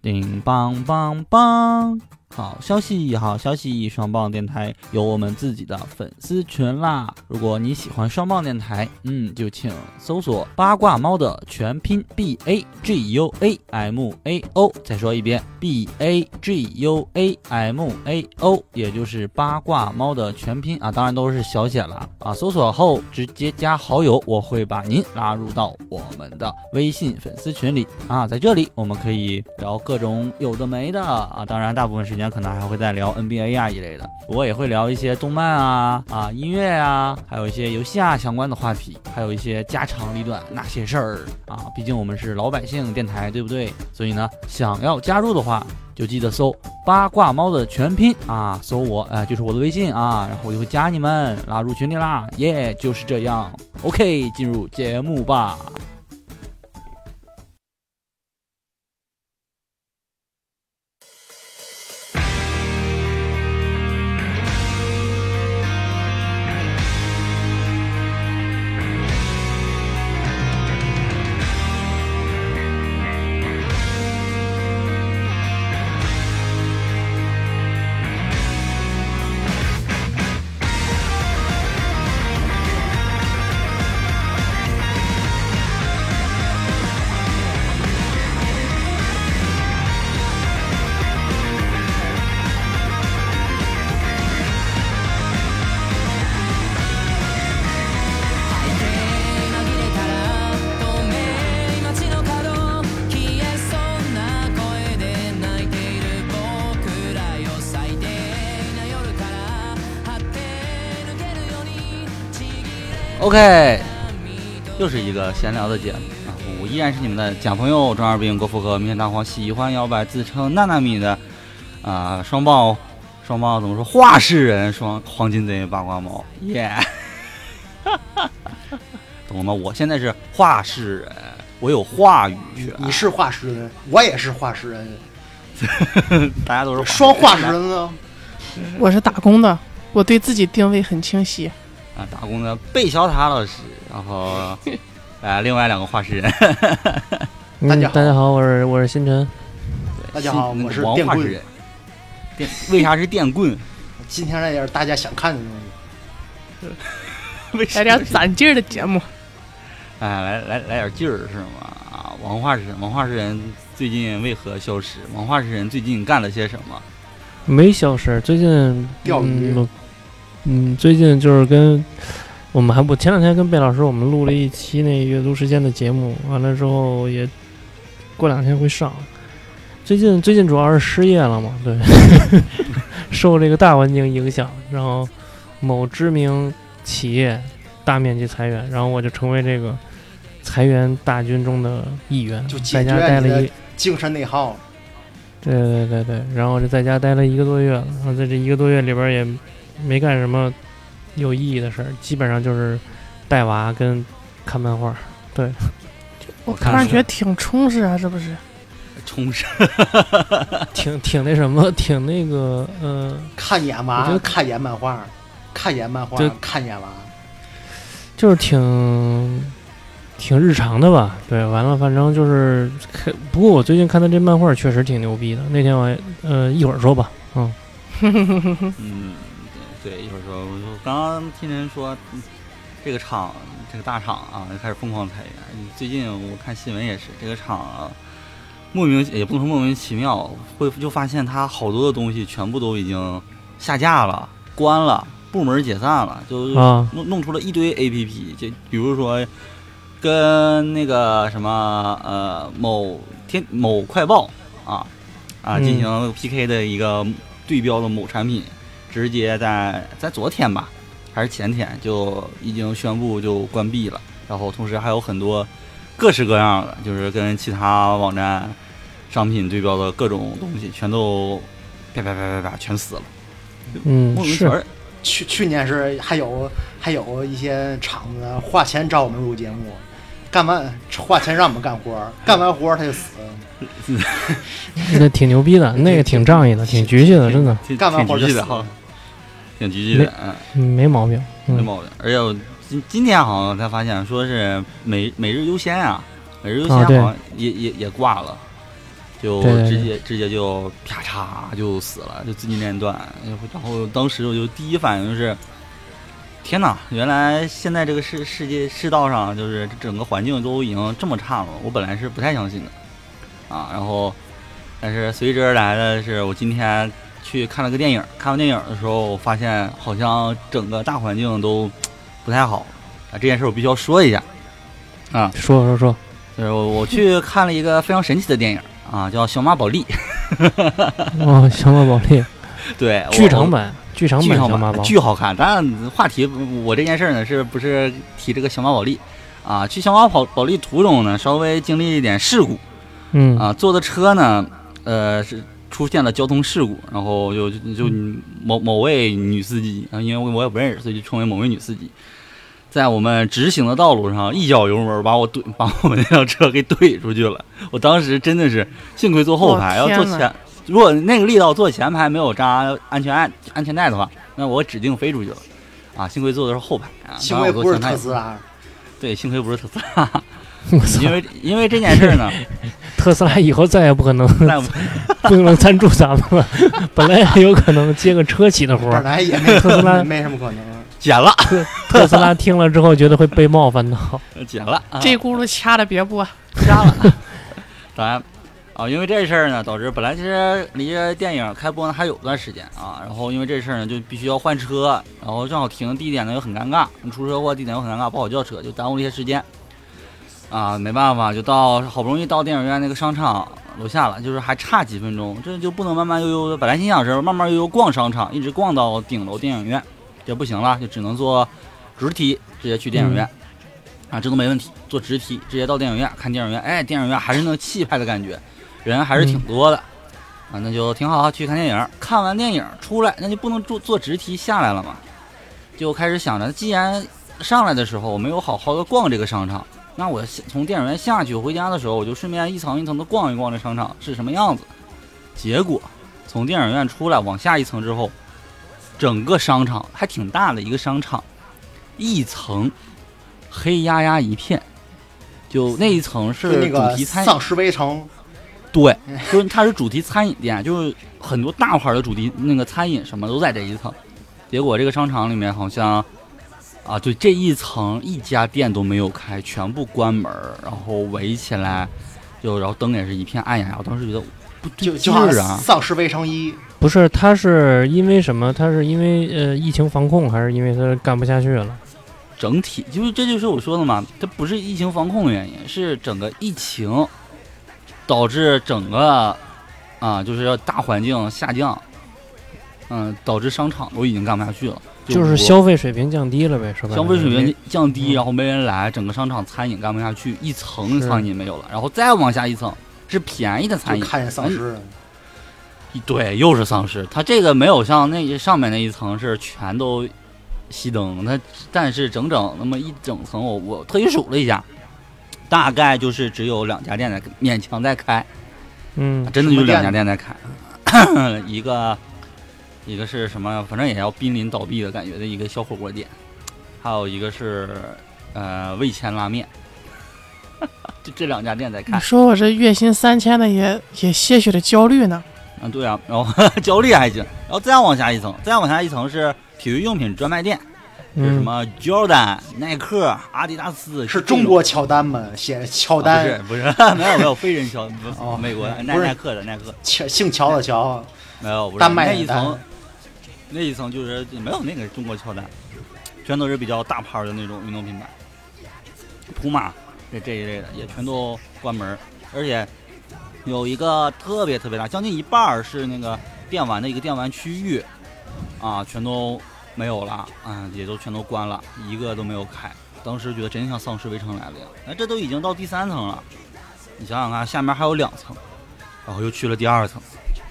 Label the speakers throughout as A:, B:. A: 叮棒棒棒！好消息，好消息！双棒电台有我们自己的粉丝群啦。如果你喜欢双棒电台，嗯，就请搜索“八卦猫”的全拼 B A G U A M A O。再说一遍，B A G U A M A O，也就是八卦猫的全拼啊，当然都是小写了啊。搜索后直接加好友，我会把您拉入到我们的微信粉丝群里啊。在这里，我们可以聊各种有的没的啊，当然大部分时间。可能还会再聊 NBA 啊一类的，我也会聊一些动漫啊、啊音乐啊，还有一些游戏啊相关的话题，还有一些家长里短那些事儿啊。毕竟我们是老百姓电台，对不对？所以呢，想要加入的话，就记得搜“八卦猫”的全拼啊，搜我，哎、呃，就是我的微信啊，然后我就会加你们，拉入群里啦。耶、yeah,，就是这样。OK，进入节目吧。OK，又是一个闲聊的节目啊！我依然是你们的假朋友张二病郭富和明天大黄喜欢摇摆，自称娜娜米的啊、呃、双豹双豹怎么说？画事人双黄金贼八卦 猫耶！Yeah、懂了吗？我现在是画事人，我有话语权。
B: 你是画事人，我也是画事
A: 人，大家都是
B: 双画事人啊！
C: 我是打工的，我对自己定位很清晰。
A: 啊，打工的贝小塔老师，然后，呃，另外两个画师人，
D: 嗯、
B: 大家好，
D: 大家好，我是我是新晨，
B: 大家好，我是
A: 王画师人，电为啥是电棍？
B: 今天这也是大家想看的东
A: 西，
C: 来点攒劲儿的节目，
A: 哎、啊，来来来点劲儿是吗？啊，王画师，王画师人最近为何消失？王画师人最近干了些什么？
D: 没消失，最近
B: 钓鱼。
D: 嗯嗯，最近就是跟我们还我前两天跟贝老师我们录了一期那阅读时间的节目，完了之后也过两天会上。最近最近主要是失业了嘛，对， 受这个大环境影响，然后某知名企业大面积裁员，然后我就成为这个裁员大军中的一员，
B: 就
D: 在家待了一
B: 精神内耗。
D: 对对对对，然后就在家待了一个多月了，然后在这一个多月里边也。没干什么有意义的事儿，基本上就是带娃跟看漫 画。对，
C: 我突然觉得挺充实啊，这不是？
A: 充实，
D: 挺挺那什么，挺那个呃，
B: 看演娃，看演漫画，看演漫画，看演娃，
D: 就是挺挺日常的吧。对，完了，反正就是看。不过我最近看的这漫画确实挺牛逼的。那天我呃一会儿说吧，嗯，
A: 嗯。对，一会儿说，我说刚刚听人说，嗯这个厂，这个大厂啊，开始疯狂裁员。最近我看新闻也是，这个厂、啊、莫名也不能莫名其妙，会就发现它好多的东西全部都已经下架了、关了、部门解散了，就
D: 嗯啊
A: 弄弄出了一堆 A P P，就比如说跟那个什么呃某天某快报啊啊进行 P K 的一个对标的某产品。直接在在昨天吧，还是前天就已经宣布就关闭了，然后同时还有很多各式各样的，就是跟其他网站商品对标的各种东西，全都啪啪啪啪啪全死了。
D: 嗯，
A: 是。
B: 去去年是还有还有一些厂子花钱找我们录节目，干完花钱让我们干活，干完活他就死。
D: 那挺牛逼的，那个挺仗义的，挺局气的，啊真的。
B: 干完活
A: 就哈， 挺局气的，
D: 嗯，没毛病，
A: 没毛病。而且我今今天好像才发现，
D: 啊
A: 说是每每日优先啊，每日优先好像也也也挂了，
E: 就
D: 对对对
E: 直接直接就啪嚓就死了，就资金链断。然后当时我就第一反应就是，天哪！原来现在这个世世界世道上，就是整个环境都已经这么差了。我本来是不太相信的啊，然后但是随之而来的是，我今天去看了个电影，看完电影的时候，我发现好像整个大环境都不太好啊。这件事我必须要说一下啊，
D: 说说 说，
E: 就是我我去看了一个非常神奇的电影啊，叫《小马宝莉》。
D: 哦，小马宝莉
E: 对，我
D: 剧场。版，剧场
E: 剧
D: 版
E: 场
D: 小马宝
E: 版
D: 莉，
E: 巨好看，但话题我这件事儿呢是不是提这个小马宝莉啊？去小马宝宝莉途中呢，稍微经历一点事故
D: 嗯
E: 啊，坐的车呢，呃是出现了交通事故，然后就就就某某位女司机啊，因为我我也不认识，所以就称为某位女司机，在我们直行的道路上一脚油门把我怼把我们那辆车给怼出去了，我当时真的是幸亏坐后排，
C: 我
E: 要
C: 天
E: 坐
C: 呐
E: 前。如果那个力道坐前排没有扎安全带安全带的话，那我指定飞出去了，啊！幸亏坐的是后排啊，
B: 幸亏
E: 当然
B: 不
E: 我坐
B: 是
E: 前排
B: 特斯拉，
E: 对，幸亏不是特斯拉，
D: 我操
E: 因，为因为这件事儿呢，
D: 特斯拉以后再也不可能
E: 那我
D: 不能赞助咱们了， 本来也有可能接个车企的活
B: 本
D: 儿，
B: 来也没
D: 特斯拉
B: 没什么可能。
E: 捡了
D: 特斯拉听了之后觉得会被冒犯到，
E: 捡了，啊、
C: 这轱辘掐着别播，
E: 瞎了。 当然，啊，因为这事儿呢，导致本来其实离电影开播呢还有段时间啊，然后因为这事儿呢，就必须要换车，然后正好停的地点呢又很尴尬，出车祸地点又很尴尬，不好叫车，就耽误了一些时间。啊，没办法，就到好不容易到电影院那个商场楼下了，就是还差几分钟，这就不能慢慢悠悠的。本来心想是慢慢悠悠逛商场，一直逛到顶楼电影院，这不行了，就只能坐直梯直接去电影院。啊，这都没问题，坐直梯直接到电影院看电影院，哎，电影院还是那个气派的感觉，人还是挺多的，啊，那就挺好，去看电影。看完电影出来，那就不能坐坐直梯下来了嘛，就开始想着，既然上来的时候我没有好好的逛这个商场，那我下从电影院下去回家的时候，我就顺便一层一层的逛一逛这商场是什么样子。结果从电影院出来往下一层之后，整个商场还挺大的一个商场，一层黑压压一片，就那一层
B: 就是那
E: 主
B: 个
E: 题餐饮
B: 丧尸围城，
E: 对，就是它是主题餐饮店，就是很多大牌的主题那个餐饮什么都在这一层。结果这个商场里面好像啊，对这一层一家店都没有开，全部关门儿，然后围起来，就然后灯也是一片暗哑哑。我当时觉得不
B: 就
E: 对
B: 就
E: 劲
B: 好
E: 儿
B: 像
E: 啊，
B: 丧尸围城一，
D: 不是，他是因为什么？他是因为呃疫情防控，还是因为他干不下去了？
E: 整体就是这就是我说的嘛，它不是疫情防控的原因，是整个疫情导致整个啊，就是要大环境下降，嗯，导致商场都已经干不下去了，
D: 就是
E: 我
D: 消费水平降低了呗，是吧？
E: 消费水平降低，
D: 嗯
E: 然后没人来，整个商场餐饮干不下去，一层
D: 是
E: 餐饮没有了，然后再往下一层是便宜的餐
B: 就
E: 饮，
B: 看见丧尸，
E: 对，又是丧尸。它这个没有像那上面那一层是全都熄灯，它但是整整那么一整层，我我特意数了一下，大概就是只有两家店在勉强在开，
D: 嗯，
E: 真的就两家店在开，一个一个是什么，反正也要濒临倒闭的感觉的一个小火锅店，还有一个是呃味千拉面，就这两家店在开
C: 你。说我这月薪三千的也也些许的焦虑呢。
E: 啊，对啊，然后 焦虑还行，然后再往下一层，再往下一层是体育用品专卖店，是什
D: 嗯，
E: 么 Jordan、耐克、阿迪达斯，
B: 是
E: 这种
B: 中国乔丹吗？写乔
E: 啊
B: 丹，
E: 不是不是 没有没有非人乔，不是
B: 哦
E: 美国的耐
B: 不是
E: 耐克的耐克
B: 乔姓乔的乔，
E: 没有不是
B: 丹麦
E: 那
B: 的
E: 一
B: 丹
E: 层，那一层就是没有那个中国乔丹，全都是比较大牌儿的那种运动品牌，普马这这一类的也全都关门儿，而且有一个特别特别大，将近一半儿是那个电玩的一个电玩区域，啊，全都没有了，啊，也都全都关了，一个都没有开。当时觉得真像丧尸围城来了呀！那这都已经到第三层了，你想想看，下面还有两层，然后又去了第二层，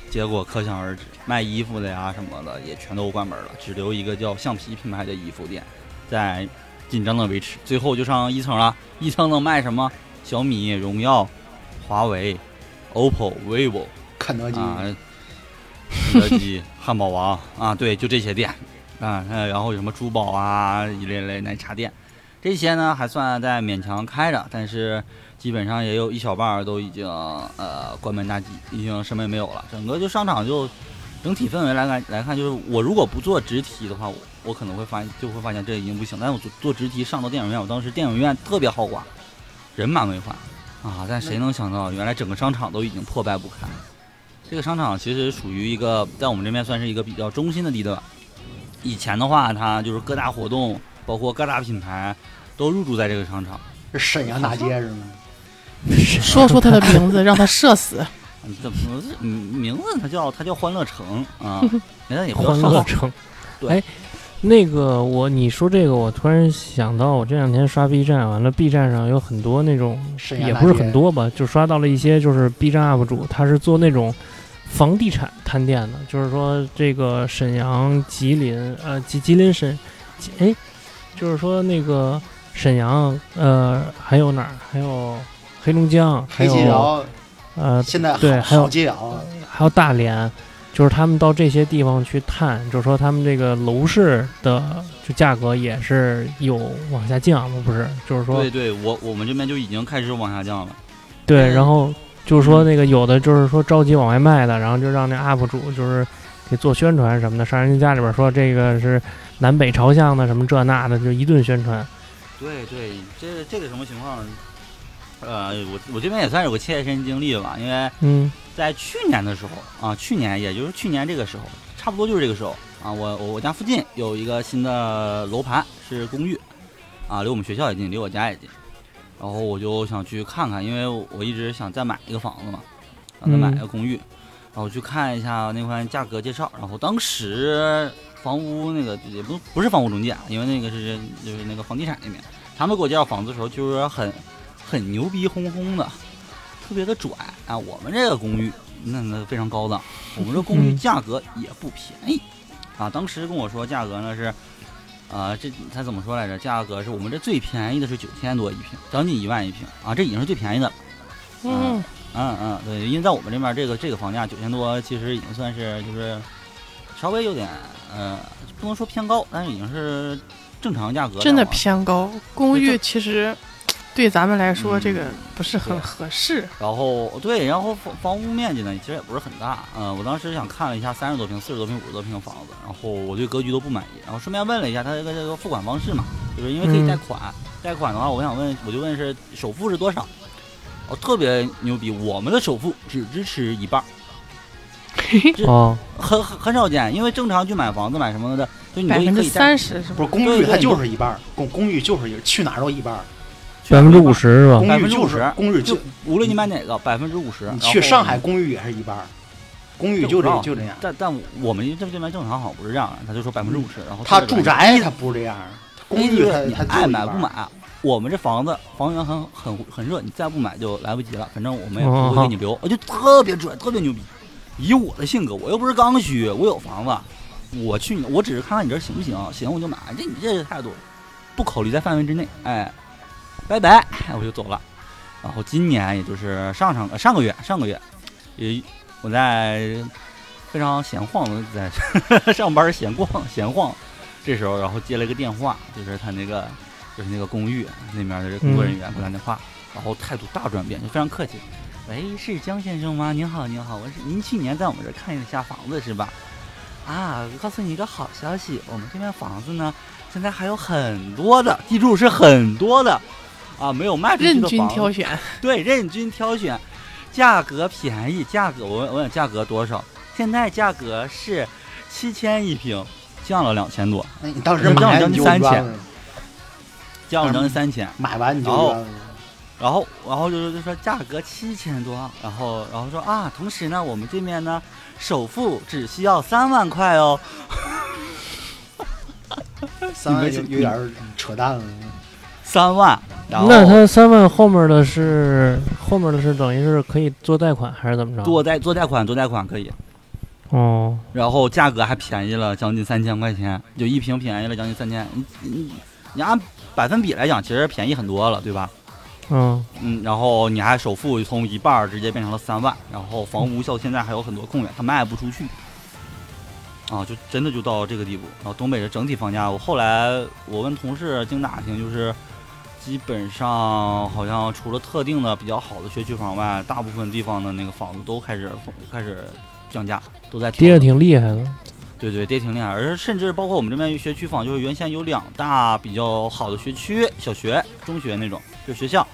E: 结果可想而知，卖衣服的呀什么的也全都关门了，只留一个叫橡皮品牌的衣服店在紧张的维持。最后就上一层了， 一层能卖什么？小米、荣耀、华为、OPPO、vivo
B: 肯德基，
E: 啊，肯德基、汉堡王啊，对，就这些店啊，呃然后有什么珠宝啊一类类奶茶店，这些呢还算在勉强开着，但是基本上也有一小半儿都已经呃关门大吉，已经什么也没有了。整个就上场就整体氛围来来来看，就是我如果不做直踢的话，我我可能会发就会发现这已经不行。但是我做做直踢上到电影院，我当时电影院特别豪华，人满为患啊！但谁能想到，原来整个商场都已经破败不堪。这个商场其实属于一个在我们这边算是一个比较中心的地段。以前的话，它就是各大活动，包括各大品牌都入驻在这个商场。
B: 是沈阳大街是吗？
C: 说出他的名字，让他社死。
E: 嗯怎么这名字它叫它叫欢乐城 啊？人家也不要
D: 欢
E: 上
D: 乐
E: 号
D: 城。
E: 对
D: 哎，那个我你说这个，我突然想到，我这两天刷 B 站，完了 B 站上有很多那种，
B: 沈阳
D: 也
B: 大
D: 不是
B: 街
D: 很多吧，就刷到了一些就是 B 站 UP 主，他是做那种房地产探店的，就是说这个沈阳、吉林，呃，吉吉林沈，吉哎，就是说那个沈阳，呃，还有哪儿？还有黑龙江，还
B: 黑吉
D: 有
B: 辽
D: 呃，
B: 现在
D: 对
B: 好
D: 还有
B: 好街啊窑，
D: 还有大连，就是他们到这些地方去探，就是说他们这个楼市的就价格也是有往下降吗？不是，就是说
E: 对对，我我们这边就已经开始往下降了。
D: 对然后就是说那个有的就是说着急往外卖的，然后就让那 UP 主就是给做宣传什么的，上人家家里边说这个是南北朝向的什么这那的，就一顿宣传。
E: 对对，这这个什么情况？呃，我我这边也算是有个切身经历吧，因为
D: 嗯
E: 在去年的时候啊，去年也就是去年这个时候，差不多就是这个时候啊，我我我家附近有一个新的楼盘是公寓，啊，离我们学校也近，离我家也近，然后我就想去看看，因为我我一直想再买一个房子嘛，想再买一个公寓，然后去看一下那块价格介绍，然后当时房屋那个也不不是房屋中介啊，因为那个是就是那个房地产那边，他们给我介绍房子的时候就是很很牛逼哄哄的，特别的拽啊！我们这个公寓那那非常高档，我们这公寓
D: 嗯
E: 价格也不便宜啊。当时跟我说价格呢是，啊、这他怎么说来着？价格是我们这最便宜的是九千多一平，将近一万一平啊，这已经是最便宜的了。
C: 嗯，
E: 嗯嗯，对，因为在我们这边这个这个房价九千多，其实已经算是就是稍微有点呃，不能说偏高，但是已经是正常价格了啊。
C: 真的偏高。公
E: 对
C: 寓其实对咱们来说，
E: 嗯
C: 这个不是很
E: 对
C: 合适。
E: 然后对，然后房房屋面积呢，其实也不是很大。嗯，我当时想看了一下三十多平、四十多平、五十多平的房子，然后我对格局都不满意。然后顺便问了一下他这个这个付款方式嘛，就是因为可
C: 嗯
E: 以贷款，贷款的话，我想问，我就问是首付是多少？哦，特别牛逼，我们的首付只支持一半儿，这
D: 哦，
E: 很很很少见，因为正常去买房子买什么的，啊就你
C: 百
E: 都
C: 分
E: 可
C: 之
E: 以贷
C: 三十是
B: 不
C: 吧？
B: 是公寓，
E: 对
B: 它
E: 对
B: 就是一半儿，公公寓就是一去哪儿都一半儿，
E: 去
D: 百分之五
E: 买
D: 十是吧？
B: 公寓就
E: 50%
B: 是公寓
E: 就
B: 就
E: 无论你买哪个，百分之五十。
B: 你
E: 然
B: 去
E: 后
B: 上海公寓也是一半儿，公寓
E: 这
B: 就
E: 我知
B: 这
E: 道
B: 就这样。
E: 但但我们这这边正常好像不是这样的，他就说百分之五
D: 嗯
E: 十，然后
B: 它
E: 这个
B: 住宅它不是这样，公寓它
E: 你
B: 它就
E: 爱
B: 是一
E: 买
B: 半
E: 不
B: 儿。
E: 买，啊我们这房子房源很很很热，你再不买就来不及了。反正我们也
D: 哦
E: 不会给你留，我就特别准，特别牛逼。以我的性格，我又不是刚需，我有房子，我去你，我只是看看你这行不行，行我就买。这你这个态度，不考虑在范围之内，哎，拜拜，哎我就走了。然后今年也就是上上呃上个月上个月，也我在非常闲晃的在 上班闲逛闲晃，这时候然后接了一个电话，就是他那个就是那个公寓那边的工作人
C: 嗯
E: 员给我打电话，然后态度大转变，就非常客气。喂，是江先生吗？您好，您好，我是您去年在我们这儿看一下房子是吧？啊，告诉你一个好消息，我们这边房子呢，现在还有很多的，记住是很多的，啊，没有卖出去
C: 任
E: 的
C: 君
E: 房子
C: 挑选，
E: 对，任君挑选，价格便宜，价格我问我问价格多少？现在价格是七千一平，降了两千多，
B: 那你当时
E: 人家
B: 买
E: 将
B: 你
E: 近
B: 就
E: 三
B: 冤
E: 千
B: 了，
E: 降了将近三千。
B: 买完你就
E: 然后
B: 冤了。
E: 然后，然后就是就说价格七千多，然后然后说啊，同时呢，我们这边呢，首付只需要三万块哦。
B: 三万
E: 你
B: 有
E: 们
B: 有点儿扯淡了。
E: 三万，然后
D: 那他三万后面的是后面的是等于是可以做贷款还是怎么着？
E: 做贷做贷款做贷款可以，
D: 哦，
E: 然后价格还便宜了将近三千块钱，就一瓶便宜了将近三千，你你你按百分比来讲，其实便宜很多了，对吧？
D: 嗯，
E: 嗯，然后你还首付从一半儿直接变成了三万，然后房无效现在还有很多空源，它卖不出去，啊，就真的就到这个地步。然后东北的整体房价，我后来我问同事经打听，就是基本上好像除了特定的比较好的学区房外，大部分地方的那个房子都开始开始降价，都在
D: 跌
E: 调
D: 的
E: 整
D: 挺厉害的。
E: 对对，跌停量，而甚至包括我们这边学区房，就是原先有两大比较好的学区，小学、中学那种，就学校，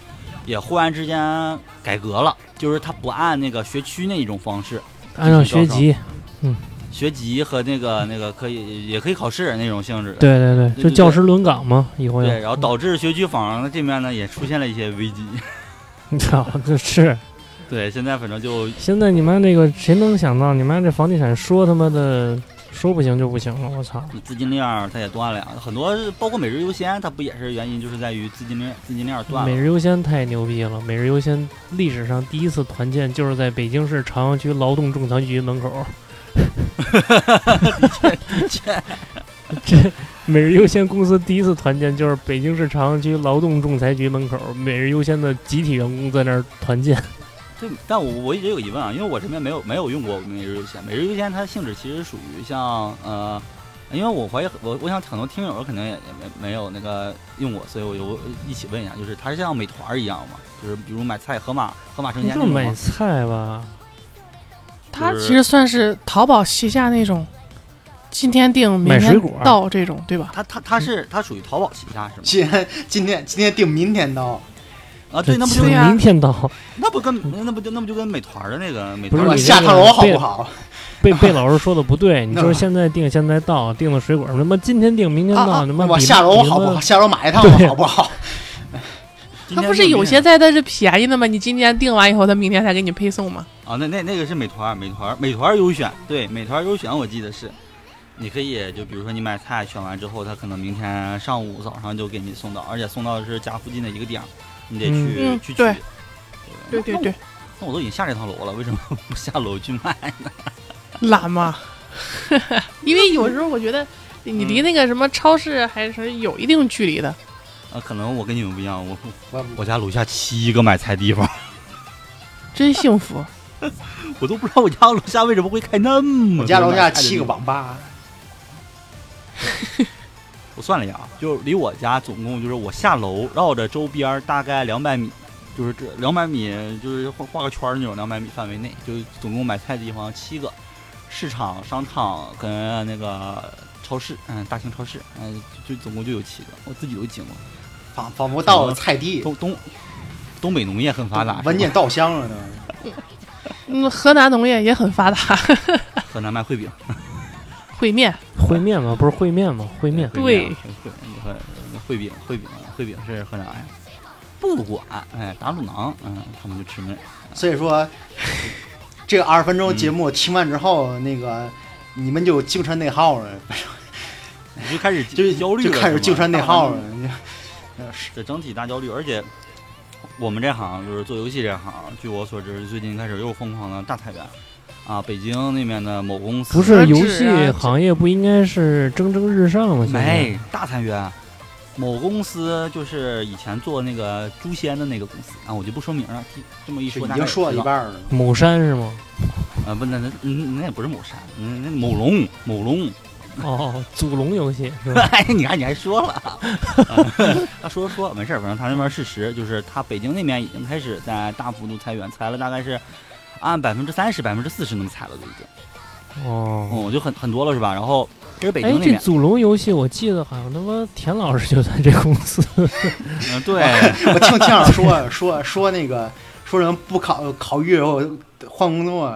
E: 也忽然之间改革了，就是它不按那个学区那一种方式，
D: 按照学籍，
E: 学籍和那个那个可以也可以考试那种性质的。
D: 对对对，
E: 对
D: 就
E: 对
D: 教师轮岗嘛，以后要
E: 对，然后导致学区房这面呢也出现了一些危机。
D: 你知道吗，这是
E: 对，现在反正就
D: 现在你妈这个谁能想到，你妈这房地产说他妈的说不行就不行了，我操！
E: 资金链儿它也断了呀，很多包括每日优先，它不也是原因就是在于资金链资金链儿断
D: 每
E: 了。
D: 日优先太牛逼了！每日优先历史上第一次团建就是在北京市朝阳区劳动仲裁局门口。 这每日优先公司第一次团建就是北京市朝阳区劳动仲裁局门口，每日优先的集体员工在那儿团建。
E: 对，但我我一直有个疑问啊，因为我身边没有没有用过每日优先，每日优先它的性质其实属于像呃，因为我怀疑我我想很多听友可能也也没没有那个用过，所以我就一起问一下，就是它是像美团儿一样吗？就是比如买菜盒马盒马生
D: 你
E: 鲜
D: 就
E: 那种
D: 买
E: 吗？
D: 菜吧，
C: 它其实算是淘宝旗下那种，今天订明
D: 买水
C: 天
D: 果
C: 到这种，对吧？
E: 它它它是它属于淘宝旗下是 吗？
B: 今天今天今天定明天到，
E: 啊，对，那不就
C: 对呀
D: 明天到。
E: 那不跟那不就那不就跟美团儿的那个美
D: 不
E: 团
D: 是
E: 儿
B: 我
D: 你
B: 下
D: 这
B: 趟
D: 个
B: 楼好
D: 对啊
B: 不好？
D: 被被老师说的不对，你
B: 那
D: 说现在订现在到，订的水果什么今天订明天
C: 啊啊
D: 到，他妈
B: 我
D: 比
B: 下楼
D: 比
B: 好不
D: 他妈
B: 好？下楼买一趟我好不 好？
E: 今
C: 它
E: 天
C: 不是
E: 就
C: 有
E: 明
C: 些在这是便宜的吗？你今天订完以后，它明天才给你配送吗？
E: 啊，那那那个是美团儿，美团儿，美团儿优选，对，美团儿优选，我记得是，你可以就比如说你买菜选完之后，他可能明天上午早上就给你送到，而且送到的是家附近的一个点儿，你得去、
C: 嗯
E: 去取。
C: 对对
E: 那
C: 对
E: 那我
C: 对，
E: 那我都已经下这趟楼了，为什么不下楼去买？
C: 懒嘛， 因为有时候我觉得你离那个什么超市还是有一定距离的。
E: 啊，可能我跟你们不一样，我
B: 我
E: 我家楼下七个买菜地方，
C: 真幸福，
E: 我都不知道我家楼下为什么会开那么。
B: 我家楼下七个，网吧，
E: 我算了一下啊，就是离我家总共就是我下楼绕着周边儿大概两百米，就是这两百米就是画画个圈儿那种两百米范围内，就总共买菜的地方七个，市场、商场跟那个超市，嗯，大型超市，嗯，就就总共就有七个，我自己都惊了。
B: 仿仿佛到了菜
D: 嗯
B: 地，
E: 东东东北农业很发达，
B: 闻
E: 是吧
B: 见稻香 了呢。
C: 嗯，河南农业也很发达，
E: 河南卖烩饼，
C: 烩面，
D: 烩面嘛，不是烩面嘛，烩 面。
E: 烩烩烩啊饼烩饼烩饼是河南呀。不管，哎，打卤囊，嗯，他们就吃那儿。
B: 所以说，这个二十分钟节目听完之后，那个你们就精神内耗了，
E: 你就开始
B: 就
E: 焦
D: 嗯
E: 虑
B: 就
E: 了，
B: 开始
E: 是吧
B: 精神内
E: 大
B: 耗
E: 环
B: 了
E: 境。这整体大焦虑，而且我们这行就是做游戏这行，据我所知，最近开始又疯狂的大裁员啊！北京那边的某公司
D: 不是
C: 纸
D: 游
C: 啊
D: 戏
C: 这
D: 行业不应该是蒸蒸日上吗？现在
E: 没大裁员，某公司就是以前做那个诛仙的那个公司啊，我就不说名了。听这么一
B: 是
E: 说，
B: 已
E: 大
B: 经
E: 概
B: 说
E: 知
B: 到一
E: 道
B: 半儿了。
D: 某山是吗？
E: 啊，不，那那嗯那也不是某山，嗯那某龙，某龙。
D: 哦，祖龙游戏是吧？
E: 哎，你看你还说了， 他说说没事儿，反正他那边事实就是，他北京那边已经开始在大幅度裁员，裁了大概是按百分之三十、百分之四十那么裁了，都已经，
D: 哦，
E: 哦，就很很多了是吧？然后这是北
D: 哎
E: 京，那
D: 这
E: 边，
D: 祖龙游戏我记得好像他妈田老师就在这公司，
E: 嗯，对，
B: 我听听友 说说说那个说人不考考虑后换工作，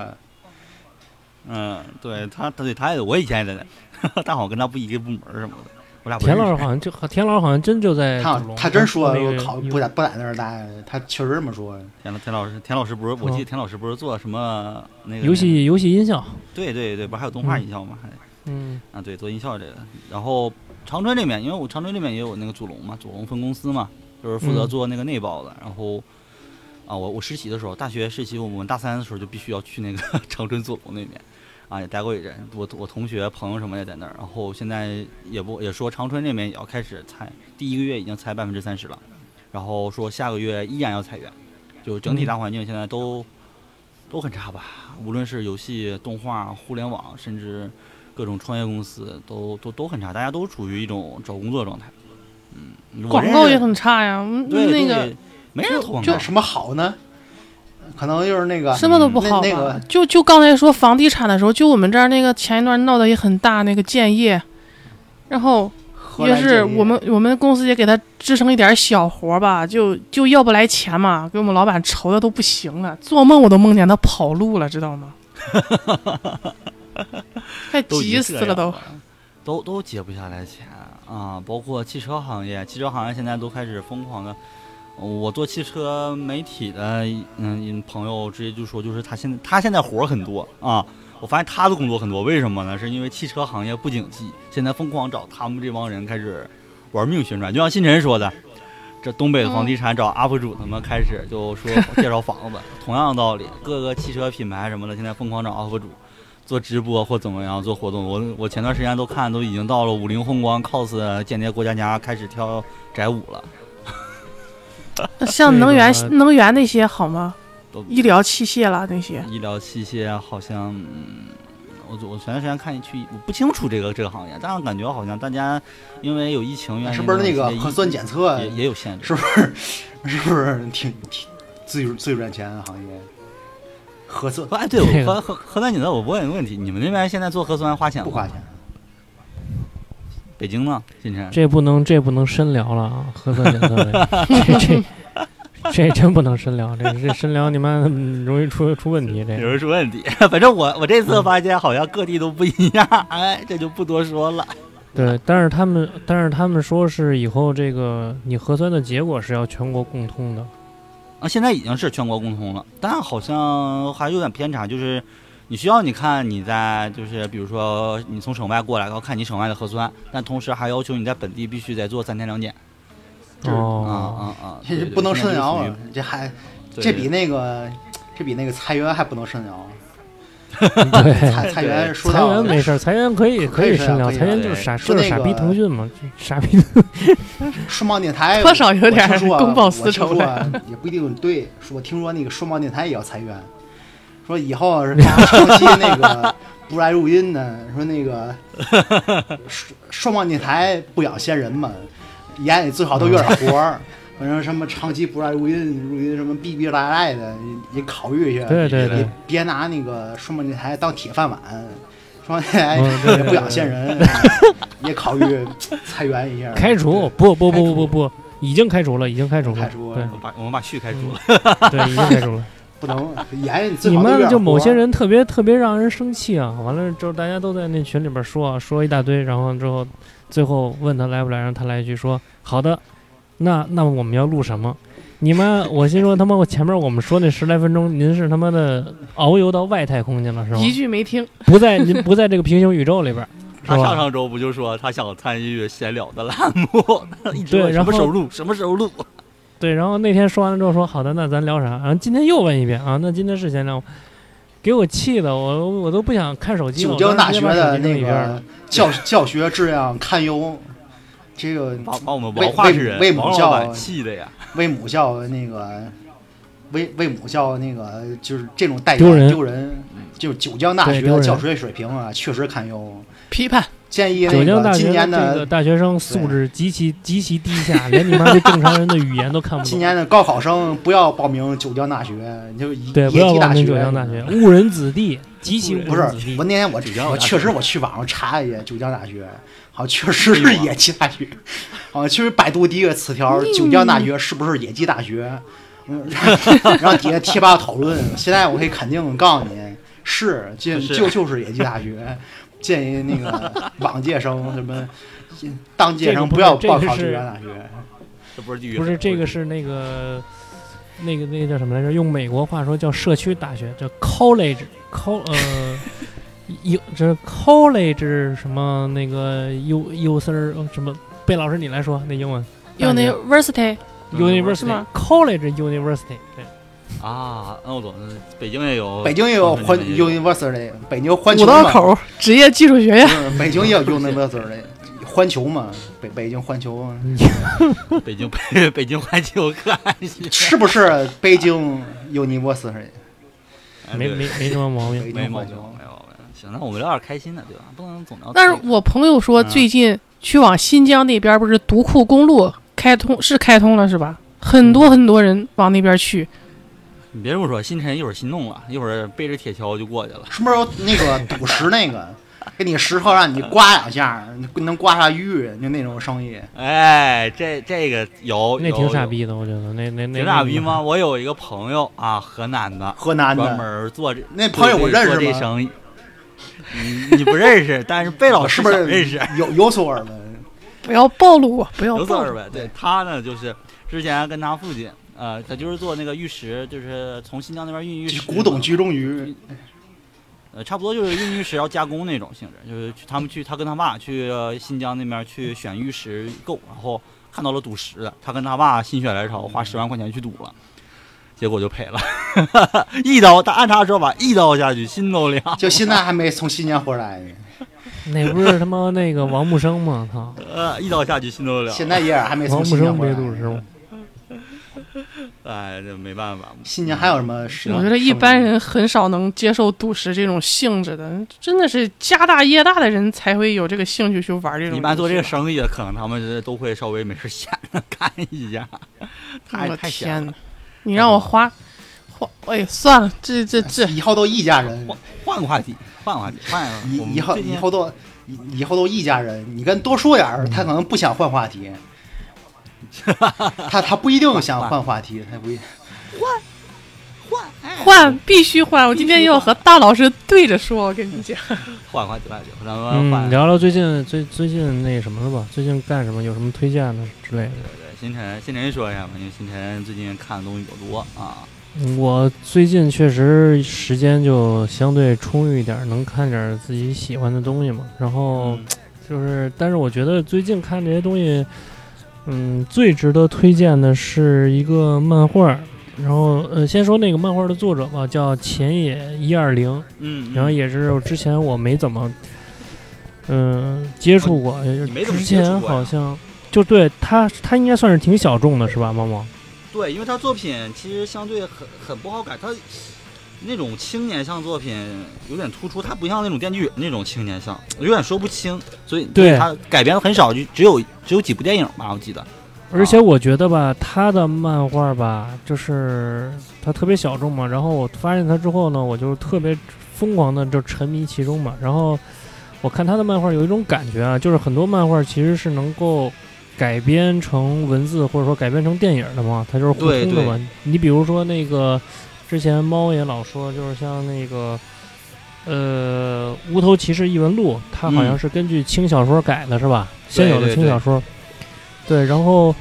E: 嗯，对他，他对他也，我以前也在那， 但好像跟他不一个部门儿什么的，我俩不
D: 田
E: 认
D: 老师
E: 识。
D: 好像就田老师好像真就在
B: 他
D: 祖龙
B: 他真说
D: 那个
B: 考
D: 游
B: 不在不在那儿待，他确实这么说。
E: 田老田老师，田老师不是，我记得田老师不是做什么那个
D: 哦游？戏游戏音效，
E: 对对对，不是还有动画
D: 嗯
E: 音效吗？还
D: 嗯，
E: 啊，对，做音效这个。然后长春这边，因为我长春这边也有那个祖龙嘛，祖龙分公司嘛，就是负责
D: 嗯
E: 做那个内包的。然后啊，我我实习的时候，大学实习，我们大三的时候就必须要去那个 长春祖龙那边，啊，也待过一阵。我我同学朋友什么也在那儿。然后现在也不也说长春这边也要开始裁，第一个月已经裁百分之三十了，然后说下个月依然要裁员，就整
D: 嗯
E: 体大环境现在都。都很差吧，无论是游戏、动画、互联网，甚至各种创业公司都都都很差，大家都处于一种找工作状态。嗯，我
C: 广
E: 认
C: 告
E: 识
C: 也很差呀。嗯
E: 对
C: 那
E: 对
C: 个
E: 没人投广
C: 就
E: 告
B: 有，什么好呢？可能就是那个
C: 什么都不好吧？
B: 那那个
C: 就就刚才说房地产的时候，就我们这儿那个前一段闹得也很大，那个建业，然后
B: 荷
C: 也
B: 兰
C: 是
B: 建议啊
C: 我们我们公司也给他支撑一点小活儿吧，就就要不来钱嘛，给我们老板愁的都不行了，做梦我都梦见他跑路了，知道吗？快
E: 都已经
C: 急死
E: 这
C: 了
E: 样
C: 都。
E: 了都都结不下来钱啊！包括汽车行业，汽车行业现在都开始疯狂的。我做汽车媒体的，嗯，朋友直接就说，就是他现在他现在活儿很多啊。我发现他的工作很多，为什么呢？是因为汽车行业不景气，现在疯狂找他们这帮人开始玩命宣传，就像新晨说的，这东北的房地产找 UP 主他们开始就说介绍房子，同样的道理，各个汽车品牌什么的现在疯狂找 UP 主做直播或怎么样做活动。我我前段时间都看，都已经到了五菱宏光 cos 间谍过家家开始跳宅舞了，
C: 那像
D: 这
C: 能源
D: 个
C: 能源那些好吗
E: 都？
C: 医疗器械啦那些，
E: 医疗器械啊好像，嗯、我我前段时间看去，我不清楚这个这个行业，但是感觉好像大家因为有疫情原因，
B: 是不是那个
E: 也
B: 核酸检测
E: 嗯
B: 啊
E: 也也有限制？
B: 是不是是不是挺挺最最赚钱的行业？核酸
E: 哎，对，
D: 这
E: 我
D: 个
E: 核核核酸检测，我问个问题，你们那边现在做核酸花钱吗？
B: 不花钱，
E: 北京呢？进城
D: 这不能这不能深聊了啊，核酸检测这这这这真不能深聊，这这深聊你妈嗯容易出出问题。这
E: 有
D: 个
E: 人出问题， 反正我我这次发现好像各地都不一样， 哎，这就不多说了。
D: 对，但是他们但是他们说是以后这个你核酸的结果是要全国共通的，
E: 啊，现在已经是全国共通了，但好像还有点偏差，就是你需要你看你在就是比如说你从省外过来，然后看你省外的核酸，但同时还要求你在本地必须得做三天两检。
B: 就是
E: 啊
D: 哦，
E: 啊啊！
B: 这
E: 对
B: 不能深聊，
E: 对
B: 了，这还
E: 对
B: 这比那个这比那个裁员还不能深聊。
D: 对。
B: 裁裁员说
D: 裁
B: 到
D: 员没事儿，裁员可以
B: 可以
D: 以
B: 是啊
D: 深聊，
B: 可以
D: 裁员
E: 啊
D: 就是
E: 对
D: 傻
B: 说
D: 就是
B: 那
D: 傻
B: 个
D: 逼腾讯嘛，就傻逼腾
B: 数码电台，
C: 多少有点
B: 我听说啊
C: 公报私
B: 我
C: 仇
B: 听说
C: 了。
B: 啊也不一定对。说我听说那个数码电台也要裁员，说以后是发长期那个 不来录音呢，说那个 数数码电台不养闲人嘛，眼里最好都有点活儿。反正什么长期不来录音，录音什么逼逼赖赖的，也也考虑一下。
D: 对对对
B: 也别拿那个数码电台当铁饭碗。数码电台
D: 嗯对
B: 也
D: 对
B: 不养
D: 对
B: 闲人，也考虑裁员一下。
D: 开除，不不不
B: 开除
D: 不不，已经开除了，已经开除了，
B: 开除
D: 对
E: 我把我们把序开除了。
D: 对，已经开除了。
B: 不能
C: 啊
B: 严，最
D: 你
B: 好都有
D: 们
B: 点
D: 就某些
B: 活儿
D: 人特别特别让人生气啊！完了之后，大家都在那群里边说啊说一大堆，然后之后最后问他来不来，让他来一句说好的，那那我们要录什么？你妈！我心说他妈，我前面我们说那十来分钟，您是他妈的遨游到外太空去了是吗？
C: 一句没听，
D: 不在您不在这个平行宇宙里边，
B: 嗯
D: 是
E: 他上
D: 吧？
E: 上周不就说他想参与闲聊的栏目， 一直
D: 对
E: 问什
D: 然
E: 么
D: 后
E: 时候录，什么时候录。
D: 对，然后那天说完了之后说好的，那咱聊啥？然后今天又问一遍啊，那今天是闲聊，给我气的我我都不想看手机了。
B: 九
D: 我当
B: 江
D: 时
B: 大学
D: 直接把手
B: 的
D: 机扔
B: 那
D: 一边了
B: 个教教学质量堪忧，这个
E: 把把我们
B: 为
E: 王化之
B: 为
E: 人
B: 为
E: 王
B: 母
E: 老
B: 校啊
E: 板气的呀！
B: 为母校那个为为母校那个就是这种代言
D: 丢人
B: 丢人，就是九江大
D: 对
B: 学
D: 丢
B: 的
D: 人
B: 教学水平啊，确实堪忧。
C: 批判
B: 建议
D: 九江
B: 那
D: 大
B: 个今
D: 学
B: 年
D: 这个
B: 的
D: 大学生素质极其极其低下，连你妈对正常人的语言都看不
B: 今
D: 懂。
B: 年的高考生不要报名九江大学，就是野
D: 对，不
B: 野
D: 要
B: 鸡
D: 忘
B: 大
D: 记
B: 学。
D: 九江大学，误人子弟，极其误
B: 不是
D: 人子弟
B: 我。那天我
E: 九
B: 嗯
E: 江
B: 我
E: 大学
B: 确实我去网上查了一下九江大学，好像确实是野鸡大学，好像确实百度第一个词
C: 哎
B: 条九江大学是不是野鸡大学？嗯， 然后底下贴吧讨论，现在我可以肯定告诉你是，就就就是野鸡大学，建议那个往届生什么。当届生要报考九江大学，
E: 这不是地狱
D: 不是这个是那个那个那个叫什么来着？用美国话说叫社区大学，叫 college col 呃有这是 college 什么那个 u u s 呃什么？贝老师你来说那英文
C: 用那 university
D: university
C: 是吗
D: college university 对。
E: 啊，那我懂了，北京也有，
B: 北京也有环
E: 北京也有
B: University，北京环球
C: 五道
B: 嘛，
C: 口职业技术学院，
B: 嗯北京也有 University，环球嘛，北北京环球。
E: 北京 北北京环球可爱学院
B: 是不是北京 University？
E: 哎
D: 没
E: 对
D: 没没什么毛病。
B: 北
E: 没
B: 京
E: 毛
B: 环
E: 病，
B: 球
E: 没毛病。行，那我们聊点开心的，对吧？不能总聊。
C: 但是我朋友说，
E: 嗯
C: 最近去往新疆那边不是独库公路开通是开通了是吧？很多很多人往那边去，
E: 你别这么说，星辰一会儿心动了，一会儿背着铁锹就过去了。
B: 是不是有那个赌石那个，给你石头让你刮两下，你能刮下玉，就那种生意。
E: 哎，这这个有
D: 那挺傻，
E: 有
D: 逼的，我觉得那那那
E: 挺傻逼吗？？我有一个朋友啊，河南的，
B: 河南
E: 专
B: 的
E: 门做这
B: 那朋友我认识
E: 做这
B: 吗
E: 生意。你你不认识，但是贝老
B: 是
E: 师
B: 不是
E: 想 认识？
B: 有有所耳 闻？
C: 不要暴露我，不要
E: 刘四
C: 暴
E: 儿
C: 露。
E: 呗。对他呢，就是之前跟他父亲，呃，他就是做那个玉石，就是从新疆那边运玉石，
B: 古董局中鱼，
E: 呃，差不多就是运玉石要加工那种性质，就是去他们去他跟他爸去、呃新疆那边去选玉石购，然后看到了赌石的，他跟他爸心血来潮花十万块钱去赌了，结果就赔了， 一刀，他按他说法一刀下去心都凉。
B: 就现在还没从新疆回来呢，
D: 那不是他妈那个王木生吗？ 操，
E: 呃，一刀下去心都凉。
B: 现在也还没
D: 王
B: 从
D: 木
B: 新疆
D: 生不
B: 回
D: 是
B: 来。嗯
D: 赌石吗？
E: 哎，这没办法。
B: 新疆还有什么生意？
C: 我觉得一般人很少能接受赌石这种性质的，真的是家大业大的人才会有这个兴趣去玩这种。
E: 一般做这个，生意的，可能他们是都会稍微没事闲着看一下，太
C: 哎我
E: 太
C: 天
E: 闲
C: 哪
E: 了，！
C: 你让我花花，哎呀，算了，这这这
E: 哎
B: 以后都一家人，
E: 换个话题，换个话题，换个我们
B: 以以后
E: 最近
B: 以后都以以后都一家人。你跟多说点儿，他可能不想换话 题。他他不一定想换话题，他不一
C: 换必须换！我今天要和大老师对着说，我跟你讲，
E: 换个话题，换个话题，咱们
D: 嗯，
E: 换
D: 聊聊最近最最近那什么了吧？最近干什么？有什么推荐的之类的？
E: 对，星辰，星辰说一下吧，因为星辰最近看的东西比较多啊。
D: 嗯我最近确实时间就相对充裕一点儿，能看点儿自己喜欢的东西嘛。然后
E: 嗯
D: 就是，但是我觉得最近看这些东西，嗯，最值得推荐的是一个漫画儿。然后，呃，先说那个漫画的作者吧，叫前野一二零，
E: 嗯，
D: 然后也是之前我没怎么，嗯、接触过，
E: 哦你没怎么
D: 之
E: 接触
D: 前
E: 过呀
D: 好像就对他，他应该算是挺小众的，是吧，猫猫？
E: 对，因为他作品其实相对很很不好改，他那种青年向作品有点突出，他不像那种电锯人那种青年向，有点说不清，所以
D: 对
E: 他改编的很少，就只有只有几部电影吧，我记得。
D: 而且我觉得吧，他的漫画吧，就是他特别小众嘛。然后我发现他之后呢，我就特别疯狂的就沉迷其中嘛。然后我看他的漫画有一种感觉啊，就是很多漫画其实是能够改编成文字或者说改编成电影的嘛，它就是互
E: 对
D: 通的嘛。你比如说那个之前猫也老说，就是像那个。呃，《无头骑士异闻录》，它好像
E: 嗯
D: 是根据轻小说改的，是吧？
E: 对
D: 先有的
E: 对
D: 轻小
E: 对
D: 说，对，然后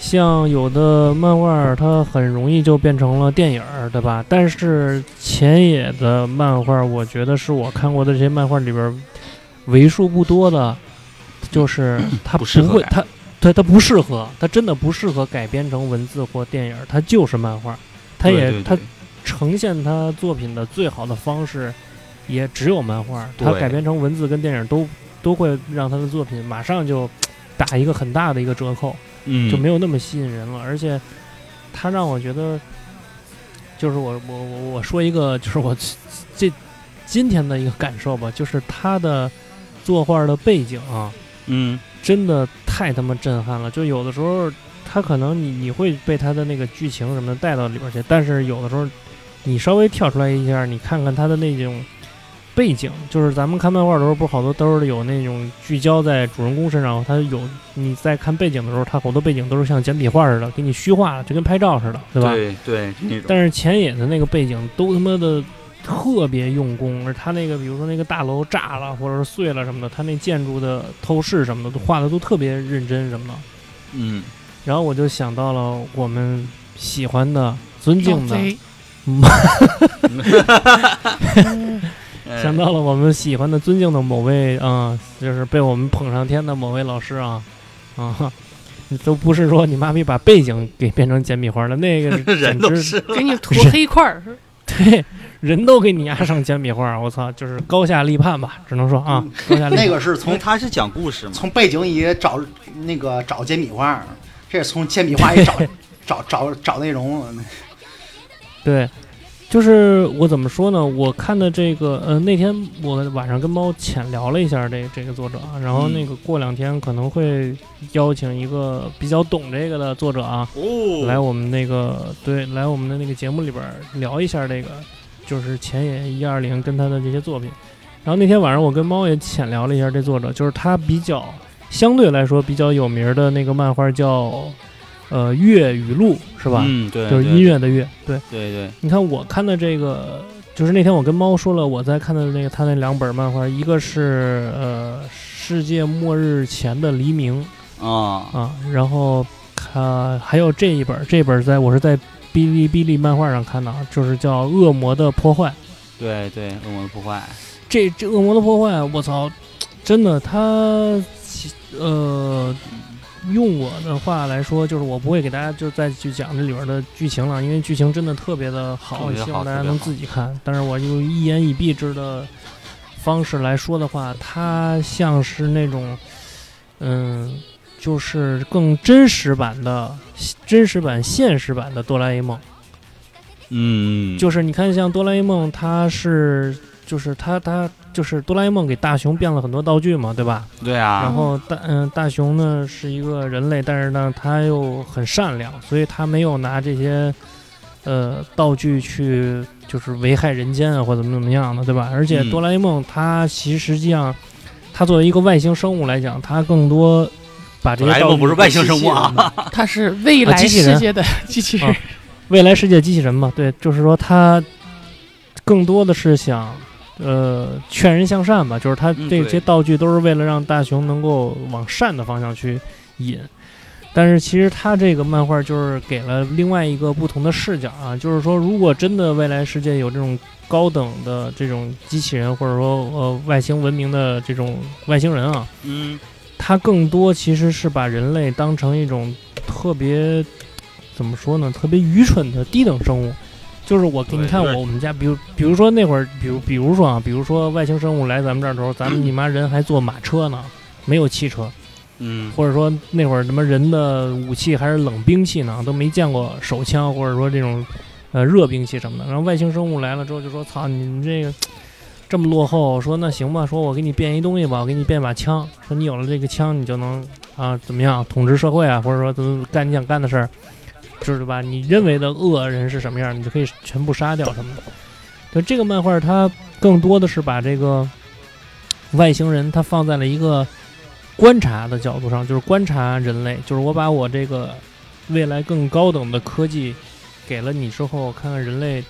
D: 像有的漫画儿，它很容易就变成了电影儿，对吧？但是前野的漫画儿，我觉得是我看过的这些漫画里边儿为数不多的， 就是它
E: 不适合
D: 会
E: 改，
D: 它对它不适合，它真的不适合改编成文字或电影儿，它就是漫画儿，它也
E: 对对
D: 它
E: 对
D: 呈现他作品的最好的方式，也只有漫画。他
E: 对
D: 改编成文字跟电影都都会让他的作品马上就打一个很大的一个折扣，
E: 嗯
D: 就没有那么吸引人了。而且，他让我觉得，就是我我我我说一个，就是我 这今天的一个感受吧，就是他的作画的背景啊，
E: 嗯
D: 真的太他妈震撼了。就有的时候，他可能你你会被他的那个剧情什么的带到里边去，但是有的时候，你稍微跳出来一下，你看看他的那种背景，就是咱们看漫画的时候，不是好多都是有那种聚焦在主人公身上，他有你在看背景的时候，他好多背景都是像简笔画似的，给你虚化了，就跟拍照似的，对吧？
E: 对对那种。
D: 但是前野的那个背景都他妈的特别用功，而他那个比如说那个大楼炸了或者是碎了什么的，他那建筑的透视什么的都画的都特别认真什么的。
E: 嗯，
D: 然后我就想到了我们喜欢的、尊敬的，
E: 哦
C: 贼
E: 哎
D: 想到了我们喜欢的、尊敬的某位啊、就是被我们捧上天的某位老师啊啊。都不是说你妈逼把背景给变成简笔画了，那个
E: 人
D: 简
E: 都
D: 直
E: 是
C: 给你涂黑块 儿，
D: 对，人都给你压上简笔画，我操，就是高下立判吧，只能说 啊，高下立判。
B: 那个是
E: 因为
B: 从
E: 他是讲故事嘛，
B: 从背景里找那个找煎饼画， 这是从煎饼画里找找找找内容。
D: 对，就是我怎么说呢？我看的这个，呃，那天我晚上跟猫浅聊了一下这这个作者啊，然后
E: 嗯
D: 那个过两天可能会邀请一个比较懂这个的作者啊，
E: 哦
D: 来我们那个对，来我们的那个节目里边儿聊一下这个，就是前野一二零跟他的这些作品。然后那天晚上我跟猫也浅聊了一下这作者，就是他比较相对来说比较有名儿的那个漫画叫呃《乐语录》是吧？
E: 嗯，对，
D: 就是
E: 对
D: 音，乐的乐。对，
E: 对对，
D: 你看我看的这个，就是那天我跟猫说了，我在看的那个他那两本漫画，一个是呃《世界末日前的黎明》，
E: 啊，
D: 啊，然后呃还有这一本儿，这本儿在我是在哔哩哔哩漫画上看的啊，就是叫《恶魔的破坏》。
E: 对对，恶魔的破坏，
D: 这这《恶魔的破坏》，我操，真的，它其呃，用我的话来说，就是我不会给大家就再去讲这里边的剧情了，因为剧情真的特别的好，
E: 特别好
D: 希望大
E: 特
D: 家
E: 别
D: 能
E: 好
D: 自己看。但是我用一言以蔽之的方式来说的话，它像是那种，嗯。就是更真实版的、真实版、现实版的哆啦 A 梦，
E: 嗯，
D: 就是你看，像哆啦 A 梦，它是就是它它就是哆啦 A 梦给大雄变了很多道具嘛，对吧？
E: 对啊
D: 然，后大嗯、大雄呢是一个人类，但是呢他又很善良，所以他没有拿这些呃道具去就是危害人间啊或怎么怎么样的，对吧？而且
E: 嗯
D: 哆啦 A 梦它其实实际上，它作为一个外星生物来讲，它更多把这
E: 哆啦
D: 些
E: A
D: 道
E: 梦
D: 具
E: 不是外星生物啊，
C: 他是未
D: 啊
C: 来
D: 机器人
C: 世界的机器人
D: 啊，未来世界机器人嘛，对，就是说他更多的是想，呃，劝人向善吧，就是他
E: 嗯
D: 这
E: 对
D: 些道具都是为了让大雄能够往善的方向去引。但是其实他这个漫画就是给了另外一个不同的视角啊，就是说，如果真的未来世界有这种高等的这种机器人，或者说呃外星文明的这种外星人啊，
E: 嗯，
D: 它更多其实是把人类当成一种特别怎么说呢，特别愚蠢的低等生物。就是我给
E: 对
D: 你看
E: 有点
D: 我我们家，比如比如说那会儿，比如比如说啊，比如说外星生物来咱们这儿的时候，咱 们你妈人还坐马车呢，没有汽车，
E: 嗯，
D: 或者说那会儿什么人的武器还是冷兵器呢，都没见过手枪或者说这种呃热兵器什么的。然后外星生物来了之后就说：“操，你们这个这么落后。”说那行吧，说我给你变一东西吧，我给你变把枪。说你有了这个枪，你就能啊怎么样统治社会啊，或者说怎么干你想干的事儿，就是吧？你认为的恶人是什么样，你就可以全部杀掉什么的。就这个漫画，它更多的是把这个外星人，它放在了一个观察的角度上，就是观察人类，就是我把我这个未来更高等的科技给了你之后，看看人类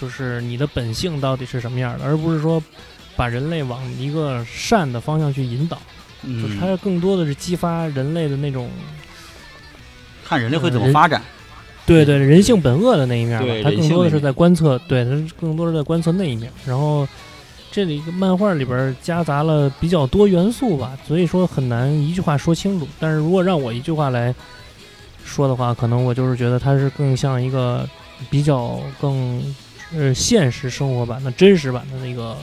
D: 就是你的本性到底是什么样的，而不是说把人类往一个善的方向去引导，就是它
E: 嗯，
D: 更多的是激发人类的那种
E: 看人类会怎么
D: 人
E: 发展，
D: 对对，人性本恶的那一面吧
E: 嗯对，
D: 它
E: 人
D: 更
E: 性
D: 多
E: 那
D: 的是
E: 面
D: 在观测，对，它是更多是在观测那一面。然后这里一个漫画里边儿夹杂了比较多元素吧，所以说很难一句话说清楚。但是如果让我一句话来说的话，可能我就是觉得它是更像一个比较更呃现实生活版的真实版的那个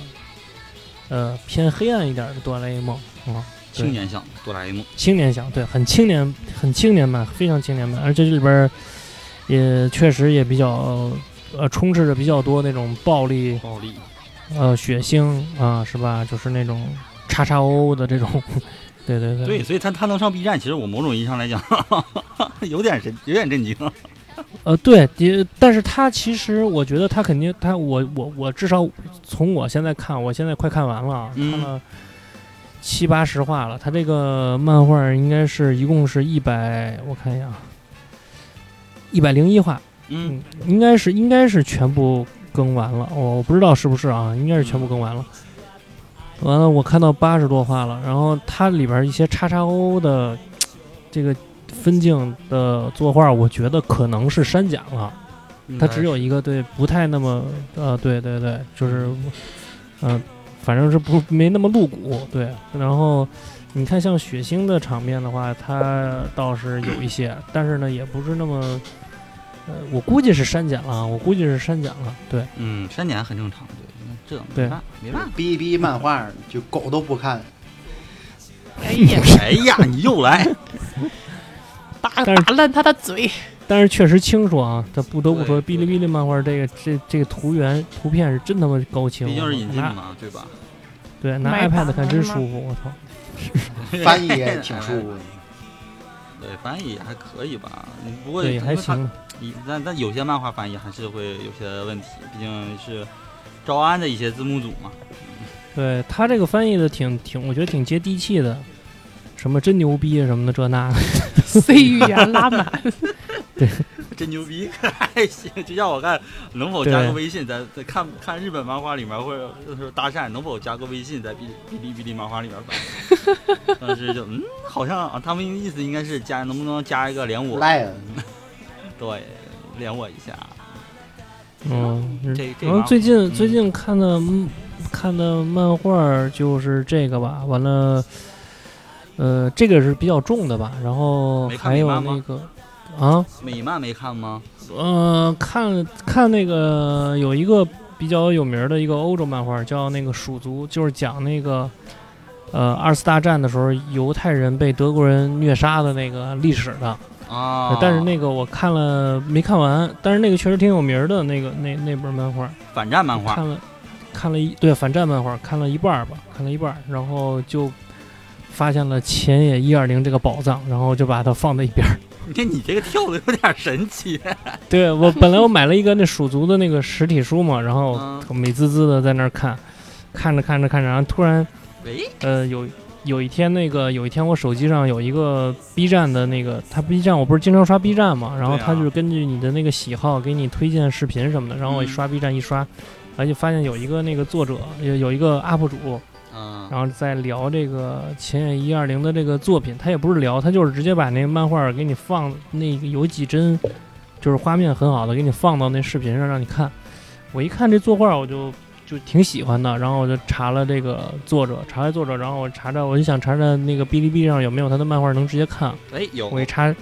D: 呃偏黑暗一点儿的哆啦 A 梦啊。对
E: 青年向哆啦 A 梦，
D: 青年向，对，很青年，很青年版，非常青年版，而且这里边儿也确实也比较呃充斥着比较多那种暴力、
E: 暴力，
D: 呃血腥啊、是吧？就是那种叉叉 O O 的这种， 对对对，
E: 对，所以他他能上 B 站，其实我某种意义上来讲， 有点神，有点震惊，
D: 呃对，也但是他其实我觉得他肯定他我我我至少从我现在看，我现在快看完了啊，
E: 嗯
D: 看了七八十话了，他这个漫画应该是一共是一百，我看一下啊，一百零一话。
E: 嗯，
D: 嗯，应该是应该是全部更完了，我我不知道是不是啊，应该是全部更完了。完了，我看到八十多话了，然后它里边一些叉叉 O 的这个分镜的作画，我觉得可能是删减了，它嗯只有一个对不太那么呃，对对对，就是嗯、呃反正是不没那么露骨，对。然后你看像血腥的场面的话，它倒是有一些，但是呢，也不是那么呃，我估计是删减了，啊，我估计是删减了，对。
E: 嗯，删减很正常，对，那这
D: 对
E: 没办法没办法。
B: 逼一逼漫画就狗都不 看，
C: 哎呀，
E: 哎呀，你又来，
C: 打打烂他的嘴，
D: 但是确实清楚啊，这不得不说，
E: 对
D: 哔哩哔哩漫画这个这这个图源图片是真他妈高清，啊
E: 毕竟是引进的
D: 拿
E: 嘛，对 吧？
D: 对拿
C: 买版
D: iPad 看真
C: 了
D: 舒
C: 吗
D: 服，我操！
B: 翻译也挺
D: 哎
B: 舒 服的。
E: 哎对，翻译还可以吧，不过
D: 对，还行。吧。
E: 一但但有些漫画翻译还是会有些问题，毕竟是招安的一些字幕组嘛。
D: 对他这个翻译的挺挺，我觉得挺接地气的，什么真牛逼啊什么的这那 的，
C: C 语言拉满，
E: 真牛逼， 还行。就像我看能否加个微信，咱咱看看日本漫画里面或者就是搭讪，能否加个微信在哔哩哔哩哔哩漫画里面发。当时就嗯，好像啊，他们意思应该是加能不能加一个连我，
B: Lion
E: 对，连我一下。
D: 嗯，
E: 这这
D: 然后
E: 麻
D: 最近、
E: 嗯
D: 最近看的嗯看的漫画儿就是这个吧，完了，呃，这个是比较重的吧，然后
E: 没看
D: 还有
E: 美漫吗
D: 那个啊，
E: 美漫没看吗？
D: 呃，看看那个有一个比较有名儿的一个欧洲漫画儿叫那个《鼠族》，就是讲那个呃二次大战的时候犹太人被德国人虐杀的那个历史的。
E: 啊，
D: 但是那个我看了没看完，但是那个确实挺有名儿的，那个那那本漫画儿
E: 反战漫画
D: 看了看了一对反战漫画儿看了一半儿吧，看了一半儿，然后就发现了前野一二零这个宝藏，然后就把它放在一边 儿。
E: 你看你这个跳的有点神奇。
D: 对我本来我买了一个那蜀族的那个实体书嘛，然后
E: 嗯
D: 我美滋滋的在那儿看，看着看着看着，然后突然
E: 喂，
D: 呃有有一天那个有一天我手机上有一个 B 站的那个，它 B 站我不是经常刷 B 站嘛，然后
E: 对啊
D: 它就是根据你的那个喜好给你推荐视频什么的，然后我一
E: 嗯
D: 刷 B 站一刷，而且发现有一个那个作者有有一个 UP 主，
E: 嗯，
D: 然后在聊这个前野一二零的这个作品，他也不是聊，他就是直接把那个漫画儿给你放，那个有几帧就是画面很好的，给你放到那视频上让你看。我一看这作画，我就就挺喜欢的，然后我就查了这个作者，查了作者，然后我查查，我就想查查那个哔哩哔哩上有没有他的漫画能直接看。
E: 哎有
D: 我一查，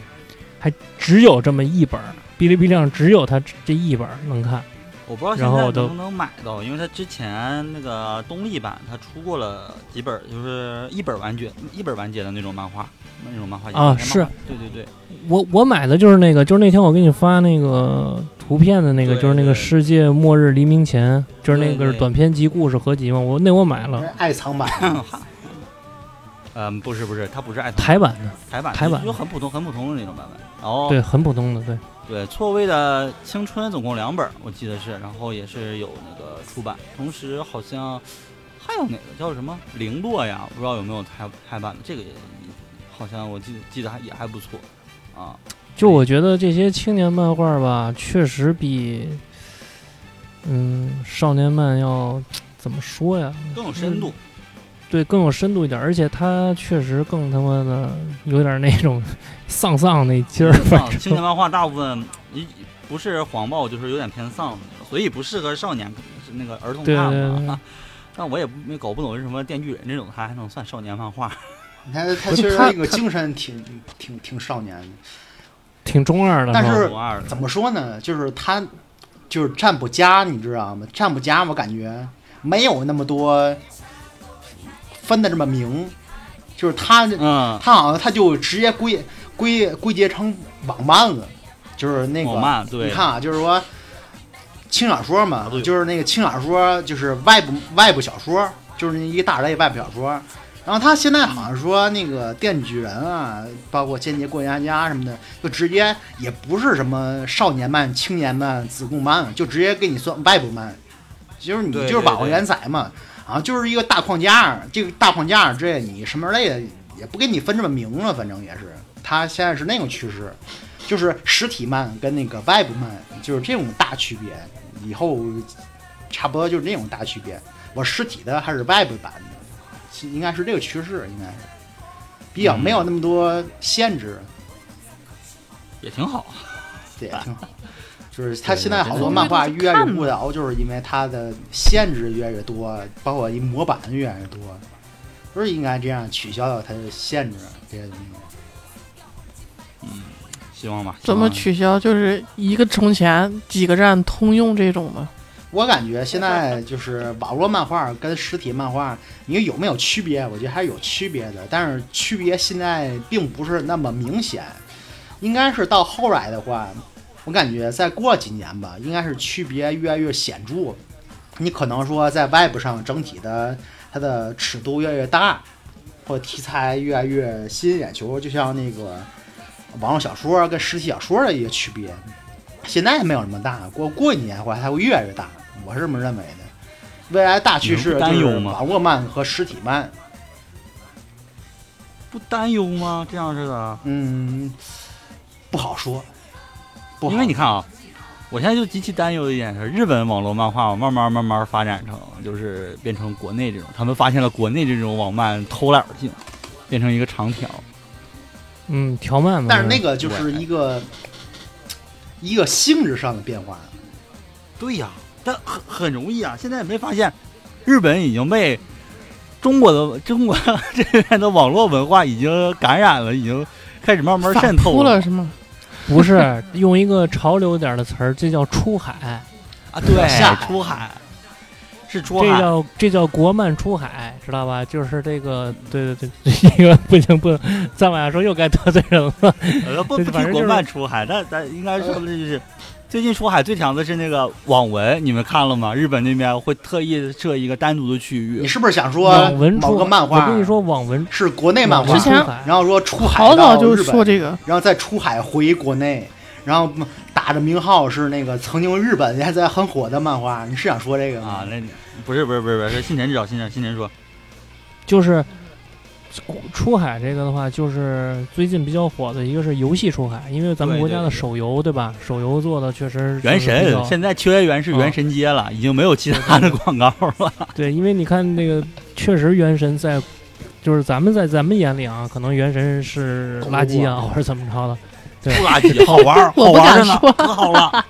D: 还只有这么一本儿，哔哩哔哩上只有他这一本儿能看。
E: 我不知道现
D: 然后
E: 在
D: 我都
E: 能不能买到，因为它之前那个东立版它出过了几本儿，就是一本儿完结一本儿完结的那种漫画，那种漫画集
D: 啊
E: 那漫
D: 是
E: 画对对对，
D: 我我买的就是那个，就是那天我给你发那个图片的那个，
E: 对
D: 就是那个
E: 对
D: 世界末日黎明前，就是那
E: 对
D: 个
E: 对
D: 短篇集故事合集嘛。我那我买了
B: 爱藏 版，
E: 嗯，不是不是，它不是爱
D: 台版的，
E: 台版
D: 台版
E: 就很普通很普通的那种版本。然后
D: 对，很普通的，对，
E: 哦对错位的青春总共两本儿，我记得是，然后也是有那个出版，同时好像还有哪个叫什么零落呀，不知道有没有台台版的，这个也好像我记得记得还也还不错啊。
D: 就我觉得这些青年漫画吧，确实比嗯少年漫要怎么说呀？
E: 更有
D: 嗯
E: 深度，
D: 对，更有深度一点，而且它确实更他妈的有点那种丧丧那劲儿，反
E: 丧青
D: 正
E: 年啊漫画大部分一不是黄暴就是有点偏丧的那种，所以不适合少年是那个儿 童
D: 对
E: 看
D: 对对
E: 嘛。但我也没搞不懂为什么《电锯人》这种它还能算少年漫画。
B: 你看他
D: 不是
B: 其实
D: 他
B: 那个精神挺挺挺少年的。
D: 挺中二的。
B: 但
D: 吧
B: 是
E: 中二的
B: 怎么说呢？就是他就是占卜家，你知道吗？占卜家我感觉没有那么多分的这么明，就是他
E: 嗯，
B: 他好像他就直接归归归结成网漫了，就是那个
E: 网漫对啊
B: 你看啊，就是说轻小说嘛，
E: 对
B: 就是那个轻小说，就是外部外部小说，就是一个大类外部小说。然后他现在好像说那个电锯人啊，包括间谍过家家什么的，就直接也不是什么少年漫、青年漫、子贡漫，就直接给你算外部漫，就是你
E: 对
B: 就是
E: 对
B: 网络
E: 对
B: 连载嘛，啊，就是一个大框架，这个大框架之类你什么类的也不给你分这么明了，反正也是，它现在是那种趋势，就是实体漫跟那个外部漫就是这种大区别，以后差不多就是那种大区别。我实体的还是外部版的，其应该是这个趋势，应该是比较
E: 嗯
B: 没有那么多限制，
E: 也挺好。
B: 这也挺好。就是他现在好多
E: 对
B: 漫画
C: 对对
B: 越来越不倒，就是因为它的限制越来越多，包括一模板越来越多，不是应该这样取消掉它的限制这些东西。
E: 希望吧。
C: 怎么
E: 希
C: 取消？就是一个充钱几个站通用这种的。
B: 我感觉现在就是网络漫画跟实体漫画，你有没有区别？我觉得还是有区别的，但是区别现在并不是那么明显。应该是到后来的话，我感觉再过几年吧，应该是区别越来越显著。你可能说在外部上整体的它的尺度越来越大，或者题材越来越吸引眼球，就像那个网络小说跟实体小说的一个区别，现在没有那么大，过过几年回来它会越来越大，我是这么认为的。未来大趋势
E: 你们
B: 就
E: 不担
B: 是
E: 忧吗
B: 网络漫和实体漫，
E: 不担忧吗？这样似的，
B: 嗯，不好说，不好
E: 因为你看啊，我现在就极其担忧的一点是，日本网络漫画慢慢慢慢发展成，就是变成国内这种，他们发现了国内这种网漫偷懒性，变成一个长条。
D: 嗯，调慢嘛。
B: 但是那个就是一个一个性质上的变化。
E: 对呀、但很很容易啊！现在也没发现，日本已经被中国的中国这边的网络文化已经感染了，已经开始慢慢渗透
C: 哭了是吗？
D: 不是用一个潮流点儿的词儿，这叫出海，
E: 啊！对
B: 下海，
E: 出海是出
D: 这
E: 海，
D: 叫这叫国漫出海，知道吧？就是这个，对对对， 这个不行不能，再往下说又该得罪人了。
E: 呃，不
D: 对
E: 不
D: 反
E: 提
D: 正
E: 国
D: 就是
E: 漫出海，但咱应该说的就是。最近出海最强的是那个网文，你们看了吗？日本那边会特意设一个单独的区
B: 你
E: 域，
B: 是不是想说
D: 网文
B: 某
D: 出
B: 个
D: 海，
B: 漫画
D: 我跟你说网文
B: 是国内漫
D: 网文
B: 画
C: 之，前
D: 出海
B: 然后说出海
C: 好早
B: 到
C: 就
B: 日
C: 说
B: 本，
C: 这个，
B: 然后再出海回国内，然后打着名号是那个曾经日本现在很火的漫画，你是想说这个
E: 啊
B: 吗？，
E: 那不是不是不是不是，是信晨知道，信晨信晨说，
D: 就是出海这个的话，就是最近比较火的一个是游戏出海，因为咱们
E: 对
D: 国家
E: 对
D: 的
E: 对
D: 手游对吧？手游做的确实
E: 原
D: 就是比
E: 神
D: 较
E: 现在缺原是
D: 啊
E: 原神街了，已经没有其他的广告了。
D: 对，因为你看那个，确实原神在，就是咱们在咱们眼里啊，可能原神是垃圾啊，或者怎么着的，
E: 不垃圾，好玩儿，好
C: 我不
E: 玩儿
C: 敢
E: 着呢， 可好 了。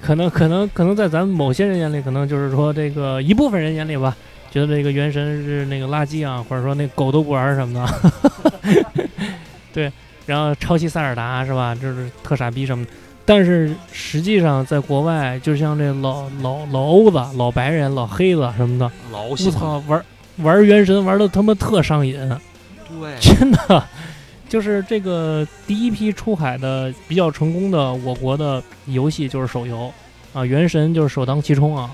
D: 可能可能可能在咱们某些人眼里，可能就是说这个一部分人眼里吧，觉得这个原神是那个垃圾啊，或者说那狗都不玩儿什么的， 对，然后抄袭塞尔达啊是吧？就是特傻逼什么的。但是实际上，在国外，就像这老老老欧子、老白人、老黑子什么的，
E: 老
D: 我操，玩玩原神玩的他妈特上瘾。啊
E: 对
D: 真的，就是这个第一批出海的比较成功的我国的游戏就是手游啊，《原神》就是首当其冲啊。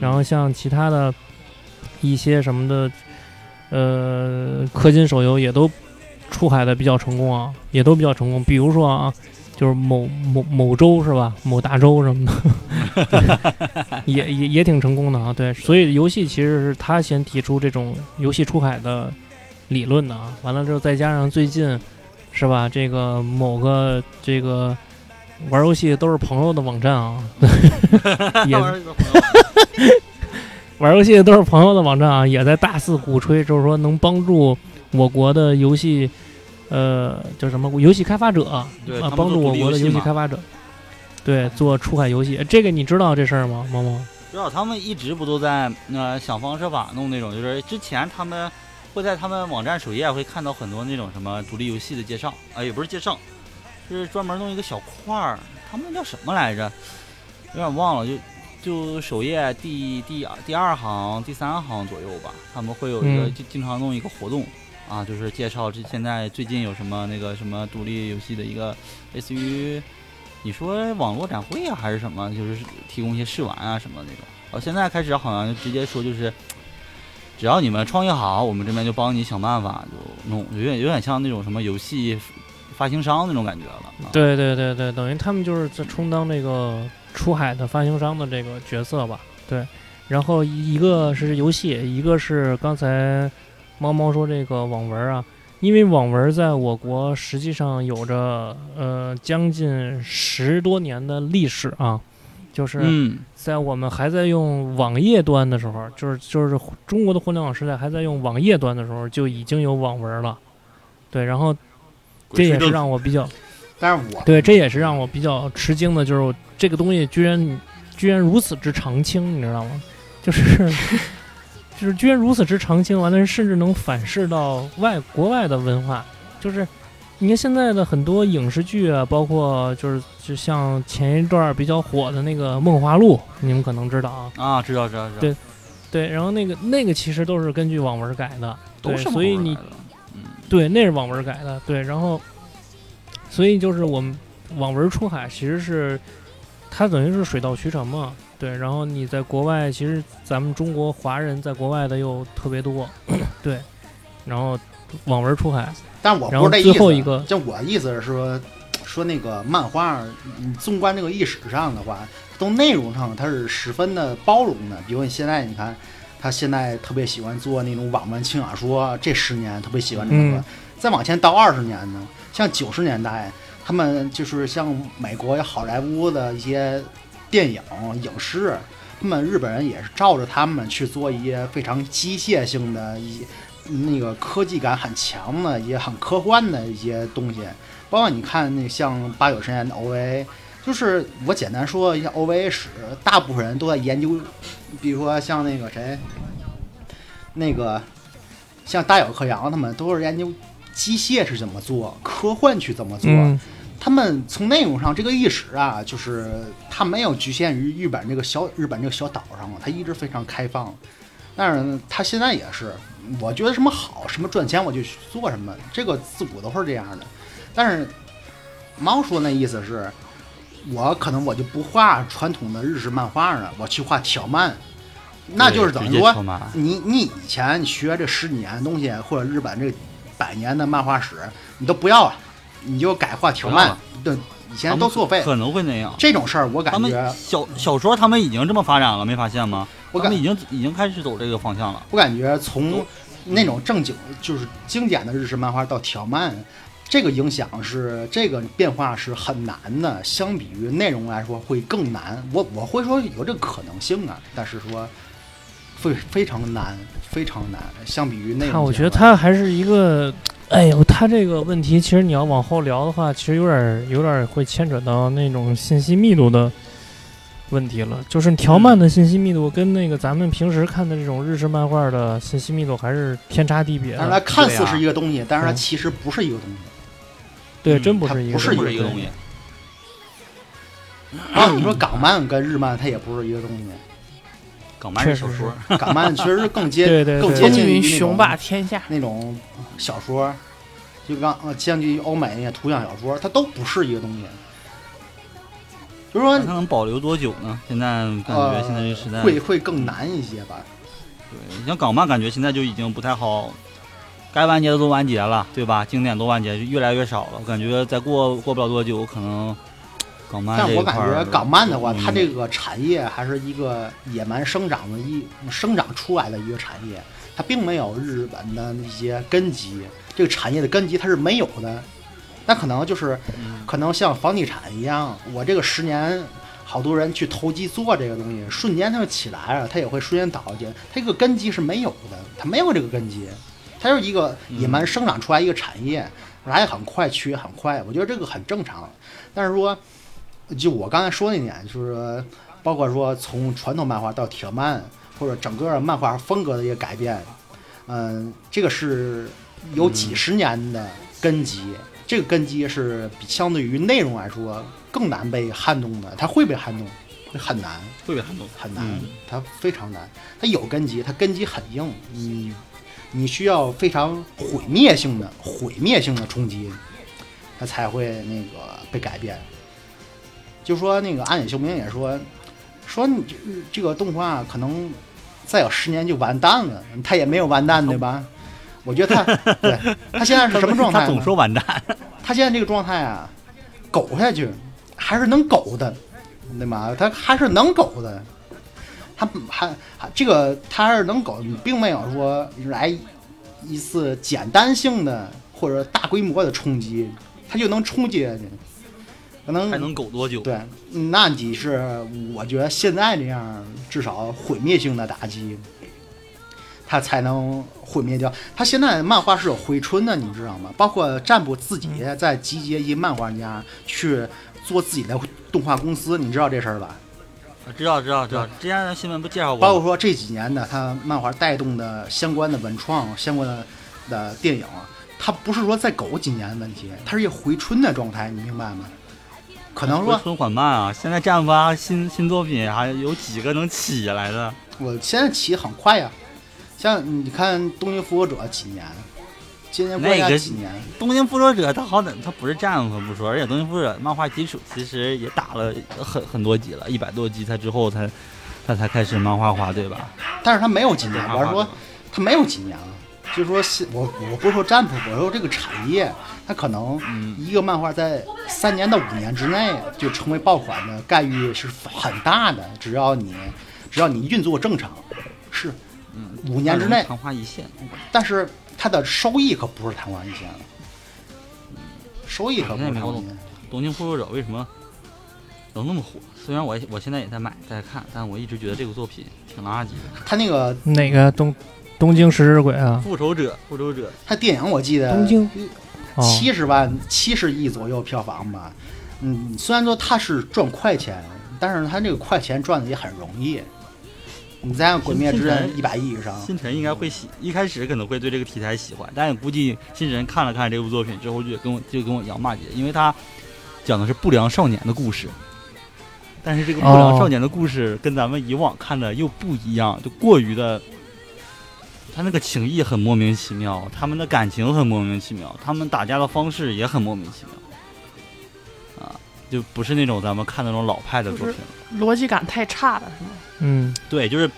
D: 然后像其他的一些什么的，呃，氪金手游也都出海的比较成功啊，也都比较成功。比如说啊，就是某某某州是吧，某大洲什么的， 对也也也挺成功的啊。对，所以游戏其实是他先提出这种游戏出海的理论的啊。完了之后，再加上最近是吧，这个某个这个。玩游戏都是朋友的网站啊， 也玩游戏的都是朋友的网站啊，也在大肆鼓吹，就是说能帮助我国的游戏，呃，叫什么游戏开发者啊，
E: 对
D: 啊
E: 他们
D: 帮
E: 做
D: 助
E: 独
D: 我
E: 立
D: 国
E: 游
D: 的
E: 戏
D: 游戏
E: 嘛
D: 开发者，对，做出海游戏，呃这个你知道这事儿吗，萌萌？
E: 知道他们一直不都在呃想方设法弄那种，就是之前他们会在他们网站首页会看到很多那种什么独立游戏的介绍啊、也不是介绍，就是专门弄一个小块儿，他们叫什么来着？有点忘了，就就首页第第第二行、第三行左右吧，他们会有一个、
D: 嗯
E: 就经常弄一个活动啊，就是介绍这现在最近有什么那个什么独立游戏的一个类似于你说网络展会啊还是什么，就是提供一些试玩啊什么那种。哦，现在开始好像就直接说就是，只要你们创业好，我们这边就帮你想办法，就弄，有点有点像那种什么游戏发行商那种感觉了。啊、
D: 对对对对，等于他们就是在充当这个出海的发行商的这个角色吧，对。然后一个是游戏，一个是刚才猫猫说这个网文啊，因为网文在我国实际上有着呃将近十多年的历史啊，就是
E: 嗯，
D: 在我们还在用网页端的时候，就是就是中国的互联网时代还在用网页端的时候，就已经有网文了。对，然后这也是让我比较
B: 但是我
D: 对，这也是让我比较吃惊的，就是这个东西居然居然如此之长青，你知道吗？就是 就是居然如此之长青，完了甚至能反噬到外国外的文化，就是你看现在的很多影视剧啊，包括就是就像前一段儿比较火的那个《梦华录》，你们可能知道啊，
E: 啊，知道知道知道，
D: 对对，然后那个那个其实都是根据网文改的，
E: 都
D: 对，
E: 是
D: 所以你对，那是网文改的，对。然后所以就是我们网文出海其实是它等于是水到渠成嘛。对，然后你在国外，其实咱们中国华人在国外的又特别多， 对，然后网文出海，
B: 但我
D: 然
B: 不
D: 后
B: 是这意思，
D: 最后一个
B: 就我意思是说，说那个漫画，你纵观这个历史上的话，从内容上它是十分的包容的。比如你现在你看，他现在特别喜欢做那种网文轻小说，这十年特别喜欢这个。
D: 嗯
B: 再往前到二十年呢，像九十年代，他们就是像美国有好莱坞的一些电影影视。他们日本人也是照着他们去做一些非常机械性的一那个科技感很强的，也很科幻的一些东西。包括你看那像八九十年代的 OVA，就是我简单说一下 OVA 史，大部分人都在研究，比如说像那个谁，那个像大友克洋他们都是研究机械是怎么做，科幻去怎么做。
D: 嗯，
B: 他们从内容上这个意识啊，就是它没有局限于日本这个小日本这个小岛上，它一直非常开放。但是呢它现在也是，我觉得什么好，什么赚钱我就去做什么，这个自古都是这样的。但是猫说那意思是，我可能我就不画传统的日式漫画了，我去画条漫，那就是等于说你你以前学这十几年的东西，或者日本这百年的漫画史，你都不要了，你就改画条
E: 不要
B: 漫
E: 了，
B: 对，以前都作废。
E: 可能会那样。
B: 这种事儿，我
E: 他
B: 感
E: 们
B: 觉，
E: 小小说他们已经这么发展了，没发现吗？
B: 我
E: 他
B: 感
E: 们已经已经开始走这个方向了。
B: 我感觉从那种正经就是经典的日式漫画到条漫，这个影响是这个变化是很难的，相比于内容来说会更难。我我会说有这个可能性啊，但是说非非常难，非常难，相比于内容来
D: 他
B: 说。
D: 我觉得他还是一个，哎呦，他这个问题其实你要往后聊的话，其实有点儿有点儿会牵扯到那种信息密度的问题了。就是条漫
B: 嗯
D: 的信息密度跟那个咱们平时看的这种日式漫画的信息密度还是天差地别
B: 但是它
D: 的。
B: 看
E: 对
B: 似
E: 啊
B: 是一个东西，但是它
D: 嗯
B: 其实不是一个东西。
D: 对，
E: 嗯
D: 真不
B: 它
D: 是一个，
B: 不是
E: 不
B: 一
E: 是一个
D: 对
E: 东西。
B: 然后你说港漫跟日漫，它也不是一个东西。
E: 港漫是
D: 确
E: 小
D: 实
E: 说，
B: 港漫其实更 接
D: 对对
B: 更
D: 对
B: 接
C: 风
B: 近于
C: 云
B: 那种
C: 雄霸天下，
B: 那种小说，就刚呃，像于欧美那些图像小说，它都不是一个东西。就是说
E: 那，它能保留多久呢？现在感觉
B: 呃，
E: 现在这个时代，
B: 会会更难一些吧。
E: 对，像港漫感觉现在就已经不太好，该完结的都完结了，对吧？经典都完结，就越来越少了。我感觉再过过不了多久，可能港漫
B: 但
E: 这
B: 我
E: 一
B: 感
E: 块儿
B: 觉港漫的话，
E: 嗯
B: 它这个产业还是一个野蛮生长的一生长出来的一个产业，它并没有日本的一些根基，这个产业的根基它是没有的。那可能就是，
E: 嗯
B: 可能像房地产一样，我这个十年，好多人去投机做这个东西，瞬间它就起来了，它也会瞬间倒下去。它这个根基是没有的，它没有这个根基，它就是一个野
E: 嗯
B: 蛮生长出来一个产业，来得很快，去也很快。我觉得这个很正常。但是说，就我刚才说那点，就是说包括说从传统漫画到铁漫，或者整个漫画风格的一个改变，嗯，这个是有几十年的根基，这个根基是比相对于内容来说更难被撼动的，它会被撼动，很难
E: 会被撼动。
B: 很难
E: 嗯，
B: 它非常难，它有根基，它根基很硬，你你需要非常毁灭性的毁灭性的冲击，它才会那个被改变。就说那个安野秀明也说，说你这这个动画可能再有十年就完蛋了，他也没有完蛋，对吧？我觉得他对他现在是什么状态
E: 他
B: 呢？
E: 总说完蛋，
B: 他现在这个状态啊，苟下去还是能苟的，对吗？他还是能苟的，他还还这个他还是能苟，并没有说来一次简单性的或者大规模的冲击，他就能冲击下去，可能
E: 还能苟多久？
B: 嗯对，那你是我觉得现在这样至少毁灭性的打击，他才能毁灭掉。他现在漫画是有回春的，你知道吗？包括占卜自己在集结一些漫画家去做自己的动画公司，你知道这事儿吧？
E: 知道知道知道，之前咱新闻不介绍
B: 包括
E: 过吗？
B: 说这几年的他漫画带动的相关的文创、相关的的电影，它不是说在苟几年的问题，它是一个回春的状态，你明白吗？可能说
E: 回春缓慢啊！现在战发新新作品还有几个能起来的？
B: 我现在起很快呀，像你看《东京复活者》几年，今年国
E: 那
B: 家
E: 个
B: 几年？
E: 东京复仇者它好歹它不是战斧不说，而且东京复仇者漫画基础其实也打了很很多集了，一百多集，它之后才它才开始漫画化，对吧？
B: 但是它没有几年，
E: 漫
B: 我
E: 画
B: 是
E: 化
B: 说它没有几年了。就是说现，我我不是说占卜，我说这个产业，它可能
E: 嗯，
B: 一个漫画在三年到五年之内就成为爆款的概率是很大的，只要你只要你运作正常，是
E: 嗯
B: 五年之内，
E: 昙花一现，
B: 但是它的收益可不是昙花一现了，收益可不是昙花
E: 嗯
B: 一现。
E: 东京复仇者为什么能那么火？虽然我也我现在也在买在看，但我一直觉得这个作品挺垃圾的。
B: 它那个
D: 哪个东东京食尸鬼啊？
E: 复仇者，复仇者，
B: 它电影我记得
D: 东京哦，
B: 呃七十万七十亿左右票房吧，嗯，虽然说它是赚快钱，但是它这个快钱赚的也很容易。你再像《鬼灭之刃》一百亿以上，
E: 星辰应该会喜，一开始可能会对这个题材喜欢，但也估计星辰看了看这部作品之后，就跟我就跟我一样骂街，因为他讲的是不良少年的故事。但是这个不良少年的故事跟咱们以往看的又不一样，就过于的，他那个情谊很莫名其妙，他们的感情很莫名其妙，他们打架的方式也很莫名其妙，啊，就不是那种咱们看那种老派的作
C: 就是
E: 品。
C: 逻辑感太差了，是吗？
D: 嗯，
E: 对，就是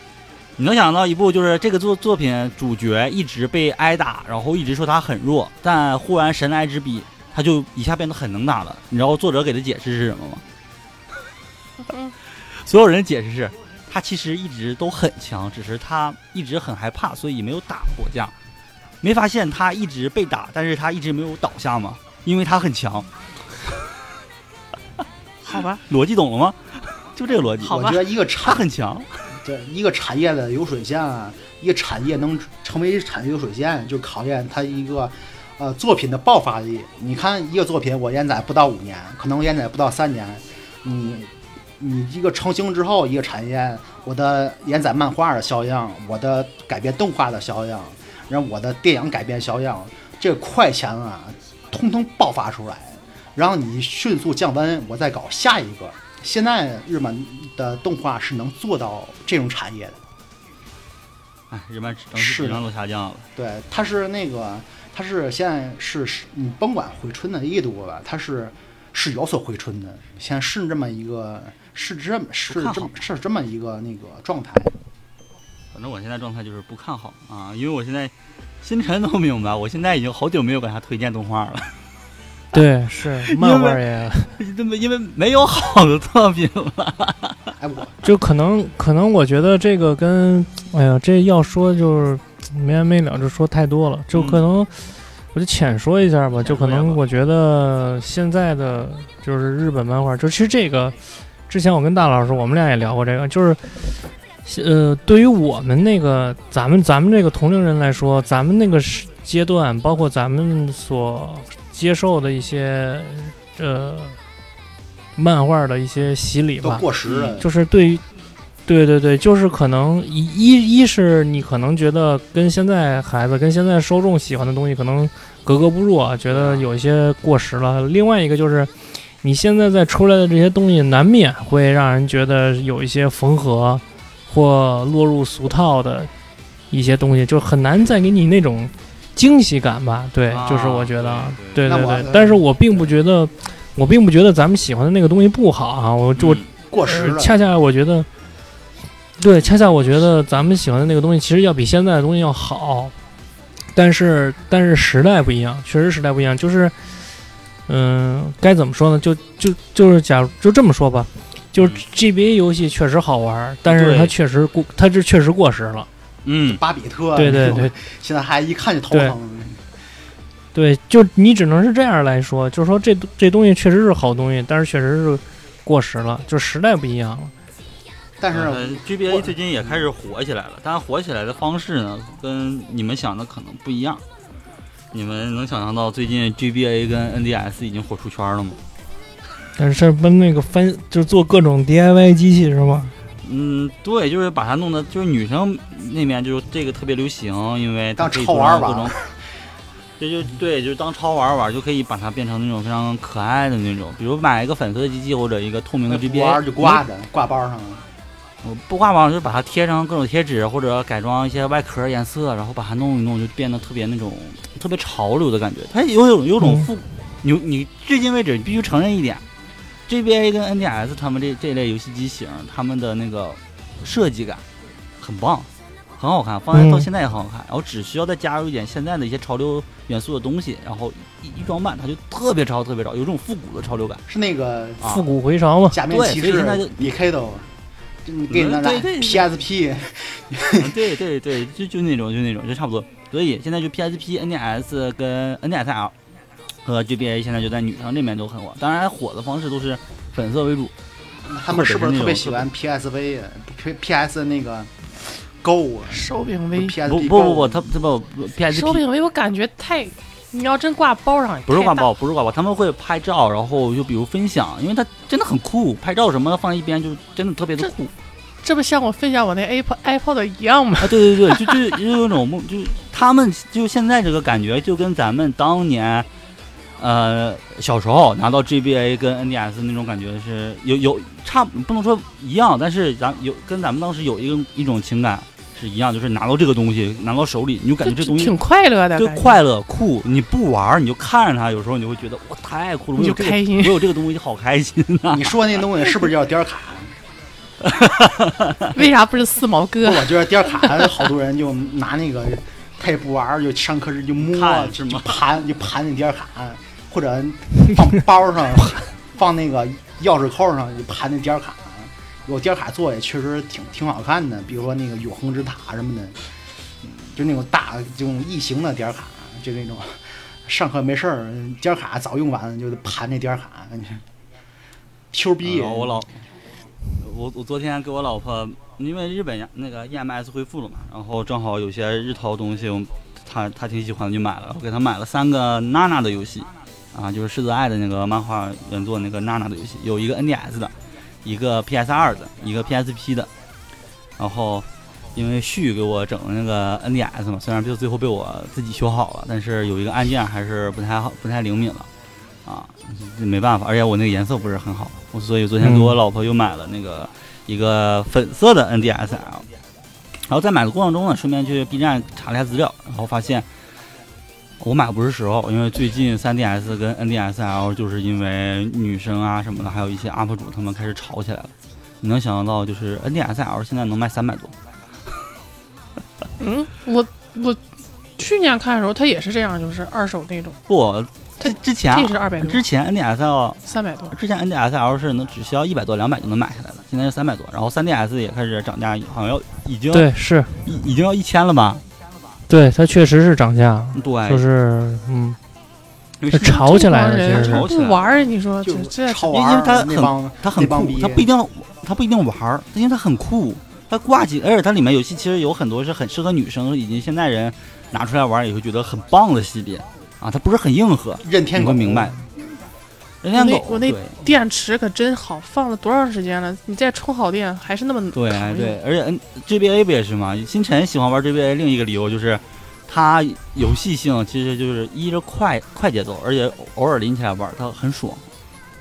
E: 你能想到一部，就是这个作作品主角一直被挨打，然后一直说他很弱，但忽然神来之笔，他就一下变得很能打了。你知道作者给的解释是什么吗？ 所有人的解释是，他其实一直都很强，只是他一直很害怕，所以没有打过架。没发现他一直被打，但是他一直没有倒下吗？因为他很强，
C: 好吧，
E: 逻辑懂了吗？ 就这个逻辑，
C: 好
B: 我
C: 吧
B: 觉得一个
E: 他
B: 产
E: 很强，
B: 对一个产业的流水线啊，一个产业能成为产业流水线，就考验它一个呃作品的爆发力。你看一个作品，我连载不到五年，可能连载不到三年，你你一个成型之后，一个产业，我的连载漫画的销量，我的改编动画的销量，然后我的电影改编销量，这快钱啊，通通爆发出来，然后你迅速降温，我再搞下一个。现在日本的动画是能做到这种产业的，
E: 哎，人们只能
B: 是
E: 只
B: 的
E: 能走下降了。
B: 对，它是那个，它是现在是是你甭管回春的力度吧，它是是有所回春的，现在是这么一个，是这么是
E: 看好
B: 这么是这么一个那个状态。
E: 反正我现在状态就是不看好啊，因为我现在星辰都明白，我现在已经好久没有给他推荐动画了，
B: 啊
D: 对，是漫画也，
E: 因为因为没有好的作品了。
B: 哎，我
D: 就可能可能我觉得这个跟，哎呀，这要说就是没完没了，就说太多了，就可能、我就浅说一下吧，就可
E: 浅说一下
D: 能
E: 吧
D: 我觉得现在的就是日本漫画，就其实这个之前我跟大老师我们俩也聊过这个，就是。呃，对于我们那个咱们咱们这个同龄人来说，咱们那个时阶段，包括咱们所接受的一些呃漫画的一些洗礼
B: 都
D: 吧，
B: 过时了，
D: 就是对于，对对对，就是可能一一一是你可能觉得跟现在孩子跟现在受众喜欢的东西可能格格不入啊，觉得有一些过时了。另外一个就是，你现在再出来的这些东西，难免会让人觉得有一些缝合或落入俗套的一些东西，就很难再给你那种惊喜感吧？对，
E: 啊
D: 就是我觉得啊，对
E: 对
B: 对
D: 对
B: 那我
D: 嗯对，但是我并不觉得。我并不觉得咱们喜欢的那个东西不好啊，我我
B: 过时
D: 呃
B: 了。
D: 恰恰我觉得，对，恰恰我觉得咱们喜欢的那个东西，其实要比现在的东西要好，但是但是时代不一样，确实时代不一样，就是，嗯、该怎么说呢？就就就是假如就这么说吧，就是
E: 嗯
D: GBA 游戏确实好玩，但是
E: 对
D: 它确实过，它这确实过时了。
E: 嗯，
B: 巴比特，
D: 对对对，
B: 现在还一看就头疼。
D: 对，就你只能是这样来说，就是说这这东西确实是好东西，但是确实是过时了，就时代不一样了。
B: 但是
E: 嗯
B: 我
E: GBA 最近也开始火起来了，但火起来的方式呢，跟你们想的可能不一样。你们能想象到最近 GBA 跟 NDS 已经火出圈了吗？
D: 但是跟那个翻，就是做各种 DIY 机器是吗？
E: 嗯，对，就是把它弄得就是女生那边就是这个特别流行，因为它
B: 当
E: 可以
B: 潮玩儿
E: 做到各
B: 玩儿
E: 种，这就对，就是当潮玩儿玩儿，就可以把它变成那种非常可爱的那种，比如买一个粉色的机器或者一个透明的
B: 不玩
E: GBA，
B: 就挂的，挂包上了。
E: 我呃不挂网就把它贴上各种贴纸，或者改装一些外壳颜色，然后把它弄一弄，就变得特别那种特别潮流的感觉。它有有有种
D: 嗯
E: 复，你你至今为止你必须承认一点，GBA 跟 NDS 他们这这类游戏机型，他们的那个设计感很棒，很好看，放在到
D: 嗯
E: 现在也很好看。然后只需要再加入一点现在的一些潮流元素的东西，然后一一装扮，它就特别潮，特别潮，有种复古的潮流感。
B: 是那个
E: 啊
D: 复古回潮嘛，
B: 假面骑
E: 对所以
B: 士
E: 现在就
B: BK 都，就你给你那
E: 嗯
B: 俩
E: 对对
B: PSP
E: 嗯对对对，就就那种就那种就差不多。所以现在就 PSP、NDS 跟 NDSL 和 GBA 现在就在女生这边都很火，当然火的方式都是粉色为主。
B: 他们是不
E: 或者
B: 是
E: 是那
B: 特别
E: 种
B: 喜欢 PSV 啊？P PS 那个 Go 啊
C: 手柄 V，
B: ，PSP
E: 不不
B: Go
E: 不不，他他不不
C: 手
E: PSP
C: 柄 V 我感觉太，你要真挂包上也
E: 不是
C: 太
E: 挂
C: 大
E: 包，不是挂包，他们会拍照，然后就比如分享，因为它真的很酷，拍照什么的放一边就真的特别的酷
C: 这不像我分享我那 Apple iPod 一样吗？
E: 啊！对对对，就就就有一种梦，就他们就现在这个感觉，就跟咱们当年。呃，小时候拿到 GBA 跟 NDS 那种感觉是有有差，不能说一样，但是咱有跟咱们当时有一个一种情感是一样，就是拿到这个东西，拿到手里，你就感觉这东西
C: 挺快乐的，
E: 就
C: 感觉
E: 快乐酷，你不玩儿你就看着它，有时候你会觉得哇太酷了，我
C: 你就
E: 有这个
C: 开
E: 我
C: 心。
E: 有这个东西好开心呐、
B: 你说那东西是不是叫点儿卡？
C: 为啥不是四毛
B: 不，
C: 哥？
B: 我觉得点儿卡好多人就拿那个，他也不玩儿，就上课时就摸
E: 看是
B: 就
E: 吗
B: 盘就盘那点儿卡，或者放包上，放那个钥匙扣上就盘那点儿卡。有点儿卡做也确实挺挺好看的，比如说那个永恒之塔什么的，嗯就那种大这种异形的点儿卡，就那种上课没事儿点儿卡早用完了就得盘那点儿卡。你看 Q 币、
E: 然后嗯啊我老，我我昨天给我老婆，因为日本呀那个 EMS 恢复了嘛，然后正好有些日淘东西，我们她她挺喜欢的，就买了。我给她买了三个娜娜的游戏，啊，就是世子爱的那个漫画原作那个娜娜的游戏，有一个 NDS 的，一个 PS 二的，一个 PSP 的，然后。因为旭给我整那个 NDS 嘛，虽然就最后被我自己修好了，但是有一个按键还是不太好，不太灵敏了，啊，这没办法，而且我那个颜色不是很好，我所以昨天给我老婆又买了那个一个粉色的 NDSL，然啊后在买的过程中呢，顺便去 B 站查了一下资料，然后发现我买的不是时候，因为最近 3DS 跟 NDSL 啊就是因为女生啊什么的，还有一些 UP 主他们开始吵起来了。你能想象到，就是 NDSL 现在能卖三百多，
C: 嗯，我我去年看的时候，它也是这样，就是二手那种，
E: 不，之之前
C: 这
E: 啊
C: 也是二百多
E: 之，前 NDSL
C: 三百多。
E: 之前 NDSL 是能只需要一百多、两百就能买下来的，现在是三百多，然后 3DS 也开始涨价，好像要已经
D: 对，是
E: 已已经要一千了吧？
D: 对，它确实是涨价，
E: 对，
D: 就是嗯，
E: 哎因为是
D: 炒吵起来了
C: 这帮人
E: 其实是
C: 不玩儿，你说
B: 就
C: 这这
B: 超
E: 因为
B: 玩儿
E: 他很
B: 那帮
E: 它很
B: 那帮
E: 酷，
B: 逼
E: 它不一定它不一定玩儿，因为它很酷，它挂几，而且它里面游戏其实有很多是很适合女生，以及现在人拿出来玩儿也会觉得很棒的系列啊，它不是很硬核，
B: 任天
E: 你会
B: 狗
E: 明白。人家
C: 我那
E: 狗
C: 我那
E: 对
C: 电池可真好，放了多长时间了？你再充好电还是那么
E: 对哎
C: 扛
E: 对，而且嗯 N GBA 不也是吗？星辰喜欢玩 GBA 另一个理由就是，它游戏性其实就是一是快快节奏，而且偶尔拎起来玩儿它很爽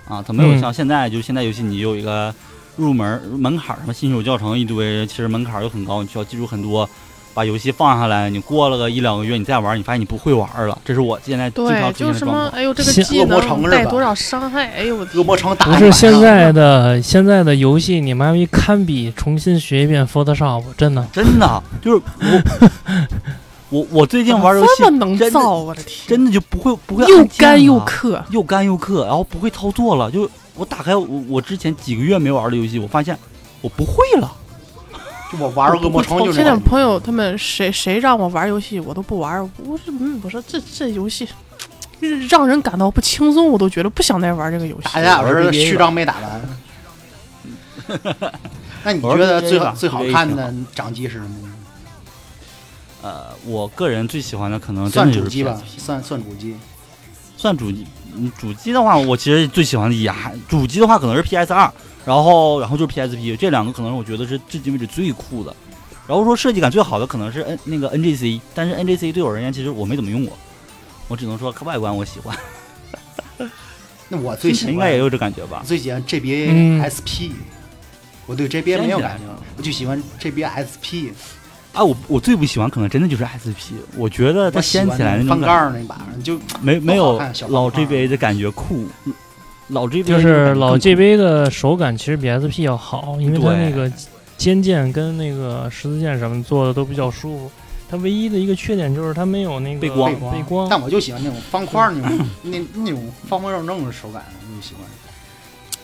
E: 啊，它没有
D: 嗯
E: 像现在、就是现在游戏你有一个入门儿门槛儿，什么新手教程一堆，其实门槛儿又很高，你需要记住很多。把游戏放下来，你过了个一两个月，你再玩儿，你发现你不会玩儿了。这是我现在经常
C: 对，
E: 出
C: 就
E: 现的
C: 什
E: 状
C: 么
E: 况。
C: 哎呦这个
D: 像
C: 技
B: 恶魔城是
C: 能带
B: 吧
C: 多少伤害？哎呦我
B: 恶魔城打
D: 不
B: 一
D: 是
B: 晚
D: 现
B: 上
D: 在的现在的游戏，你妈逼堪比重新学一遍 Photoshop，真的。
E: 真的就是我，我我最近
C: 怎么
E: 玩儿游戏
C: 这么能
E: 真的
C: 造，我的天，
E: 真的就不会不会
C: 又
E: 按键
C: 干又
E: 了
C: 氪，
E: 又干又氪，然后不会操作了。就我打开我我之前几个月没玩的游戏，我发现我不会了。
B: 就我玩恶魔城就是
C: 现在
B: 那种
C: 朋友他们谁谁让我玩游戏，我都不玩。我说，嗯，我说这这游戏就是让人感到不轻松，我都觉得不想再玩这个游戏。
B: 打俩小
E: 玩
B: 时
E: BBA
B: 序章没打完。那你觉得最好
E: 玩 BBA
B: 最好看的掌机是什么？
E: 呃，我个人最喜欢的可能啊真
B: 算
E: 的就
B: 主
E: 是
B: 机吧
E: PSP，
B: 算算主机。
E: 算主机。嗯主机的话，我其实最喜欢的也还主机的话可能是 PS 二，然后然后就是 PSP 这两个可能是我觉得是至今为止最酷的。然后说设计感最好的可能是 N 那个 NGC，但是 NGC 对我而言其实我没怎么用过，我只能说外观我喜欢，
B: 那我最喜
E: 应该也
B: 欢
E: 有这感觉吧。
B: 最喜欢 GBA
D: 嗯
B: SP，我对 JBL 没有感
E: 掀起
B: 情
E: 来了，
B: 我就喜欢 JBSP，
E: 啊，我我最不喜欢可能真的就是 SP，我觉得它
B: 我喜
E: 掀
B: 欢
E: 起来那
B: 翻
E: 种
B: 盖
E: 感
B: 儿那把，就
E: 没没有
B: 好看小
E: 老
B: 方块
E: GBA 的感觉酷，老 GBA
D: 就是老
E: 这
D: GB 的手感其实比 SP 要好，因为它
E: 对
D: 那个肩键跟那个十字键什么做的都比较舒服。它唯一的一个缺点就是它没有那个
E: 背光
B: 背
D: 背光，
B: 但我就喜欢那种方块儿那 种那那种方方正正的手感，我就喜欢。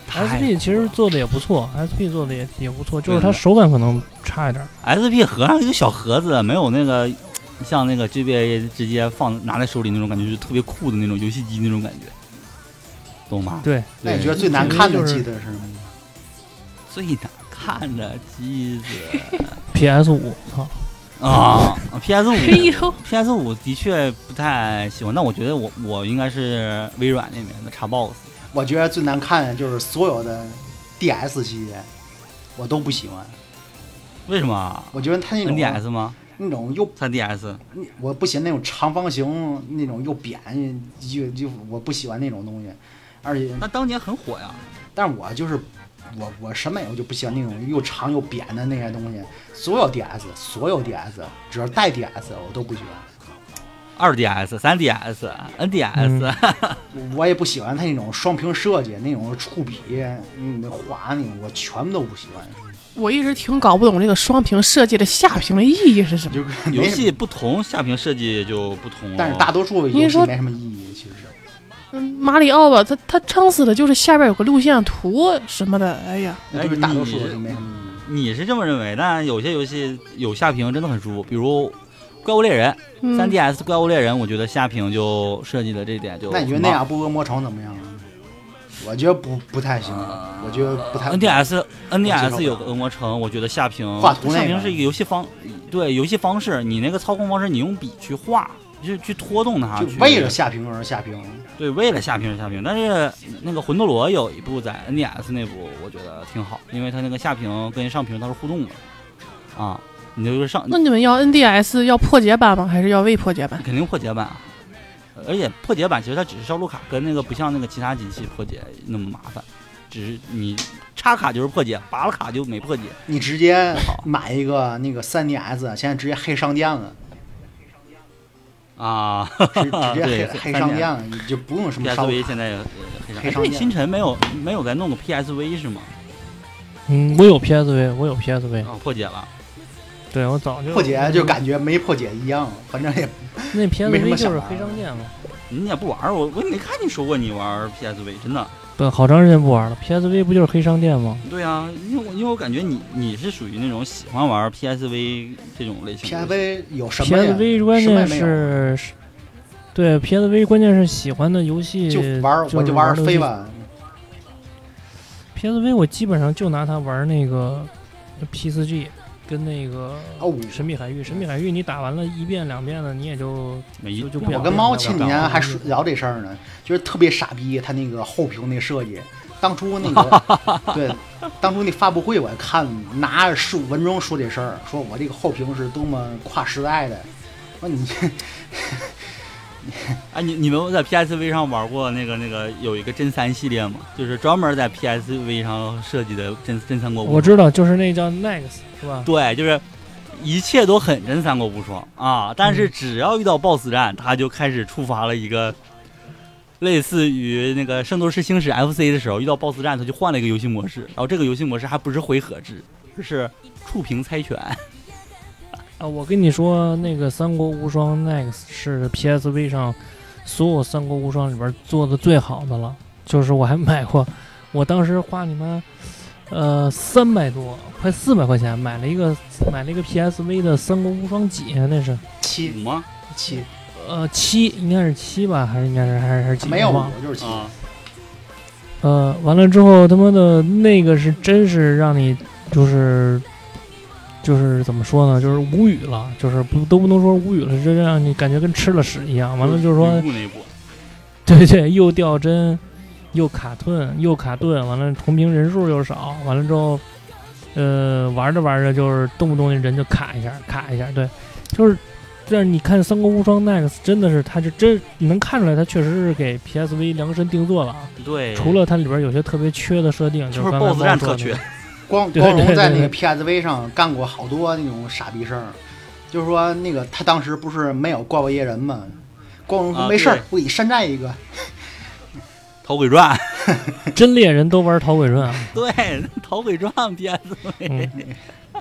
D: SP 其实做的也不错，SP 做的也也不错，就是它手感可能差一点儿。
E: SP 盒上一个小盒子，没有那个像那个 GBA 直接放拿在手里那种感觉，就是特别酷的那种游戏机那种感觉，懂吗？
D: 对，
B: 那你
E: 对
B: 觉得最难看的
D: 就是
B: 记得是什么？
E: 最难看的机子
D: PS 五，操，
E: 啊，PS
C: 哎
E: 五
C: 呦，
E: ，PS 五的确不太喜欢，但我觉得我我应该是微软那边的 Xbox，
B: 我觉得最难看的就是所有的 DS 系列，我都不喜欢。
E: 为什么
B: 我觉得它那种
E: ？NDS 吗？
B: 那种又
E: 三 DS
B: 我不喜欢那种长方形那种又扁又就我不喜欢那种东西，而且
E: 那当年很火呀，
B: 但是我就是我我审美我就不喜欢那种又长又扁的那些东西。所有 DS 所有 DS 只要带 DS 我都不喜欢。
E: 二 DS、三 DS、NDS，、
B: 嗯我也不喜欢它那种双屏设计，那种触笔、嗯，滑那种，我全部都不喜欢。
C: 我一直挺搞不懂这个双屏设计的下屏的意义是什么。
B: 就
E: 游
B: 没什么
E: 戏不同，下屏设计就不同了。
B: 但是大多数游
C: 您
B: 戏
C: 说
B: 没什么意义，其实。
C: 嗯马里奥吧，他他撑死的就是下边有个路线图什么的。哎呀，
B: 那
E: 哎
B: 对于大多
E: 你
B: 数人没什么意义。
E: 哎你是这么认为，但有些游戏有下屏真的很舒服，比如《怪物猎人》
C: 嗯、
E: 三 DS《怪物猎人》，我觉得下屏就设计的这点就
B: 那你觉得
E: 很
B: 那
E: 棒
B: 样不恶魔城怎么样啊？我觉得不不太行，
E: 啊
B: 我觉得不太。
E: NDS
B: 接受不
E: NDS
B: 了
E: 有个恶魔城，我觉得下屏
B: 画图那个
E: 下屏是一个游戏方，对游戏方式，你那个操控方式，你用笔去画，就是去拖动它，
B: 就
E: 啊去
B: 为了下屏而下屏，
E: 对为了下屏而下屏。但是那个魂斗罗有一部在 NDS 那部，我觉得挺好，因为它那个下屏跟上屏它是互动的啊，你就是上
C: 那你们要 NDS 要破解版吗？还是要未破解版？
E: 肯定破解版啊，而且破解版其实它只是烧录卡，跟那个不像那个其他机器破解那么麻烦，只是你插卡就是破解，拔了卡就没破解。
B: 你直接
E: 好
B: 买一个那个 3DS，现在直接黑商店了，
E: 啊，
B: 直直接
E: 对
B: 黑黑商
E: 3DS
B: 店了，你就不用什么烧。
E: PSV 现在也非常，
B: 黑
E: 哎，
B: 商
E: 对，
B: 店
E: 星辰没有没有再弄个 PSV 是吗？
D: 嗯，我有 PSV，我有 PSV，
E: 啊，破解了，
D: 对我早就
B: 破解就感觉没破解一样，反正也
D: 那
B: 没什么
D: PSV 就
B: 想
D: 是
B: 法
D: 黑商店嘛。
E: 你也不玩儿，我我没看你说过你玩 PSV，真的。
D: 不，好长时间不玩了。PSV 不就是黑商店吗？
E: 对啊，因为我因为我感觉你你是属于那种喜欢玩 PSV 这种类型的游戏。
B: PSV 有什么呀
D: PSV 关
B: 什么也没
D: 键
B: 有
D: 是，是对 PSV 关键是喜欢的游戏
B: 就玩儿，我
D: 是
B: 就玩儿
D: 的游
B: 飞
D: 戏。
B: 吧，
D: PSV 我基本上就拿它玩那个 PSG 跟那个
B: 哦
D: 神秘海域。神秘海域你打完了一遍两遍的，你也就
E: 没
D: 就就不想
B: 我跟
D: 玩
B: 猫
D: 了
B: 前几年还说聊这事儿呢，就是特别傻逼，他那个后屏那设计，当初那 个对，当初那发布会我看拿十五分钟说这事儿，说我这个后屏是多么跨时代的。我说你
E: 哎，你你们在 PSV 上玩过那个那个有一个真三系列吗？就是专门在 PSV 上设计的真真三国无
D: 我
E: 双。
D: 知道，就是那叫 Next 是吧？
E: 对，就是一切都很真三国无双啊，但是只要遇到 BOSS 战，他就开始触发了一个类似于那个《圣斗士星矢》FC 的时候，遇到 BOSS 战，他就换了一个游戏模式，然后这个游戏模式还不是回合制，是触屏猜拳。
D: 啊，我跟你说，那个《三国无双 Next》是 PSV 上所有《三国无双》里边做的最好的了。就是我还买过，我当时花你妈，呃，三百多，快四百块钱买了一个买了一个 PSV 的《三国无双几》，那是
B: 七
E: 五吗？
B: 七
D: 呃七，应该是七吧，还是应该是还是还是几？
B: 没有
D: 忘了
B: 我就是七，
E: 啊，
D: 呃，完了之后，他妈的那个是真是让你就是就是怎么说呢，就是无语了，就是不都不能说无语了，这让你感觉跟吃了屎一样。完了就是说，
E: 吕布那一部
D: 对对，又掉帧，又卡顿，又卡顿，完了同屏人数又少，完了之后，呃，玩着玩着就是动不动那人就卡一下，卡一下，对，就是。但是你看《三国无双 Next》，真的是，它是真你能看出来，它确实是给 PSV 量身定做了啊。
E: 对，
D: 除了它里边有些特别缺的设定，
E: 就是是
D: 刚才
E: BOSS
D: 猫说
E: 战特
D: 的
E: 缺，
B: 光
D: 对
B: 光荣
D: 对
B: 在
D: 对
B: 那个 PSV 上干过好多那种傻逼事儿，就是说那个他当时不是没有怪物猎人嘛，光荣
E: 啊
B: 说没事儿
E: 对，
B: 我给你山寨一个，
E: 《逃鬼传》
D: 真猎人都玩《逃鬼传》啊，
E: 对，《逃鬼传》PSV
D: 嗯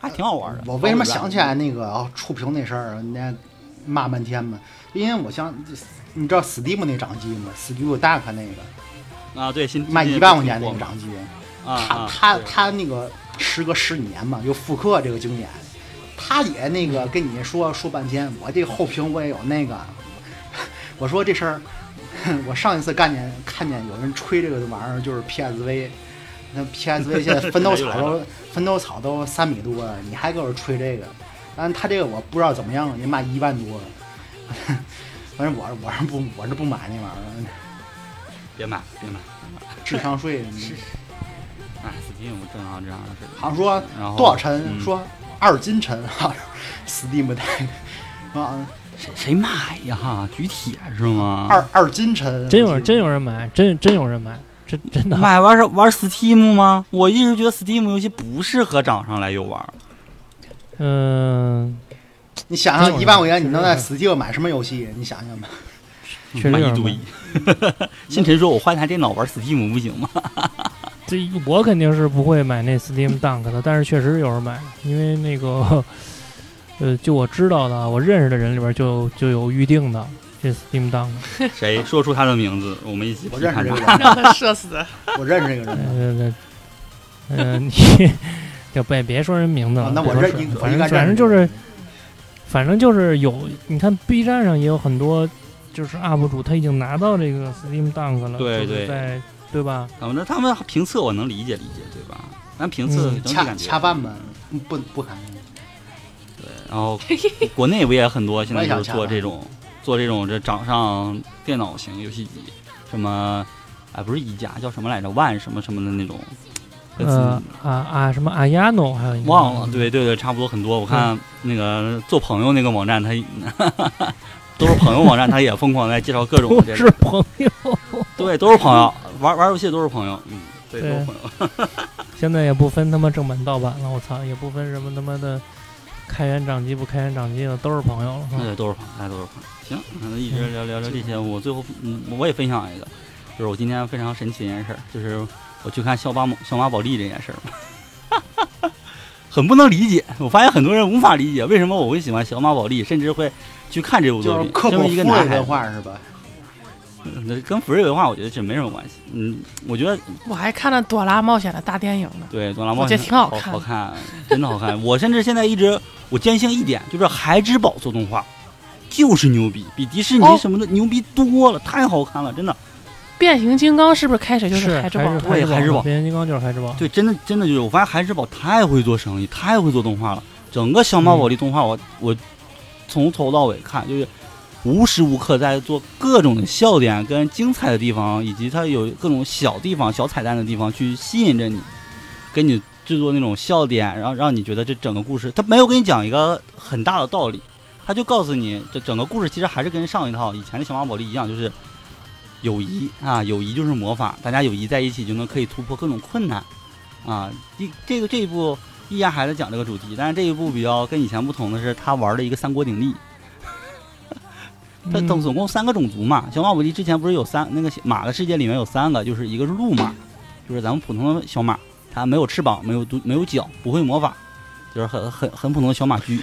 E: 还挺好玩的。
B: 我为什么想起来那个啊触屏那事儿，人家骂半天嘛？因为我想，你知道 Steam 那掌机吗？Steam Deck 那个
E: 啊？对，新
B: 卖一万块钱那个
E: 张
B: 掌机，
E: 啊
B: 它，它
E: 对
B: 它那个时隔十几年嘛，又复刻这个经典，它也那个跟你说说半天，我这个后屏我也有那个， 我说这事儿， 我上一次看见看见有人吹这个玩意儿就是 PSV。那 PSV 现在分头
E: 又
B: 草
E: 来了
B: 都分头草都三米多了，你还给我吹这个？但他这个我不知道怎么样，人家卖一万多了。 反正我是我是不我是不买那玩意
E: 别买别买
B: 儿，智商税。
E: 啊！Steam 正常这样的事。
B: 好像啊说
E: 然后
B: 多少沉？
E: 嗯
B: 说二斤沉 啊，Steam 的 啊，
E: 谁谁买呀？啊举铁是吗？
B: 二二斤沉，
D: 真有人真有人买，真真有人买，真真
B: 嗯
D: 的。
E: 买玩玩 Steam 吗？我一直觉得 Steam 游戏不适合掌上来游玩。
D: 嗯，
B: 你想
D: 真有
B: 想
D: 人
B: 一万块钱你能在
D: 真
B: Steam 买什么游戏？你想 想吧。
D: 确实
E: 买
D: 有
E: 一
D: 人
E: 堆
D: 买。
E: 星辰说：“我换台电脑玩 Steam 不行吗
D: 这我肯定是不会买那 Steam Dunk 的，但是确实有人买，因为那个， 呃，就我知道的啊，我认识的人里边就就有预定的这 Steam Dunk，？”
E: 谁说出他的名字，我们一起
B: 我
E: 批
B: 认识
E: 判
B: 这
E: 他
B: 个。人，
C: 让他射死。
B: 我认识这个 人。
D: 呃，呃， 你就别别说人名字了，
B: 啊那我
D: 别
B: 认
D: 说
B: 应我
D: 嗯反
B: 应该
D: 正反
B: 认识这
D: 正就
B: 个
D: 是
B: 人。
D: 反正就是有，你看 B 站上也有很多就是 UP 主他已经拿到这个 Steam Dunk 了，
E: 对
D: 就是
E: 对
D: 在对吧？
E: 啊，那他们评测我能理解理解，对吧？咱评测
D: 嗯
E: 整体
B: 恰
E: 感觉
B: 恰饭吧，嗯不不看。
E: 然后国内不也很多，现在就
B: 我也
E: 是
B: 想
E: 做这种做这种这掌上电脑型游戏机，什么哎不是一加叫什么来着万什么什么的那种，类似
D: 呃啊啊什么阿亚诺还有一个嗯
E: 忘了， 对对对，差不多很多。我看那个做朋友那个网站，他都是朋友网站，他也疯狂在介绍各种
D: 都
E: 这
D: 是
E: 种，
D: 朋友，
E: 对，都是朋友，玩玩游戏都是朋友，嗯，对，都
D: 对
E: 是朋友。
D: 现在也不分他妈正版盗版了，我操，也不分什么他妈的开源掌机不开源掌机了，都是朋友了。嗯
E: 对，都是朋友，大家都是朋友。行，那一直聊聊聊这些，我最后嗯，我也分享一个，就是我今天非常神奇的一件事儿，就是我去看校巴猛校马宝莉这件事儿， 很不能理解。我发现很多人无法理解为什么我会喜欢小马宝莉，甚至会去看这部作
B: 就是
E: 品。
B: 克
E: 这
B: 服
E: 么
B: 富
E: 一个
B: 贵
E: 男孩
B: 文
E: 子，
B: 化是吧？
E: 那跟福瑞文化我觉得这没什么关系。嗯，我觉得
C: 我还看了《朵拉冒险》的大电影呢。
E: 对《哆啦 A
C: 我
E: 梦》
C: 觉得挺好
E: 好
C: 看
E: 好看，真的好看。我甚至现在一直我坚信一点，就是孩之宝做动画就是牛逼，比迪士尼
C: 哦
E: 什么的牛逼多了，太好看了，真的。
C: 变形金刚是不是开始就是海之
D: 还
C: 宝
D: 是？
E: 对
D: 之宝，
E: 孩之宝
D: 变形金刚就是海之宝。
E: 对，真的真的就是，我发现孩之宝太会做生意，太会做动画了。整个小马宝莉动画我，我从头到尾看，就是无时无刻在做各种的笑点跟精彩的地方，以及它有各种小地方、小彩蛋的地方去吸引着你，给你制作那种笑点，然后让你觉得这整个故事，它没有给你讲一个很大的道理，它就告诉你这整个故事其实还是跟上一套以前的小马宝莉一样，就是。友谊啊，友谊就是魔法，大家友谊在一起就能可以突破各种困难。啊，一这个这一部依然还在讲这个主题，但是这一部比较跟以前不同的是，他玩了一个三国鼎立，他
D: 嗯
E: 总总共三个种族嘛。小马宝莉之前不是有三那个马的世界里面有三个，就是一个是鹿马，就是咱们普通的小马，它没有翅膀，没有肚没有脚，不会魔法，就是很很很普通的小马驹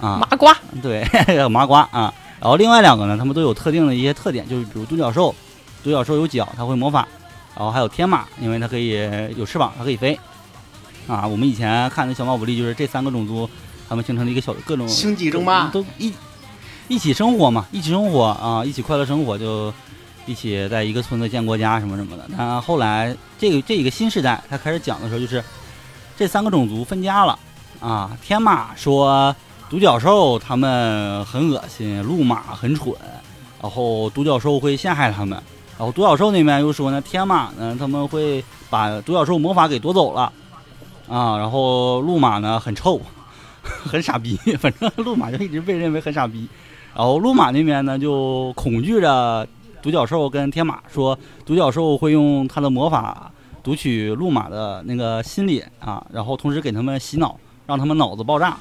E: 啊
C: 麻。瓜，
E: 对， 麻瓜啊。然后另外两个呢，他们都有特定的一些特点，就是比如独角兽，独角兽有脚，它会魔法；然后还有天马，因为它可以有翅膀，它可以飞。啊，我们以前看的小马武力就是这三个种族，他们形成了一个小各种
B: 星际争霸
E: 都一一起生活嘛，一起生活啊，一起快乐生活，就一起在一个村子建国家什么什么的。但后来这个这一个新时代，他开始讲的时候，就是这三个种族分家了啊。天马说独角兽他们很恶心，鹿马很蠢，然后独角兽会陷害他们。然后独角兽那边又说呢，天马呢他们会把独角兽魔法给夺走了啊，然后鹿马呢很臭，很傻逼，反正鹿马就一直被认为很傻逼。然后鹿马那边呢就恐惧着独角兽跟天马说，独角兽会用他的魔法读取路马的那个心理啊，然后同时给他们洗脑，让他们脑子爆炸。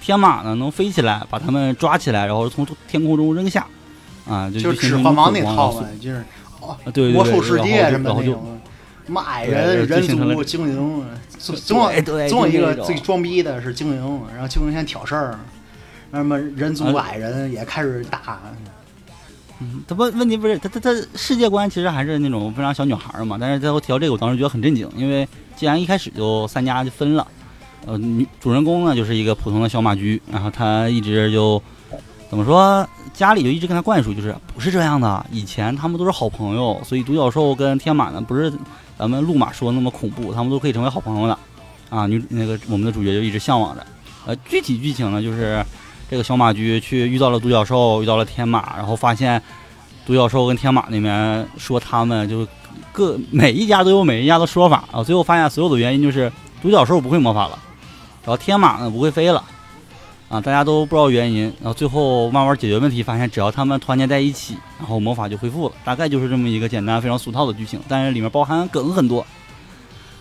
E: 天马呢能飞起来，把他们抓起来，然后从天空中扔下。啊，就
B: 就
E: 形
B: 指
E: 成一
B: 环
E: 种
B: 王那
E: 恐慌
B: 套
E: 元
B: 嘛，就是
E: 素啊对对对，
B: 魔兽世界
E: 然后
B: 什
E: 就
B: 么那
E: 然后就
B: 种，什么矮
E: 对
B: 人、
E: 就
B: 人
E: 形成了
B: 族、精灵， 总总有
E: 对
B: 总有一个
E: 就那种
B: 最装逼的是精灵，然后精灵先挑事儿，那么人族、
E: 啊
B: 矮人也开始打，
E: 嗯他问问题不是他他他世界观其实还是那种非常小女孩儿嘛，但是最后提到这个，我当时觉得很震惊，因为既然一开始就三家就分了，呃，女主人公呢就是一个普通的小马驹，然后她一直就怎么说，家里就一直跟她灌输，就是不是这样的，以前他们都是好朋友，所以独角兽跟天马呢不是咱们路马说的那么恐怖，他们都可以成为好朋友的，啊，女那个我们的主角就一直向往着，呃，具体剧情呢就是。这个小马驹去遇到了独角兽，遇到了天马，然后发现独角兽跟天马那边说他们就是各每一家都有每一家的说法啊。最后发现所有的原因就是独角兽不会魔法了，然后天马呢不会飞了，啊，大家都不知道原因。然后最后慢慢解决问题，发现只要他们团结在一起，然后魔法就恢复了。大概就是这么一个简单非常俗套的剧情，但是里面包含梗很多。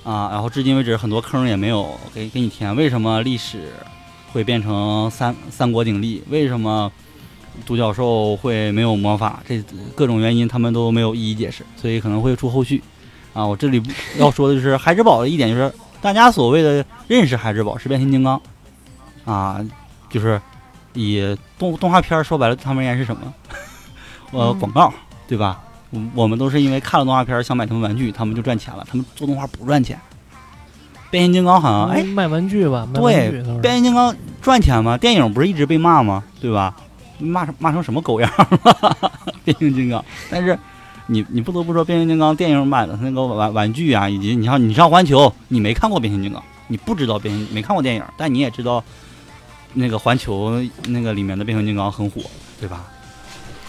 E: 啊，然后至今为止很多坑也没有给给你填。为什么历史会变成三三国鼎立？为什么独角兽会没有魔法？这各种原因他们都没有一一解释，所以可能会出后续。啊，我这里不要说的就是孩之宝的一点就是，大家所谓的认识孩之宝是变形金刚，啊，就是以动动画片儿说白了，他们而言是什么？ 呃，
C: 嗯
E: 广告对吧？我我们都是因为看了动画片儿想买他们玩具，他们就赚钱了。他们做动画不赚钱。变形金刚好像哎，
D: 卖玩具吧，卖玩
E: 对
D: 具都是
E: 变形金刚赚钱吗？电影不是一直被骂吗？对吧？骂成骂成什么狗样了？ 变形金刚，但是你你不得不说，变形金刚电影版的那个玩玩具啊，以及你像你上环球，你没看过变形金刚，你不知道变形，没看过电影，但你也知道那个环球那个里面的变形金刚很火，对吧？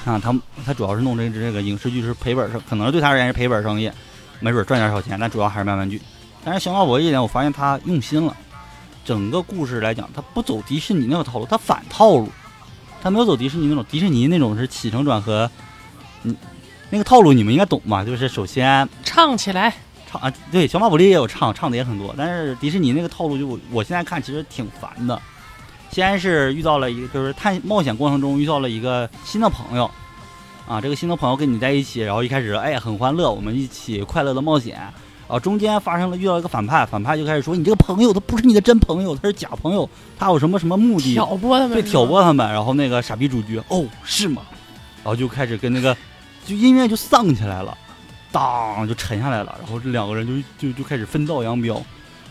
E: 啊，他他主要是弄这这个影视剧是赔本生，可能对他而言是赔本生意，没准赚点小钱，但主要还是卖玩具。但是《小马宝这一点，我发现他用心了。整个故事来讲，他不走迪士尼那个套路，他反套路，他没有走迪士尼那种迪士尼那种是起承转合，嗯，那个套路你们应该懂吧？就是首先
C: 唱起来，
E: 唱啊，对，小马宝莉也有唱，唱的也很多，但是迪士尼那个套路就我我现在看其实挺烦的。先是遇到了一个，就是探冒险过程中遇到了一个新的朋友，啊，这个新的朋友跟你在一起，然后一开始哎很欢乐，我们一起快乐的冒险，啊，中间发生了遇到一个反派，反派就开始说你这个朋友他不是你的真朋友，他是假朋友，他有什么什么目的，
C: 挑拨他们，
E: 对，挑拨他们，然后那个傻逼主角，哦，是吗？然后就开始跟那个，就音乐就丧起来了，当就沉下来了，然后这两个人就就就开始分道扬镳，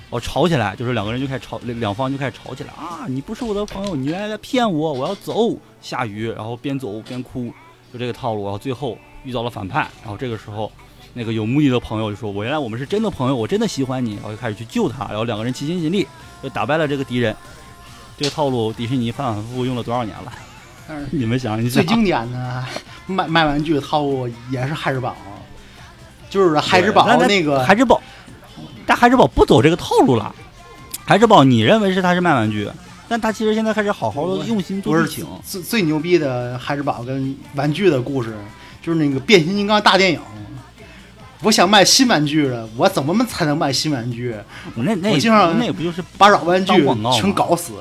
E: 哦，吵起来，就是两个人就开始吵，两方就开始吵起来啊！你不是我的朋友，你原来在骗我，我要走。下雨，然后边走边哭，就这个套路。然后最后遇到了反派，然后这个时候。那个有目的的朋友就说：“我原来我们是真的朋友，我真的喜欢你。”然后就开始去救他，然后两个人齐心协力，就打败了这个敌人。这个套路，迪士尼反反复复用了多少年了？
B: 但是
E: 你们想一想
B: 最，经典的卖卖玩具套路也是孩之宝，就是孩之宝
E: 对但
B: 那个
E: 孩之宝，但孩之宝不走这个套路了。孩之宝，你认为是他是卖玩具，但他其实现在开始好好的用心
B: 不
E: 做
B: 是
E: 剧情。
B: 最最牛逼的孩之宝跟玩具的故事，就是那个变形金刚大电影。我想卖新玩具了，我怎么才能卖新玩具？
E: 那那
B: 我经常
E: 那也不就是
B: 把老玩
E: 当
B: 具
E: 广告嘛
B: 全搞死。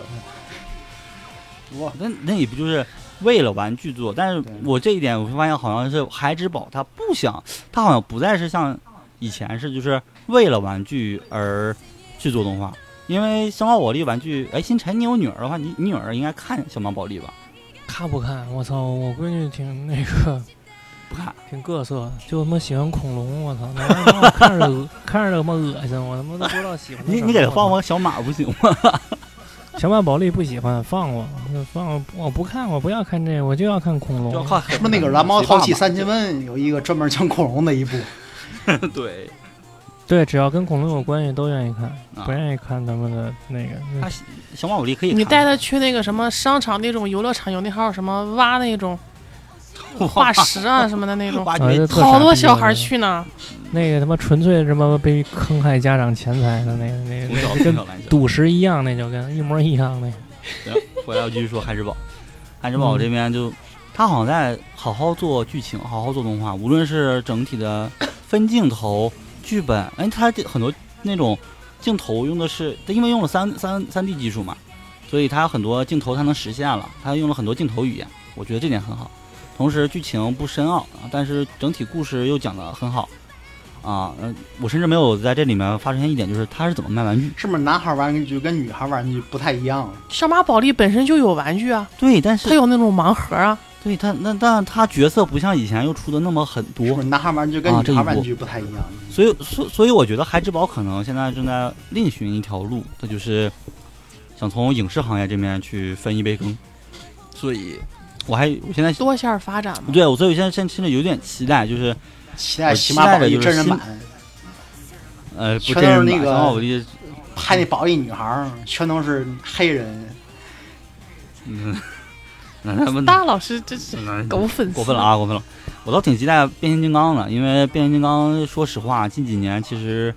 B: 我
E: 那那也不就是为了玩具做？但是
B: 对
E: 我这一点，我会发现好像是孩之宝，他不想，他好像不再是像以前是就是为了玩具而去做动画。因为小马宝莉玩具，哎，星辰，你有女儿的话，你你女儿应该看小马宝莉吧？
D: 看不看？我操，我闺女挺那个，
E: 不看，
D: 挺各色，就他妈喜欢恐龙，我操，那玩意儿他妈看着恶 看着他妈恶心，我他妈都不知道喜欢它
E: 你
D: 什
E: 你给
D: 么
E: 她放
D: 我
E: 放小马不行吗？
D: 操。小马宝莉不喜欢，放我，放我，我不看，我不要看这个，我就要看恐龙。
E: 就要靠
B: 是不是那个《蓝猫淘气三千问》有一个专门讲恐龙的一部？
E: 对，
D: 对，只要跟恐龙有关系都愿意看，
E: 啊
D: 不愿意看咱们的那个。
E: 他小马宝莉可以看。
C: 你带他去那个什么商场那种游乐场，有那号什么挖那种化石啊什么的那 种，
E: 挖
D: 啊
E: 掘
D: 这
E: 机
D: 特
C: 好
D: 傻
C: 多
D: 逼
C: 小
D: 啊
C: 孩儿去呢。
D: 那个他妈纯粹他妈被坑害家长钱财的那个那个，
E: 从小
D: 那
E: 从
D: 跟
E: 小来讲。
D: 赌石一样，那就跟一模一样那个。
E: 回来我继续说汉之堡，汉之堡这边就他好像在好好做剧情，好好做动画，无论是整体的分镜头，剧本，哎，它这很多那种镜头用的是，它因为用了三三三 D 技术嘛，所以它很多镜头它能实现了，它用了很多镜头语言，我觉得这点很好。同时剧情不深奥，啊但是整体故事又讲得很好，啊，嗯，我甚至没有在这里面发现一点，就是它是怎么卖玩具。
B: 是不是男孩玩玩具跟女孩玩玩具不太一样？
C: 上马宝莉本身就有玩具啊，
E: 对，但
C: 它
E: 是
C: 有那种盲盒啊，
E: 对它那但它角色不像以前又出的那么很多，
B: 是不是男孩玩玩具跟
E: 啊
B: 女孩玩
E: 这
B: 玩
E: 一步
B: 具不太一样？
E: 所以，所所以我觉得孩之宝可能现在正在另寻一条路，它就是想从影视行业这面去分一杯羹。所以，我还我现在
C: 多线发展嘛。
E: 对我，所以我现在现在甚至有点期待，就是
B: 期待
E: 我
B: 喜马宝莉
E: 期待的就是
B: 真人版，
E: 呃，不
B: 全都
E: 真人
B: 是
E: 版
B: 那个
E: 然后我就
B: 拍那宝莉女孩儿全都是黑人，
E: 嗯，那他们
C: 大老师这是
E: 那
C: 狗粉丝
E: 过分了！啊，过分了！我倒挺期待变形金刚的，因为变形金刚说实话，近几年其实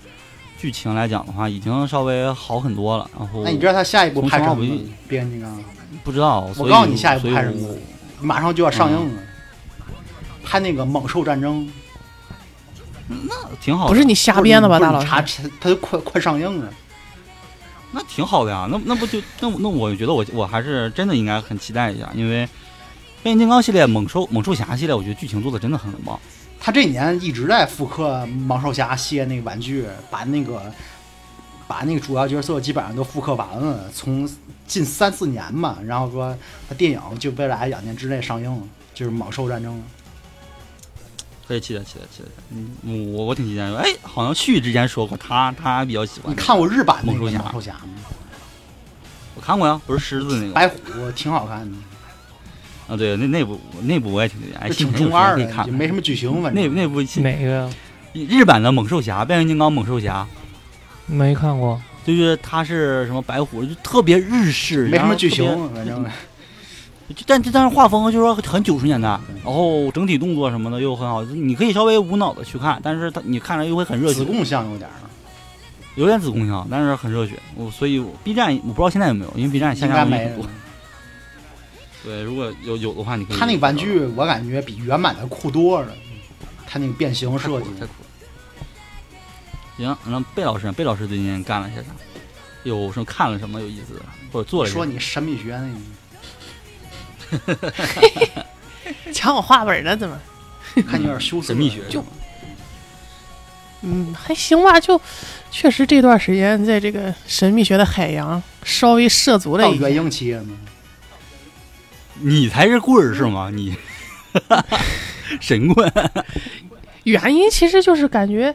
E: 剧情来讲的话，已经稍微好很多了。然后
B: 那你知道他下一步
E: 哦从
B: 拍什
E: 小
B: 么
E: 不
B: 吗
E: 一？
B: 变形金刚
E: 不知道，所以
B: 告诉你下一部
E: 所以
B: 拍什么
E: 我啊
B: 马上就要上映了，拍那个《猛兽战争》
E: 挺好的。
C: 不是你瞎编的吧，
B: 不是
C: 大
B: 你
C: 老
B: 查
C: 师？
B: 片，它都快快上映了。
E: 那挺好的呀，那那不就那那我觉得我我还是真的应该很期待一下，因为变形金刚系列、猛兽猛兽侠系列，我觉得剧情做的真的很棒。
B: 他这几年一直在复刻猛兽侠系列那个玩具，把那个把那个主要角色基本上都复刻完了，从近三四年嘛，然后说他电影就未来两年之内上映，就是《猛兽战争
E: 可以期待期待期待，嗯，我我挺期待的。哎，好像旭之前说过，他他比较喜》。欢。
B: 你看过日版那个
E: 猛兽侠
B: 猛兽侠吗？
E: 我看过呀，不是狮子那个
B: 白虎挺好看的，
E: 啊？对，那那部那部我也挺期待，哎，
B: 就挺
E: 幸亏有
B: 中二的
E: 时间可以，
B: 就
E: 看。
B: 没什么剧情，反
E: 那
B: 正
E: 那部新
D: 哪个
E: 日版的猛兽侠、变形金刚猛兽侠，
D: 没看过？
E: 就是他是什么白虎，就特别日式，
B: 没什
E: 然
B: 么
E: 后
B: 剧
E: 特别
B: 情，反正
E: 就但但是画风就是说很九十年代，然后整体动作什么的又很好，你可以稍微无脑的去看，但是它你看了又会很热血
B: 子，贡像有点儿，
E: 有点子宫腔，但是很热血。我所以我 B 站我不知道现在有没有，因为 B 站下
B: 应该
E: 架东西
B: 没
E: 很
B: 了
E: 多。。对，如果有有的话，你可以。
B: 他那个玩具我感觉比原版的酷多了，他那个变形
E: 太酷
B: 设
E: 了
B: 计，
E: 太酷了。行，那贝老师，贝老师最近干了些啥？有什么看了什么有意思的，或者做了什
B: 说
E: 么？
B: 你神秘学那个。
C: 抢我画本了怎么？
B: 看你有点羞涩。
E: 神秘学
C: 就嗯，还行吧，就确实这段时间在这个神秘学的海洋稍微涉足了
B: 到
C: 一下
B: 元。婴期了吗？
E: 你才是棍儿是吗？你 神棍。
C: 原因其实就是感觉，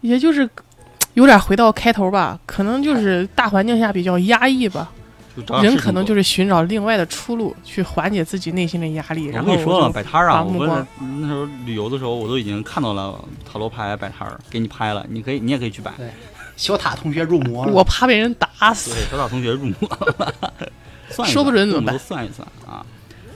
C: 也就是有点回到开头吧，可能就是大环境下比较压抑吧，
E: 就找点
C: 人
E: 事情
C: 可能
E: 做
C: 就是寻找另外的出路去缓解自己内心的压力。然
E: 我
C: 后
E: 跟你说了，
C: 就
E: 摆摊儿啊！
C: 把
E: 我
C: 目
E: 问
C: 光
E: 了那时候旅游的时候，我都已经看到了塔罗牌摆摊儿，给你拍了，你可以，你也可以去摆。
B: 小塔同学入魔了，
C: 我怕被人打死
E: 对，，小岛同学入魔，算一算
C: 说不准怎么办
E: 我们都算一算啊！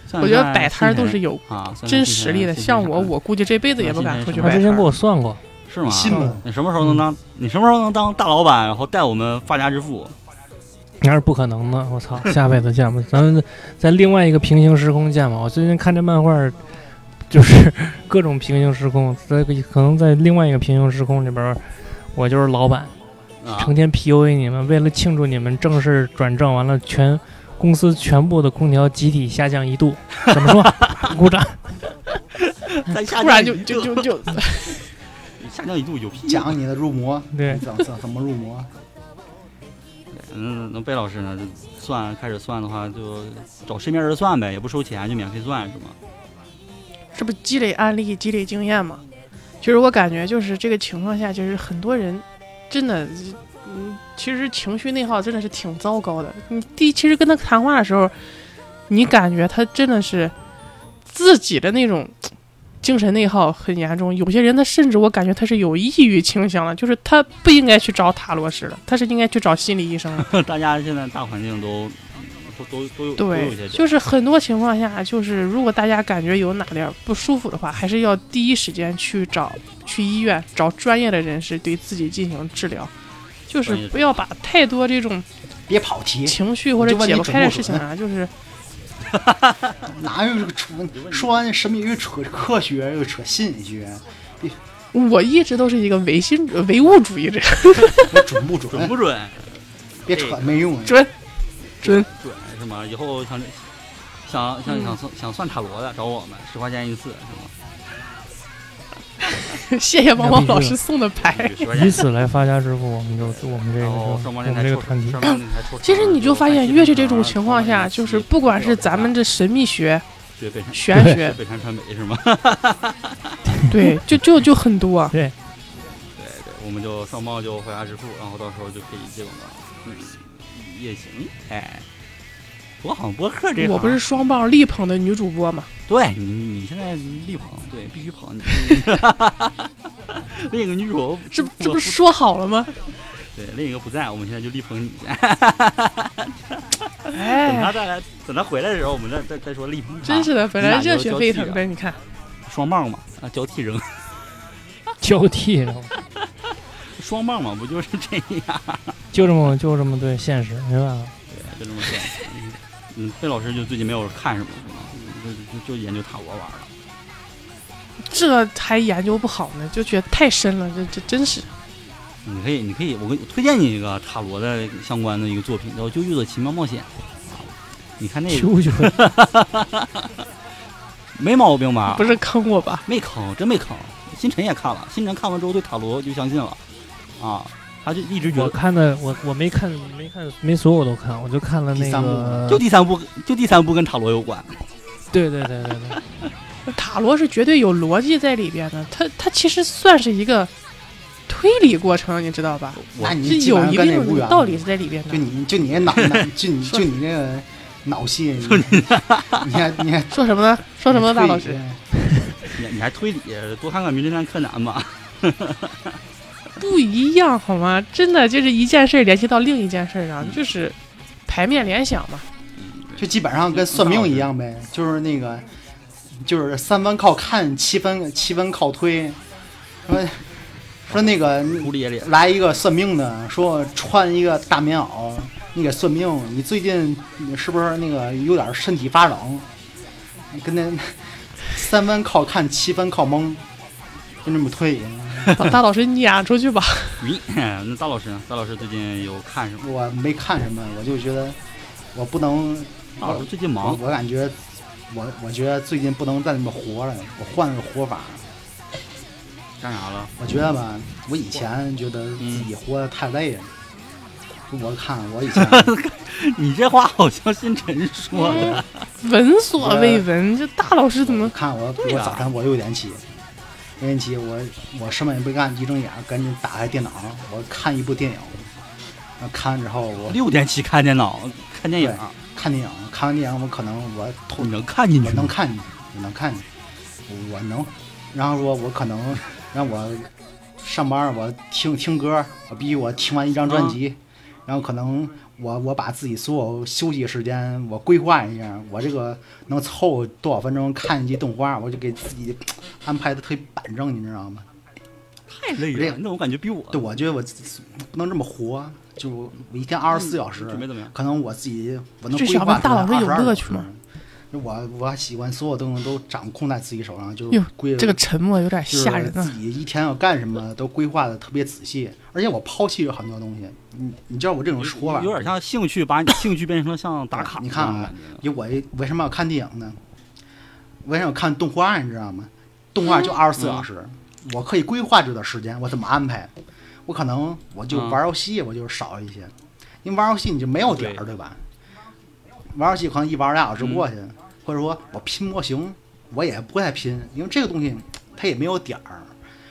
E: 算
C: 我
E: 一
C: 觉得
E: 算
C: 摆摊儿都是有
E: 啊，算一算
C: 真实力的。
E: 今天
C: 像我，
E: 今天
C: 我估计这辈子也不敢出去
E: 就
D: 他
C: 摆
D: 之
C: 摊
D: 前给
C: 儿。
D: 我算过，
E: 是吗？
B: 信吗？
E: 你什么时候能当？你什么时候能当大老板，然后带我们发家致富？
D: 那是不可能的。我操，下辈子见吧，咱们在另外一个平行时空见吧。我最近看这漫画儿，就是 各种平行时空，在可能在另外一个平行时空里边儿，我就是老板，
E: 啊
D: 成，天 PUA 你们，为了庆祝你们正式转正，完了全公司全部的空调集体下降一度，怎么说？ 鼓掌。
E: 突
C: 突然就就就就，
E: 下降一度有屁！啊
B: 讲你的入魔，
D: 对
B: 你怎怎怎么入魔？
E: 嗯，那贝老师呢？就算开始算的话，就找身边人算呗，也不收钱，就免费算是吗？
C: 这不积累案例、积累经验嘛？其实我感觉就是这个情况下，就是很多人真的，嗯，其实情绪内耗真的是挺糟糕的。你第其实跟他谈话的时候，你感觉他真的是自己的那种嘖精神内耗很严重。有些人他甚至我感觉他是有抑郁倾向的，就是他不应该去找塔罗师了，他是应该去找心理医生了。
E: 大家现在大环境都都都都有都有一些
C: 对，就是很多情况下，就是如果大家感觉有哪点儿不舒服的话，还是要第一时间去找去医院找专业的人士对自己进行治疗，就是
E: 专业的哎
C: 不要把太多这种
B: 别跑题，
C: 情绪或者
B: 就问你
C: 解不
B: 准
C: 开
B: 不
C: 的事情
B: 准
C: 啊，就是
B: 哪有这个扯？说完神秘又扯科学，又扯心理学，别
C: 我一直都是一个唯心主唯物主义者，
B: 准不准？
E: 准不准？
B: 别扯，没用。啊
C: 准准。
E: 准是吗？以后想想
C: 嗯
E: 想想算想算塔罗的找我们，十块钱一次是
C: 谢谢王王老师送的牌
E: 吗。？十块
D: 以
E: 钱。
D: 此来发家致富，我们就我们这个
E: 然后
D: 就我
E: 双方
D: 们
E: 电台
D: 这个
E: 抽，
D: 团体
E: 双方电台抽。
C: 嗯其实你就发现，越是这种
E: 啊
C: 情况
E: 哎
C: 下，就是不管是咱们这神秘学、
E: 学北山
C: 玄学，
E: 北山传媒是吗？
C: 对，就就就很多。啊
D: 对，
E: 对对， 我们就双方就回家致富，然后到时候就可以这种的，嗯，也行。哎，不过好像播客这行啊
C: 我不是双棒力捧的女主播嘛，
E: 对你，嗯你现在力捧，对，必须捧你。 另一个女主 播
C: 这
E: 我
C: 这不是说好了吗？
E: 对，另一个不在，我们现在就力捧你。 等他
C: 哎，
E: 再来，等他回来的时候，我们再再再说力捧他。
C: 真是的，本
E: 你
C: 来
E: 俩就
C: 热血
E: 交
C: 沸
E: 替
C: 腾
E: 啊
C: 的，你看，
E: 双棒嘛，啊，交替扔
D: 交替，然后
E: 双棒嘛，不就是这样？
D: 就这么就这么对现实，没办法。
E: 对，就这么说。 嗯嗯，贝老师就最近没有看什么是吗？就就就研究塔罗玩了。
C: 这还研究不好呢，就觉得太深了，这这真是。
E: 你可以，你可以，我给我推荐你一个塔罗的相关的一个作品，叫《啾啾的奇妙冒险》。你看那个
D: 啾啾，
E: 没毛病吧？
C: 不是坑我吧？
E: 没坑，真没坑。星辰也看了，星辰看完之后对塔罗就相信了，啊，他就一直觉
D: 我
E: 得
D: 看的我我没看没看没所有都看，我就看了
B: 第
D: 那
B: 三
D: 个
B: 部
E: 就第三部就第三部跟塔罗有关，
D: 对对对对对，
C: 塔罗是绝对有逻辑在里边的，它它其实算是一个推理过程，你知道吧？
E: 我
B: 那
C: 是
B: 你基本
C: 有
B: 上
C: 一
B: 跟那
C: 定
B: 无
C: 的
B: 缘。
C: 道理是在里边
B: 就
C: 的。
B: 你就你那脑脑就你就你那个脑细，你你还你还
C: 说什么呢？说什么呢，大老师？？
E: 你你还推理，多看看《名侦探柯南》吧。
C: 不一样好吗？真的就是一件事儿联系到另一件事儿
B: 嗯
C: 上，就是牌面联想嘛。
B: 就基本上跟算命一样呗，就是那个就是三分靠看，七分七分靠推。说说那个
E: 狐狸也脸，
B: 来一个算命的，说穿一个大棉袄，那个算命，你最近是不是那个有点身体发冷？跟那三分靠看，七分靠蒙，就那么推。
C: 大大老师，你俩出去吧。
E: 你 那大老师呢？大老师最近有看什么？
B: 我没看什么，我就觉得我不能，
E: 大老师最近
B: 我
E: 忙，
B: 我感觉我我觉得最近不能再那么活了，我换个活法。
E: 干啥了？
B: 我觉得吧，我以前觉得自己活得太累了。我看我以前
E: 你这话好像星辰说的，
C: 闻所 未闻，这大老师怎
B: 我
C: 么？
B: 看我
E: 对
B: 我
E: 呀
B: 早上我六点起，六点起我我什么也不干，一睁眼赶紧打开电脑，我看一部电影。啊看完之后我
E: 六点起看电脑看电影，
B: 看电影，看完电影我可能我偷
E: 你能看进去
B: 我
E: 吗
B: 能？看见，我能看见，我能。然后说，我可能让我上班儿，我听听歌儿，我必须我听完一张专
E: 啊
B: 辑，然后可能我我把自己所有休息时间我规划一下，我这个能凑多少分钟看一集动画，我就给自己安排的特别板正，你知道吗？
E: 太累
B: 这
E: 了
B: 个，
E: 那我感觉比我
B: 对，我觉得我自己不能这么活，就我一天二十四小时，
E: 准备嗯怎么样？
B: 可能我自己我能
C: 至
B: 规
C: 少
B: 划
C: 吧
B: 出
C: 大
B: 来
C: 老师有
B: 22
C: 乐趣嘛
B: 小时。嗯我我喜欢所有东西都掌控在自己手上，就
C: 哟
B: 规
C: 这个沉默有点
B: 就是
C: 吓人
B: 自
C: 啊！
B: 己一天要干什么都规划的特别仔细，而且我抛弃了很多东西。你你知道我这种说法
E: 有点像兴趣，把你兴趣变成了像打卡
B: 你
E: 一
B: 看
E: 样的
B: 啊
E: 感觉。，
B: 因为我一为什么要看电影呢？为什么要看动画？你知道吗？动画就
E: 嗯
B: 二十四小时，我可以规划这段时间，我怎么安排？我可能我就
E: 嗯
B: 玩游戏，我就少一些，因为玩游戏你就没有点儿，
E: 对
B: 对吧？玩游戏可能一玩俩小时过
E: 嗯
B: 去，或者说我拼模型，我也不太拼，因为这个东西它也没有点儿，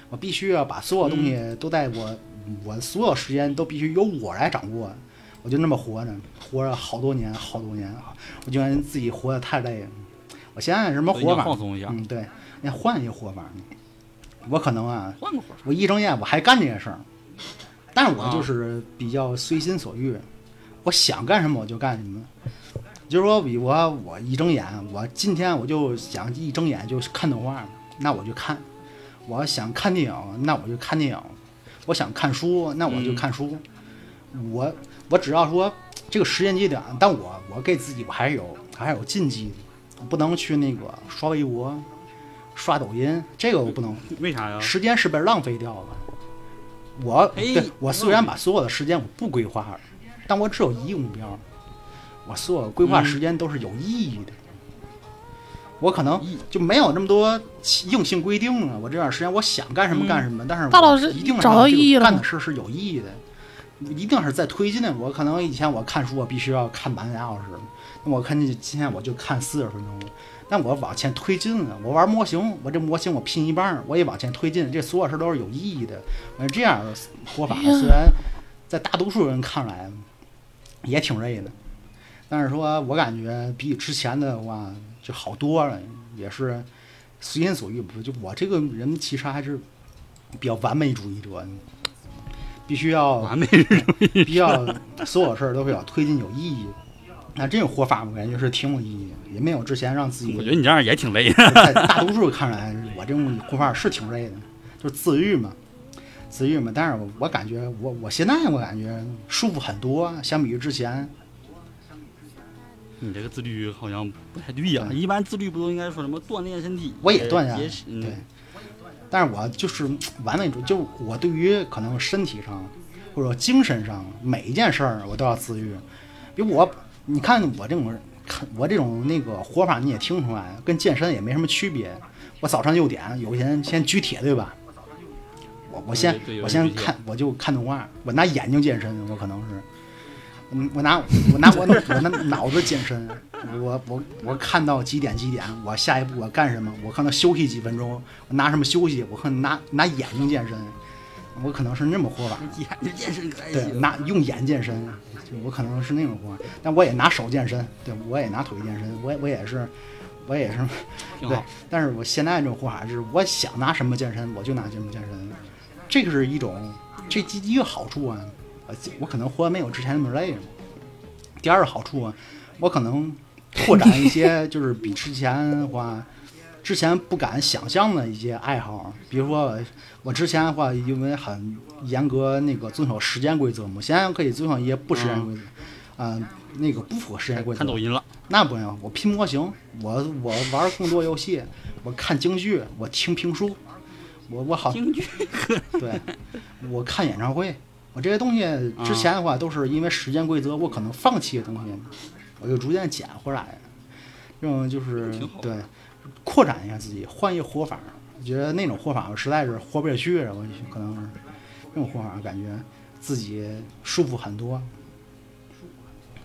B: 我必须要把所有东
E: 嗯
B: 西都在我、我所有时间都必须由我来掌握，我就那么活着，活了好多年，好多年，啊我觉得自己活得太累了。我想想有什么
E: 所以你
B: 活
E: 要
B: 法，
E: 放松一下，
B: 嗯，对，那换一个活法，我可能啊，
E: 换个活儿。
B: 我一睁眼我还干这些事儿，但是我
E: 啊
B: 就是比较随心所欲，我想干什么我就干什么。就是说，比如我我一睁眼，我今天我就想一睁眼就看动画，那我就看；我想看电影，那我就看电影；我想看书，那我就看书。我我只要说这个时间节点，但我我给自己我还是有还是有禁忌的，我不能去那个刷微博，刷抖音，这个我不能，
E: 为啥呀？
B: 时间是被浪费掉了。我
E: 哎
B: 对我虽然把所有的时间我不规划，但我只有一个目标，我所有规划时间都是有意义的。我可能
E: 意
B: 就没有那么多硬性规定了。我这段时间我想干什么
E: 嗯
B: 干什么，但是
C: 大
B: 我
C: 老师
B: 一定
C: 找到意义了吗
B: 干的事是有意义的，一定是在推进的。我可能以前我看书我必须要看啊满俩小时，那我看你今天我就看四十分钟了。但我往前推进了，我玩模型，我这模型我拼一半儿，我也往前推进，这所有事都是有意义的。呃，这样的活
C: 哎
B: 法虽然在大多数人看来也挺累的，但是说我感觉比起之前的话就好多了，也是随心所欲。不就我这个人其实还是比较完美主义者，必须要
E: 完美
B: 必要所有事儿都是要推进有意义。那这种活法，我感觉是挺有意义的，也没有之前让自己
E: 我觉得你这样也挺 累的。
B: 在大多数看来，我这种活法是挺累的，就是自愈嘛，自愈嘛。但是我我感觉我我现在我感觉舒服很多，相比于之前，
E: 你这个自律好像不太对呀、
B: 对
E: 一般自律不都应该说什么锻炼身体？
B: 我也锻炼啊
E: 节食
B: 对
E: 嗯，。
B: 但是我就是完美主，就我对于可能身体上或者精神上每一件事儿我都要自愈。比如我，你看我这种人看我这种那个活法，你也听出来，跟健身也没什么区别。我早上六点，有些人先举铁，对吧？我我先
E: 对对有人
B: 我
E: 举
B: 先
E: 铁
B: 看，我就看动画，我拿眼睛健身，我可能是，嗯，我 拿我拿我我拿脑子健身，我我我看到几点几点，我下一步我干什么？我可能休息几分钟，我拿什么休息？我可能拿拿眼睛健身，我可能是那么活法。
E: 你看这健身可还
B: 对，
E: 行？
B: 拿用眼健身，啊就我可能是那种活，但我也拿手健身，对我也拿腿健身，我也我也是，我也是，
E: 挺
B: 对
E: 好。
B: 但是我现在这种活法是，我想拿什么健身我就拿什么健身，这个是一种这第一个好处啊，呃，我可能活得没有之前那么累了。第二个好处啊，我可能拓展一些就是比之前的话，之前不敢想象的一些爱好，比如说我之前的话，因为很严格那个遵守时间规则嘛，现在可以遵守一些不时间规则，嗯、那个不符合时间规则。
E: 看抖音了，
B: 那不行，我拼模型，我我玩更多游戏，我看京剧，我听评书，我我好
E: 京剧
B: 对，我看演唱会，我这些东西之前的
E: 啊
B: 话都是因为时间规则，我可能放弃的东西，我就逐渐捡回来。这种就是
E: 挺好
B: 对，扩展一下自己，换一个活法。我觉得那种活法我实在是活不下去了，我可能是那种活法，感觉自己舒服很多。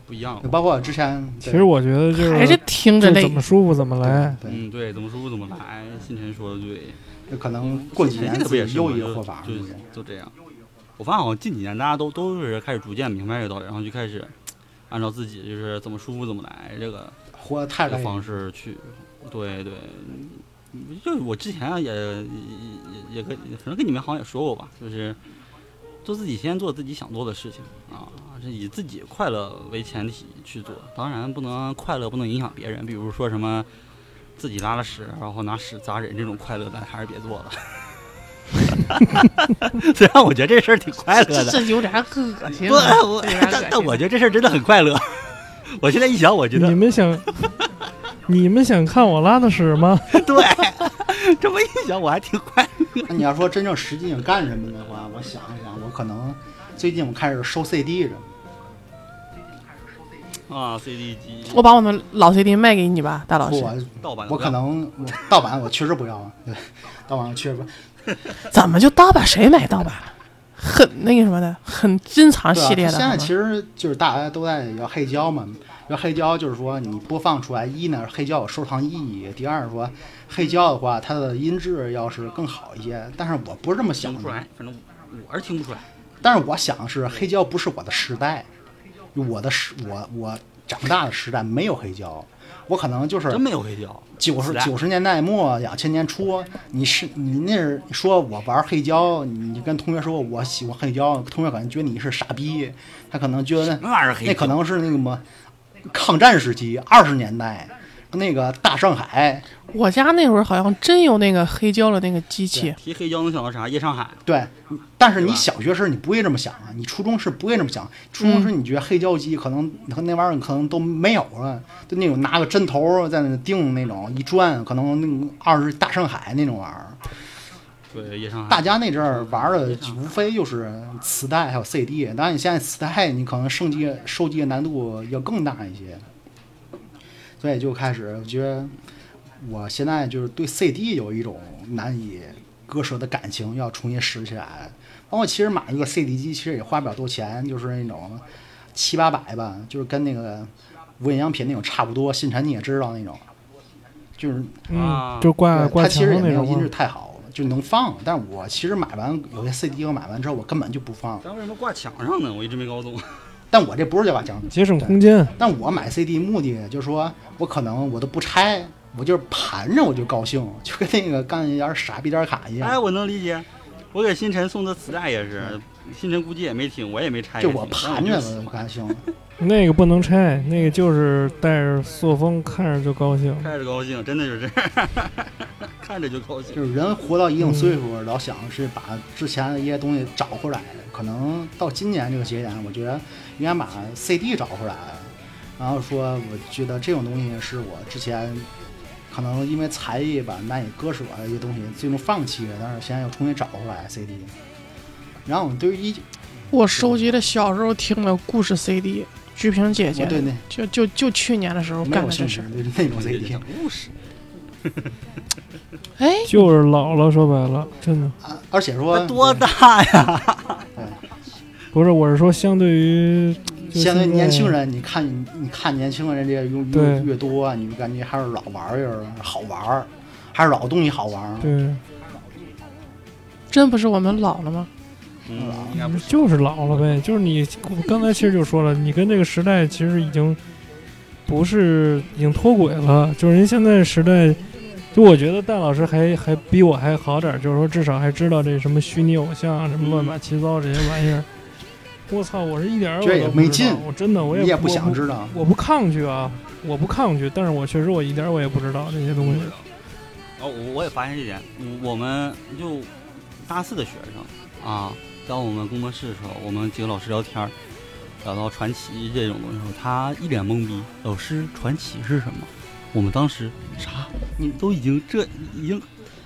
E: 不一样。
B: 包括之前
D: 其实我觉得就是
C: 还是听着
D: 就
C: 累
D: 怎。么舒服怎么来。
B: 对，
E: 嗯，对，怎么舒服怎么来。信晨说的对，
B: 就可能过几年
E: 这个不
B: 自
E: 也
B: 己
E: 是
B: 又
E: 吗
B: 一个
E: 就
B: 活法，
E: 就
B: 对不对？
E: 就这样。我发现好像近几年大家都都是开始逐渐明白这个道理，然后就开始按照自己就是怎么舒服怎么来这个
B: 活得太
E: 这
B: 累了，
E: 个方式去。对对，嗯就是我之前也也也也跟反正跟你们好像也说过吧，就是做自己先做自己想做的事情啊，是以自己快乐为前提去做，当然不能快乐不能影响别人，比如说什么。自己拉了屎，然后拿屎砸人这种快乐，咱还是别做了。 虽然我觉得这事儿挺快乐
C: 这
E: 的，
C: 这有点恶心
E: 不，
C: 了，
E: 我
C: 这有点恶
E: 但
C: 心
E: 但我觉得这事儿真的很快乐。 我现在一想，我觉得
D: 你们 想，你们想看我拉的屎吗？
E: 对，这么一想我还挺快。
B: 那你要说真正实际想干什么的话，我想一想，我可能最近我开始收 CD 了，
E: 啊，CD 机
C: 我把我们老 CD 卖给你吧，大老师。
B: 我
E: 盗版的
B: 我可能我盗版我确实不要啊，对，盗版我确实不要。
C: 啊怎么就盗版？谁买盗版？很那个什么的，很珍藏
B: 对啊
C: 系列的。
B: 现在
C: 好
B: 其
C: 吗
B: 实就是大家都在要黑胶嘛，要黑胶就是说你播放出来，一呢黑胶有收藏意义，第二说黑胶的话它的音质要是更好一些，但是我不是这么
E: 听
B: 想
E: 不出
B: 的。
E: 来，反正我是听不出来。
B: 但是我想的是，黑胶不是我的时代，我的时我我长大的时代没有黑胶，我可能就是
E: 真没有黑胶，
B: 九十
E: 时代
B: 九十年代末两千年初，你是你那是说我玩黑胶，你跟同学说我喜欢黑胶，同学可能觉得你是傻逼，他可能觉得
E: 那玩意儿黑胶
B: 那可能是那个什么抗战时期二十年代，那个大上海，
C: 我家那会儿好像真有那个黑胶的那个机器，
E: 提黑胶能想到啥？夜上海，
B: 对。但是你
E: 对吧
B: 小学时你不会这么想啊，你初中是不会这么想。初中时你觉得黑胶机可能和那玩意儿可能都没有了，就那种拿个针头在那钉那种一转，可能那种二十大上海那种玩意儿。
E: 对，夜上海。
B: 大家那阵儿玩的无非就是磁带还有 CD，当然你现在磁带你可能升级收集的难度要更大一些，所以就开始我觉得我现在就是对 CD 有一种难以割舍的感情，要重新拾起来。包括其实买一个 CD 机其实也花不了多钱，就是那种七八百吧，就是跟那个无印良品那种差不多。信晨你也知道那种，就是
D: 嗯
E: 啊，
D: 就挂
B: 对，
D: 挂
B: 它其
D: 墙
B: 实
D: 上
B: 也没
D: 那
B: 有
D: 种
B: 音质
D: 吗。
B: 太好，就能放。但我其实买完有些 CD 我买完之后，我根本就不放。
E: 咱为什么挂墙上呢？我一直没搞懂。
B: 但我这不是叫把墙，
D: 节省空间，
B: 但我买 CD 目的就是说我可能我都不拆，我就是盘着我就高兴，就跟那个干一点傻逼点卡一样。
E: 哎，
B: 嗯
E: 我能理解。我给星辰送的磁带也是，星辰估计也没听，我也没拆开
B: 就
E: 听。
B: 我盘着我就高兴，
D: 那个不能拆，那个就是带着塑封看着就高兴。
E: 看着高兴，真的就是 这样，看着就高兴。
B: 就是人活到一定岁数，老想是把之前的一些东西找回来。可能到今年这个节点，我觉得应该把 CD 找回来。然后说，我觉得这种东西是我之前可能因为才艺吧难以割舍的一些东西，最终放弃了，但是现在又重新找回来 CD。然后我对于一，
C: 我收集了小时候听的故事 CD，菊萍姐姐
B: 我对那
C: 就就就去年的时候
B: 没
C: 干
B: 有
C: 的
B: 兴
C: 这
B: 趣
C: 事儿。，
B: 就是那种 CD
E: 故事，
C: 哎，
D: 就是老了，说白了，真的
B: 啊，而且说
E: 他多大呀？
D: 不是，我是说，相对于就
B: 现在年轻
D: 现在
B: 人，你看你看年轻人这些用
D: 对
B: 越越多啊，你就感觉还是老玩意儿好玩儿，还是老东西好玩儿。
D: 对，
C: 真不是我们老了吗？
E: 嗯，应该不是。
D: 就是老了呗，就是你我刚才其实就说了，你跟这个时代其实已经不是已经脱轨了，就是人现在时代，就我觉得戴老师还还比我还好点儿，就是说至少还知道这什么虚拟偶像啊什么乱八七糟这些玩意儿。我操，我是一点儿我
B: 这也
D: 都不
B: 没
D: 知道
B: 劲
D: 我真的我
B: 你
D: 也
B: 也不想知道，
D: 我不抗拒啊，我不抗拒，但是我确实我一点儿我也不知道这些东西。
E: 哦，我我也发现这点，嗯我我们就大四的学生啊，到我们工作室的时候，我们几个老师聊天儿，聊到传奇这种东西的时候，他一脸懵逼。老师，传奇是什么？我们当时啥？你都已经这已经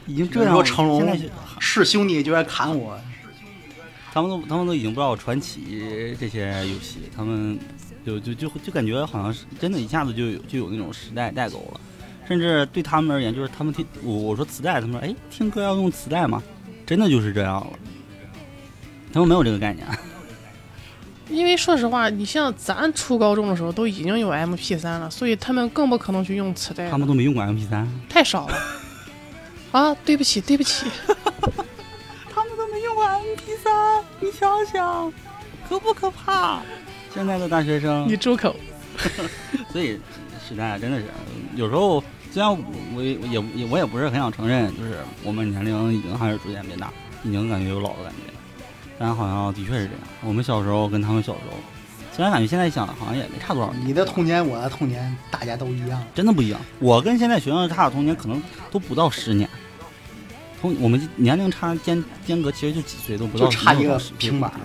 E: 已经这样
B: 说
E: 了，
B: 成龙
E: 现在是
B: 是兄弟就来砍我，
E: 他们都他们都已经不知道传奇这些游戏，他们就就就就感觉好像是真的，一下子就有就有那种时代代沟了。甚至对他们而言，就是他们听我我说磁带，他们说哎听歌要用磁带吗？真的就是这样了，他们没有这个概念。
C: 因为说实话，你像咱初高中的时候都已经有 MP 3了，所以他们更不可能去用磁带
E: 他，们都没用过 MP 三，
C: 太少了。 啊，对不起，对不起，
E: 他们都没用过 MP 三，你想想，可不可怕？现在的大学生，
C: 你住口！
E: 所以时代真的是有时候，虽然我我也也也我也不是很想承认，就是我们年龄已经开始逐渐变大，已经感觉有老的感觉，但好像的确是这样。我们小时候跟他们小时候，虽然感觉现在想好像也没差多少年，
B: 你的童年我的童年大家都一样。
E: 真的不一样。我跟现在学生差的童年可能都不到十年，同我们年龄差间间隔其实就几岁都不到，
B: 就差一
E: 没有
B: 个
E: 到十
B: 平板儿，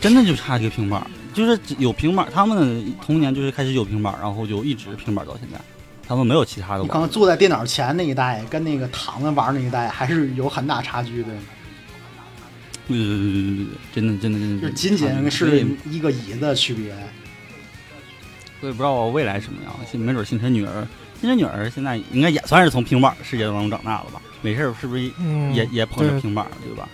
E: 真的就差一个平板儿，就是只有平板儿，他们的童年就是开始有平板儿，然后就一直平板儿到现在，他们没有其他的
B: 你
E: 玩
B: 可
E: 儿。
B: 能坐在电脑前那一代跟那个躺着玩儿那一代还是有很大差距的，
E: 嗯对对对对对对，真的真的真的，
B: 就仅仅是一个椅子的区别。
E: 我也不知道我未来什么样，现没准星辰女儿，星辰女儿现在应该也算是从平板儿世界当中长大了吧？没事儿，是不是
D: 嗯，
E: 也、也捧着
D: 对
E: 平板儿对吧？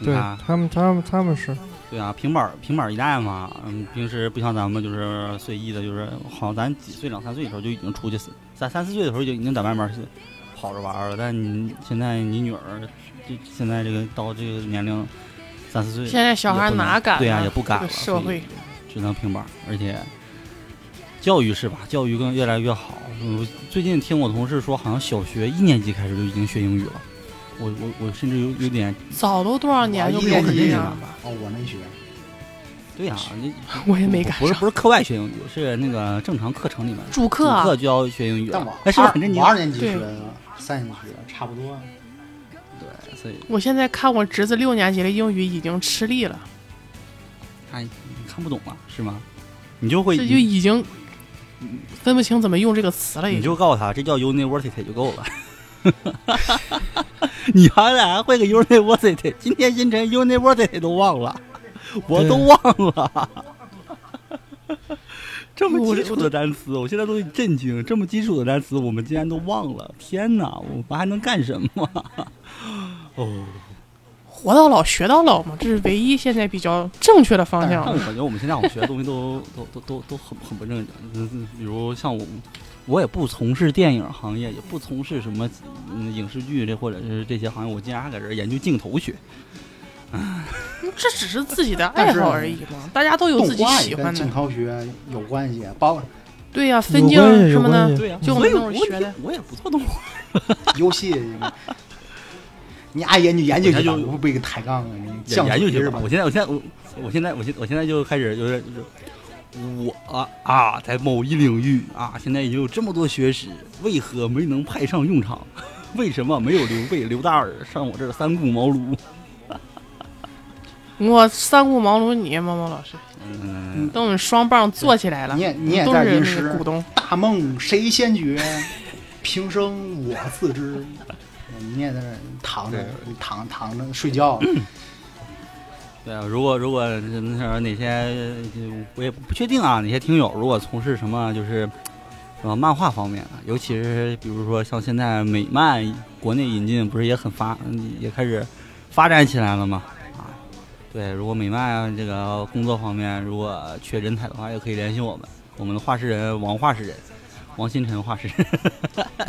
E: 你
D: 对
E: 看，啊
D: 他们他们他们是
E: 对啊，平板儿平板儿一代嘛，嗯，平时不像咱们就是随意的，就是好像咱几岁两三岁的时候就已经出去死，三三四岁的时候就已经在外面是跑着玩儿了。但你现在你女儿就现在这个到这个年龄，三四岁
C: 现在小孩哪敢啊？
E: 对呀、也不敢
C: 这
E: 了，
C: 个社
E: 所以
C: 会
E: 只能平板儿，而且教育是吧？教育更越来越好。我最近听我同事说，好像小学一年级开始就已经学英语了。我我我甚至有有点
C: 早都多少年
B: 我
C: 就
B: 一
E: 啊
C: 变
B: 年
C: 成
B: 级
C: 这
B: 是
C: 样
B: 吧
C: 了。？
B: 哦，我没学，
E: 对呀、你
C: 我也没赶
E: 不是
C: 上。
E: 不是课外学英语，是那个正常课程里面
C: 主
E: 主
C: 课啊，
E: 课就要学英语
B: 但
E: 了
B: 我。
E: 哎，是不是很正经
B: 我？二年级
C: 对
B: 学的，三年级学的差不多。
E: 对，所以
C: 我现在看我侄子六年级的英语已经吃力了，
E: 他看不懂了，是吗？你就会
C: 这就已经分不清怎么用这个词了。已
E: 你
C: 经
E: 就告诉他，这叫 university 就够了。 你好歹还会个 university，今天凌晨 university 都忘了，我都忘了。这么基础的单词，我现在都震惊。这么基础的单词，我们竟然都忘了！天哪，我们还能干什么？ 哦，
C: 活到老学到老嘛，这是唯一现在比较正确的方
E: 但
C: 向
E: 我。感觉我们现在我们学的东西都都都都都很很不正经。嗯比如像我，我也不从事电影行业，也不从事什么嗯影视剧这或者是这些行业，我竟然还搁这儿研究镜头学。
C: 这只是自己的爱
B: 但是
C: 好而已嘛，大家都有
B: 动
C: 自己
B: 画也
C: 喜欢
B: 跟
C: 的
E: 啊
B: 镜。头学有关系，包括
C: 对呀、分
D: 有
C: 镜啊
D: 关
C: 什
D: 系有
C: 么
D: 关
C: 的，
D: 系。
E: 呀
C: 就我
E: 所
C: 们
E: 以
C: 那会
E: 我
C: 儿学的
E: 也我也不做动画。
B: 游戏。你爱研究研究
E: 研
B: 去吧，
E: 究
B: 我不被抬杠啊！你
E: 研
B: 犟
E: 研究
B: 嘴
E: 去
B: 是
E: 吧
B: 吧。
E: 我现在，我现在，我我现在，我现我现在就开始有点，就是我啊啊，在某一领域啊，现在已经有这么多学识，为何没能派上用场？ 为什么没有刘备、刘大耳上我这儿三顾茅庐？
C: 我三顾茅庐你，毛毛老师，
E: 嗯，
C: 等我们双棒坐起来了，
B: 你也你也
C: 都
B: 在
C: 是
B: 吟
C: 那个
B: 诗
C: 股，东。
B: 大梦谁先觉？平生我自知。你也在那儿躺着
E: 对，
B: 躺躺着睡 觉，
E: 对啊，如果如果那啥哪些，我也不确定啊，哪些听友如果从事什么就是什么漫画方面啊，尤其是比如说像现在美漫国内引进，不是也很发也开始发展起来了吗？啊，对，如果美漫啊这个工作方面如果缺人才的话，也可以联系我们，我们的画室人王画室人，王新辰画室人。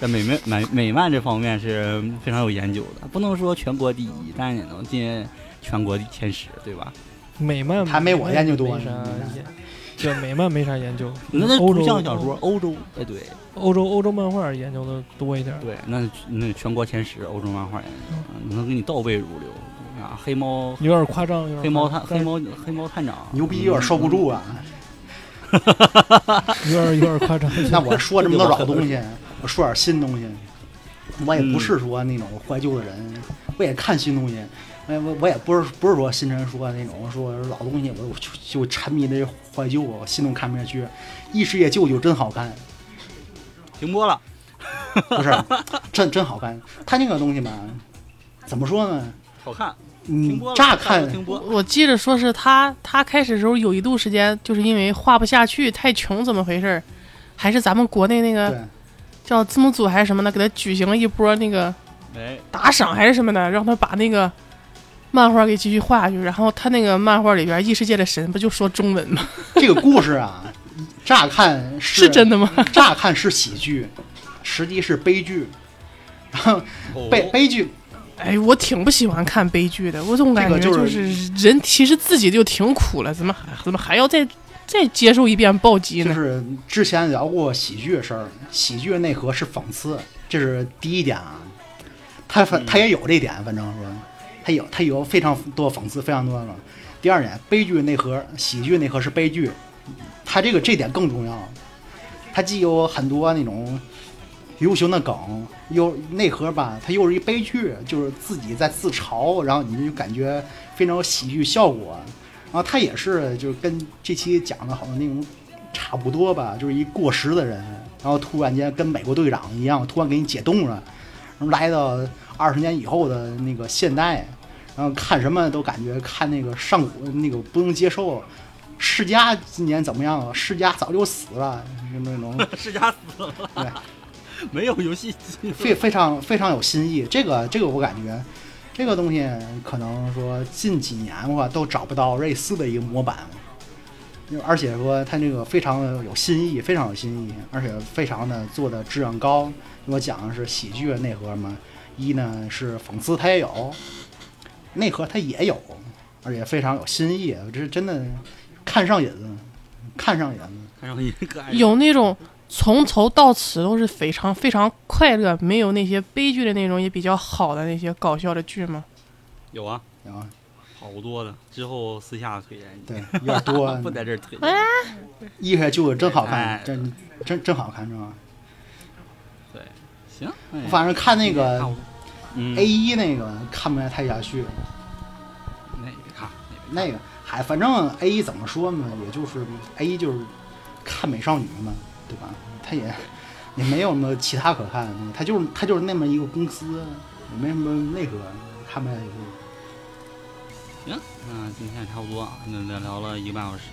E: 在美漫美美漫这方面是非常有研究的，不能说全国第一，但也能进全国前十，对吧？
D: 美漫
B: 还没我研究多
D: 没啥
B: 呢
D: 研，对美漫没啥研究。
E: 那那
D: 欧
E: 图
D: 洲
E: 像小
B: 嗯
E: 说，欧洲，哎对
D: 欧洲欧洲漫画研究的多一点儿。
E: 对，那那全国前十欧洲漫画研
B: 嗯
E: 究，啊能给你倒背如流啊！黑猫
D: 有点夸张，有点
E: 黑猫
D: 夸
E: 探
D: 张
E: 黑猫黑猫探长
B: 牛逼有点受不住啊！
D: 但是有点有点夸张。
B: 那 我说这么多老东西，我说点新东西。我也不
E: 嗯
B: 是说那种怀旧的人，我也看新东西。我也我我也不是不是说新人说那种说老东西，我就就沉迷那怀旧，我心动看不下去。一时也舅舅真好看，
E: 停播了，
B: 不是真真好看。他那个东西吧，怎么说呢？
E: 好看，停
B: 你
E: 播了，
B: 嗯乍
E: 看
B: 看
E: 停播，
C: 我记得说是他，他开始的时候有一度时间就是因为画不下去，太穷，怎么回事儿？还是咱们国内那个
B: 对
C: 叫字幕组还是什么的，给他举行了一波那个
E: 哎，
C: 打赏还是什么的，让他把那个漫画给继续画下去。然后他那个漫画里边异世界的神不就说中文吗？
B: 这个故事啊，乍 看
C: 是
B: 是
C: 真的吗？
B: 乍看是喜剧，实际是悲剧。然后悲
E: 哦
B: 悲剧
C: 哎，我挺不喜欢看悲剧的，我总感觉
B: 这个
C: 就
B: 就是
C: 人其实自己就挺苦了，怎么还怎么还要再再接受一遍暴击
B: 就
C: 呢？
B: 是之前聊过喜剧的事儿，喜剧的内核是讽刺，这是第一点啊。他反他也有这点，反正说他有他有非常多讽刺，非常多的。第二点，悲剧的内核，喜剧的内核是悲剧，他这个这点更重要。他既有很多那种流行的梗，又内核吧，它又是一悲剧，就是自己在自嘲，然后你就感觉非常有喜剧效果。然后他也是，就是跟这期讲的好像那种差不多吧，就是一过时的人，然后突然间跟美国队长一样，突然给你解冻了，然后来到二十年以后的那个现代，然后看什么都感觉看那个上古那个不能接受。世嘉今年怎么样啊？世嘉早就死了，就那种
E: 世嘉死
B: 对
E: 了， 没有游戏 机，
B: 非非常非常有新意。这个这个我感觉，这个东西可能说近几年的话都找不到类似的一个模板，就而且说它这个非常的有新意，非常有新意，而且非常的做的质量高。我讲的是喜剧的内核嘛，一呢是讽刺它也有，内核它也有，而且非常有新意，这是真的看上瘾了，看上瘾了。
E: 看上一个爱人
C: 有那种从头到此都是非常非常快乐，没有那些悲剧的那种也比较好的那些搞笑的剧吗？
E: 有啊，
B: 啊，
E: 好多的。之后私下推荐你，
B: 对，哎有点多
E: ，不在这儿推。
B: 一开就真好看
E: 哎，
B: 真真真好看，是吧？
E: 对，行，哎
B: 反正看那个
E: 差不多嗯
B: A 一那个看不太下去，
E: 那个看那
B: 那个还反正 A 一怎么说呢？也就是 A 一就是看美少女嘛，对吧？他也也没有什么其他可看的，他就是他就是那么一个公司，也没什么内核，看不太下去。
E: 那今天也差不多啊，那聊聊了一个半小时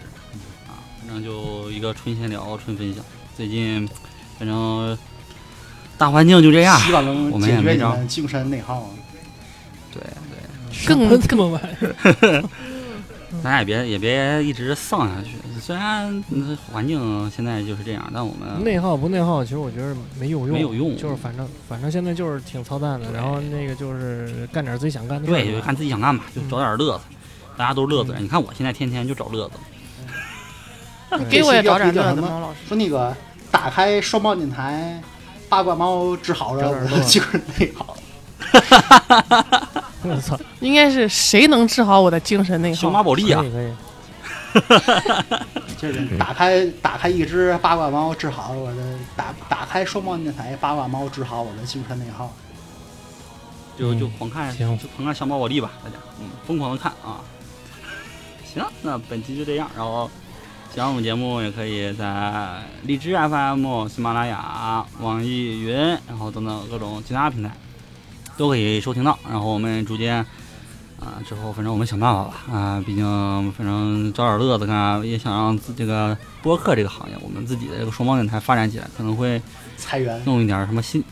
E: 啊，反正就一个春闲聊、春分享。最近反正大环境就这样，
B: 希望能
E: 我们
B: 解
E: 也
B: 决
E: 没
B: 你
E: 招
B: 们精神内耗。
E: 对对，
C: 更
D: 这么玩意儿，
E: 咱俩也别也别一直丧下去。虽然嗯环境现在就是这样，但我们
D: 内耗不内耗，其实我觉得没有用，
E: 嗯没有用，
D: 就是反正反正现在就是挺操蛋的，
E: 对
D: 然后那个就是干点自己想干的事儿
E: 对，就看自己想干吧，就找点乐子。大家都乐子人，你看我现在天天就找乐子。
D: 对
C: 给我也找点
B: 这期
C: 乐子，
B: 要比较什么
C: 毛老师。
B: 说那个打开双胞电台，八卦猫治好了
D: 找
B: 我
D: 点
B: 的
D: 乐
B: 精神内耗。
D: 我操，
C: 应该是谁能治好我的精神内
E: 熊猫
C: 耗？
E: 宝莉啊
D: 可，以可以，
B: 就是打开打开一只八卦猫治好了我的打打开双胞电台，八卦猫治好我的精神内耗。
E: 就
D: 嗯
E: 就狂看，
D: 行
E: 就狂看小猫宝莉吧，大家，嗯，疯狂的看啊。 行，那本期就这样，然后喜欢我们节目也可以在荔枝 FM、喜马拉雅、网易云，然后等等各种其他平台都可以收听到。然后我们逐渐啊、之后反正我们想办法吧啊、毕竟反正找点乐子看，也想让自这个播客这个行业，我们自己的这个双方电台发展起来，可能会
B: 裁员，
E: 弄一点什么新，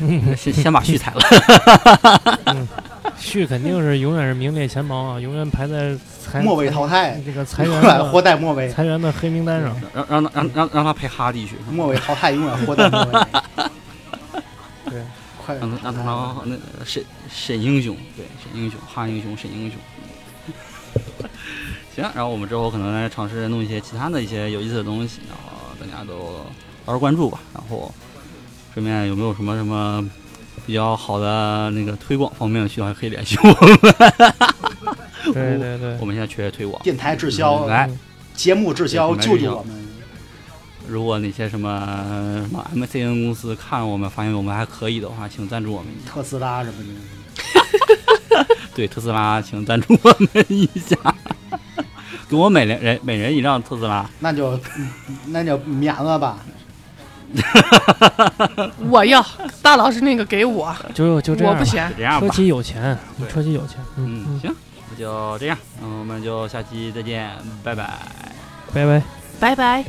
E: 先先把序踩 了。
D: 旭肯定是永远是名列前茅啊，永远排在裁
B: 末位淘汰，
D: 这个裁
B: 永
D: 员
B: 远活
D: 的
B: 在末位，
D: 裁员的黑 名单上。
E: 让让他让让让他陪哈迪去，
B: 末位淘汰永远活在末位。
D: 对，
B: 快
E: 让他让他
B: 淘汰
E: 当那个沈沈英雄，对沈英雄哈英雄沈英雄。 行，然后我们之后可能再尝试弄一些其他的一些有意思的东西，然后大家都到时候关注吧。然后顺便有没有什么什么比较好的那个推广方面的需要，可以联系我们。
D: 对 对对
E: 我，们现在缺推广，嗯
B: 电台滞销，
E: 来
B: 节目滞销，
E: 对
B: 救救我们！
E: 如果那些什么什么 MCN 公司看我们，发现我们还可以的话，请赞助我们一下。
B: 特斯拉什么的，
E: 对，特斯拉，请赞助我们一下，给我每人人每人一辆特斯拉。
B: 那就嗯那就免了吧。
C: 我要大老师那个给我，
D: 就就这
C: 我
D: 样
C: 不
D: 吧。
C: 嫌。
E: 这样
D: 车
E: 吧，
D: 企有钱
E: 对，
D: 车企有钱。嗯
E: 嗯，，行，那就这样，那我们就下期再见，拜拜。
D: 拜拜。
C: 拜拜。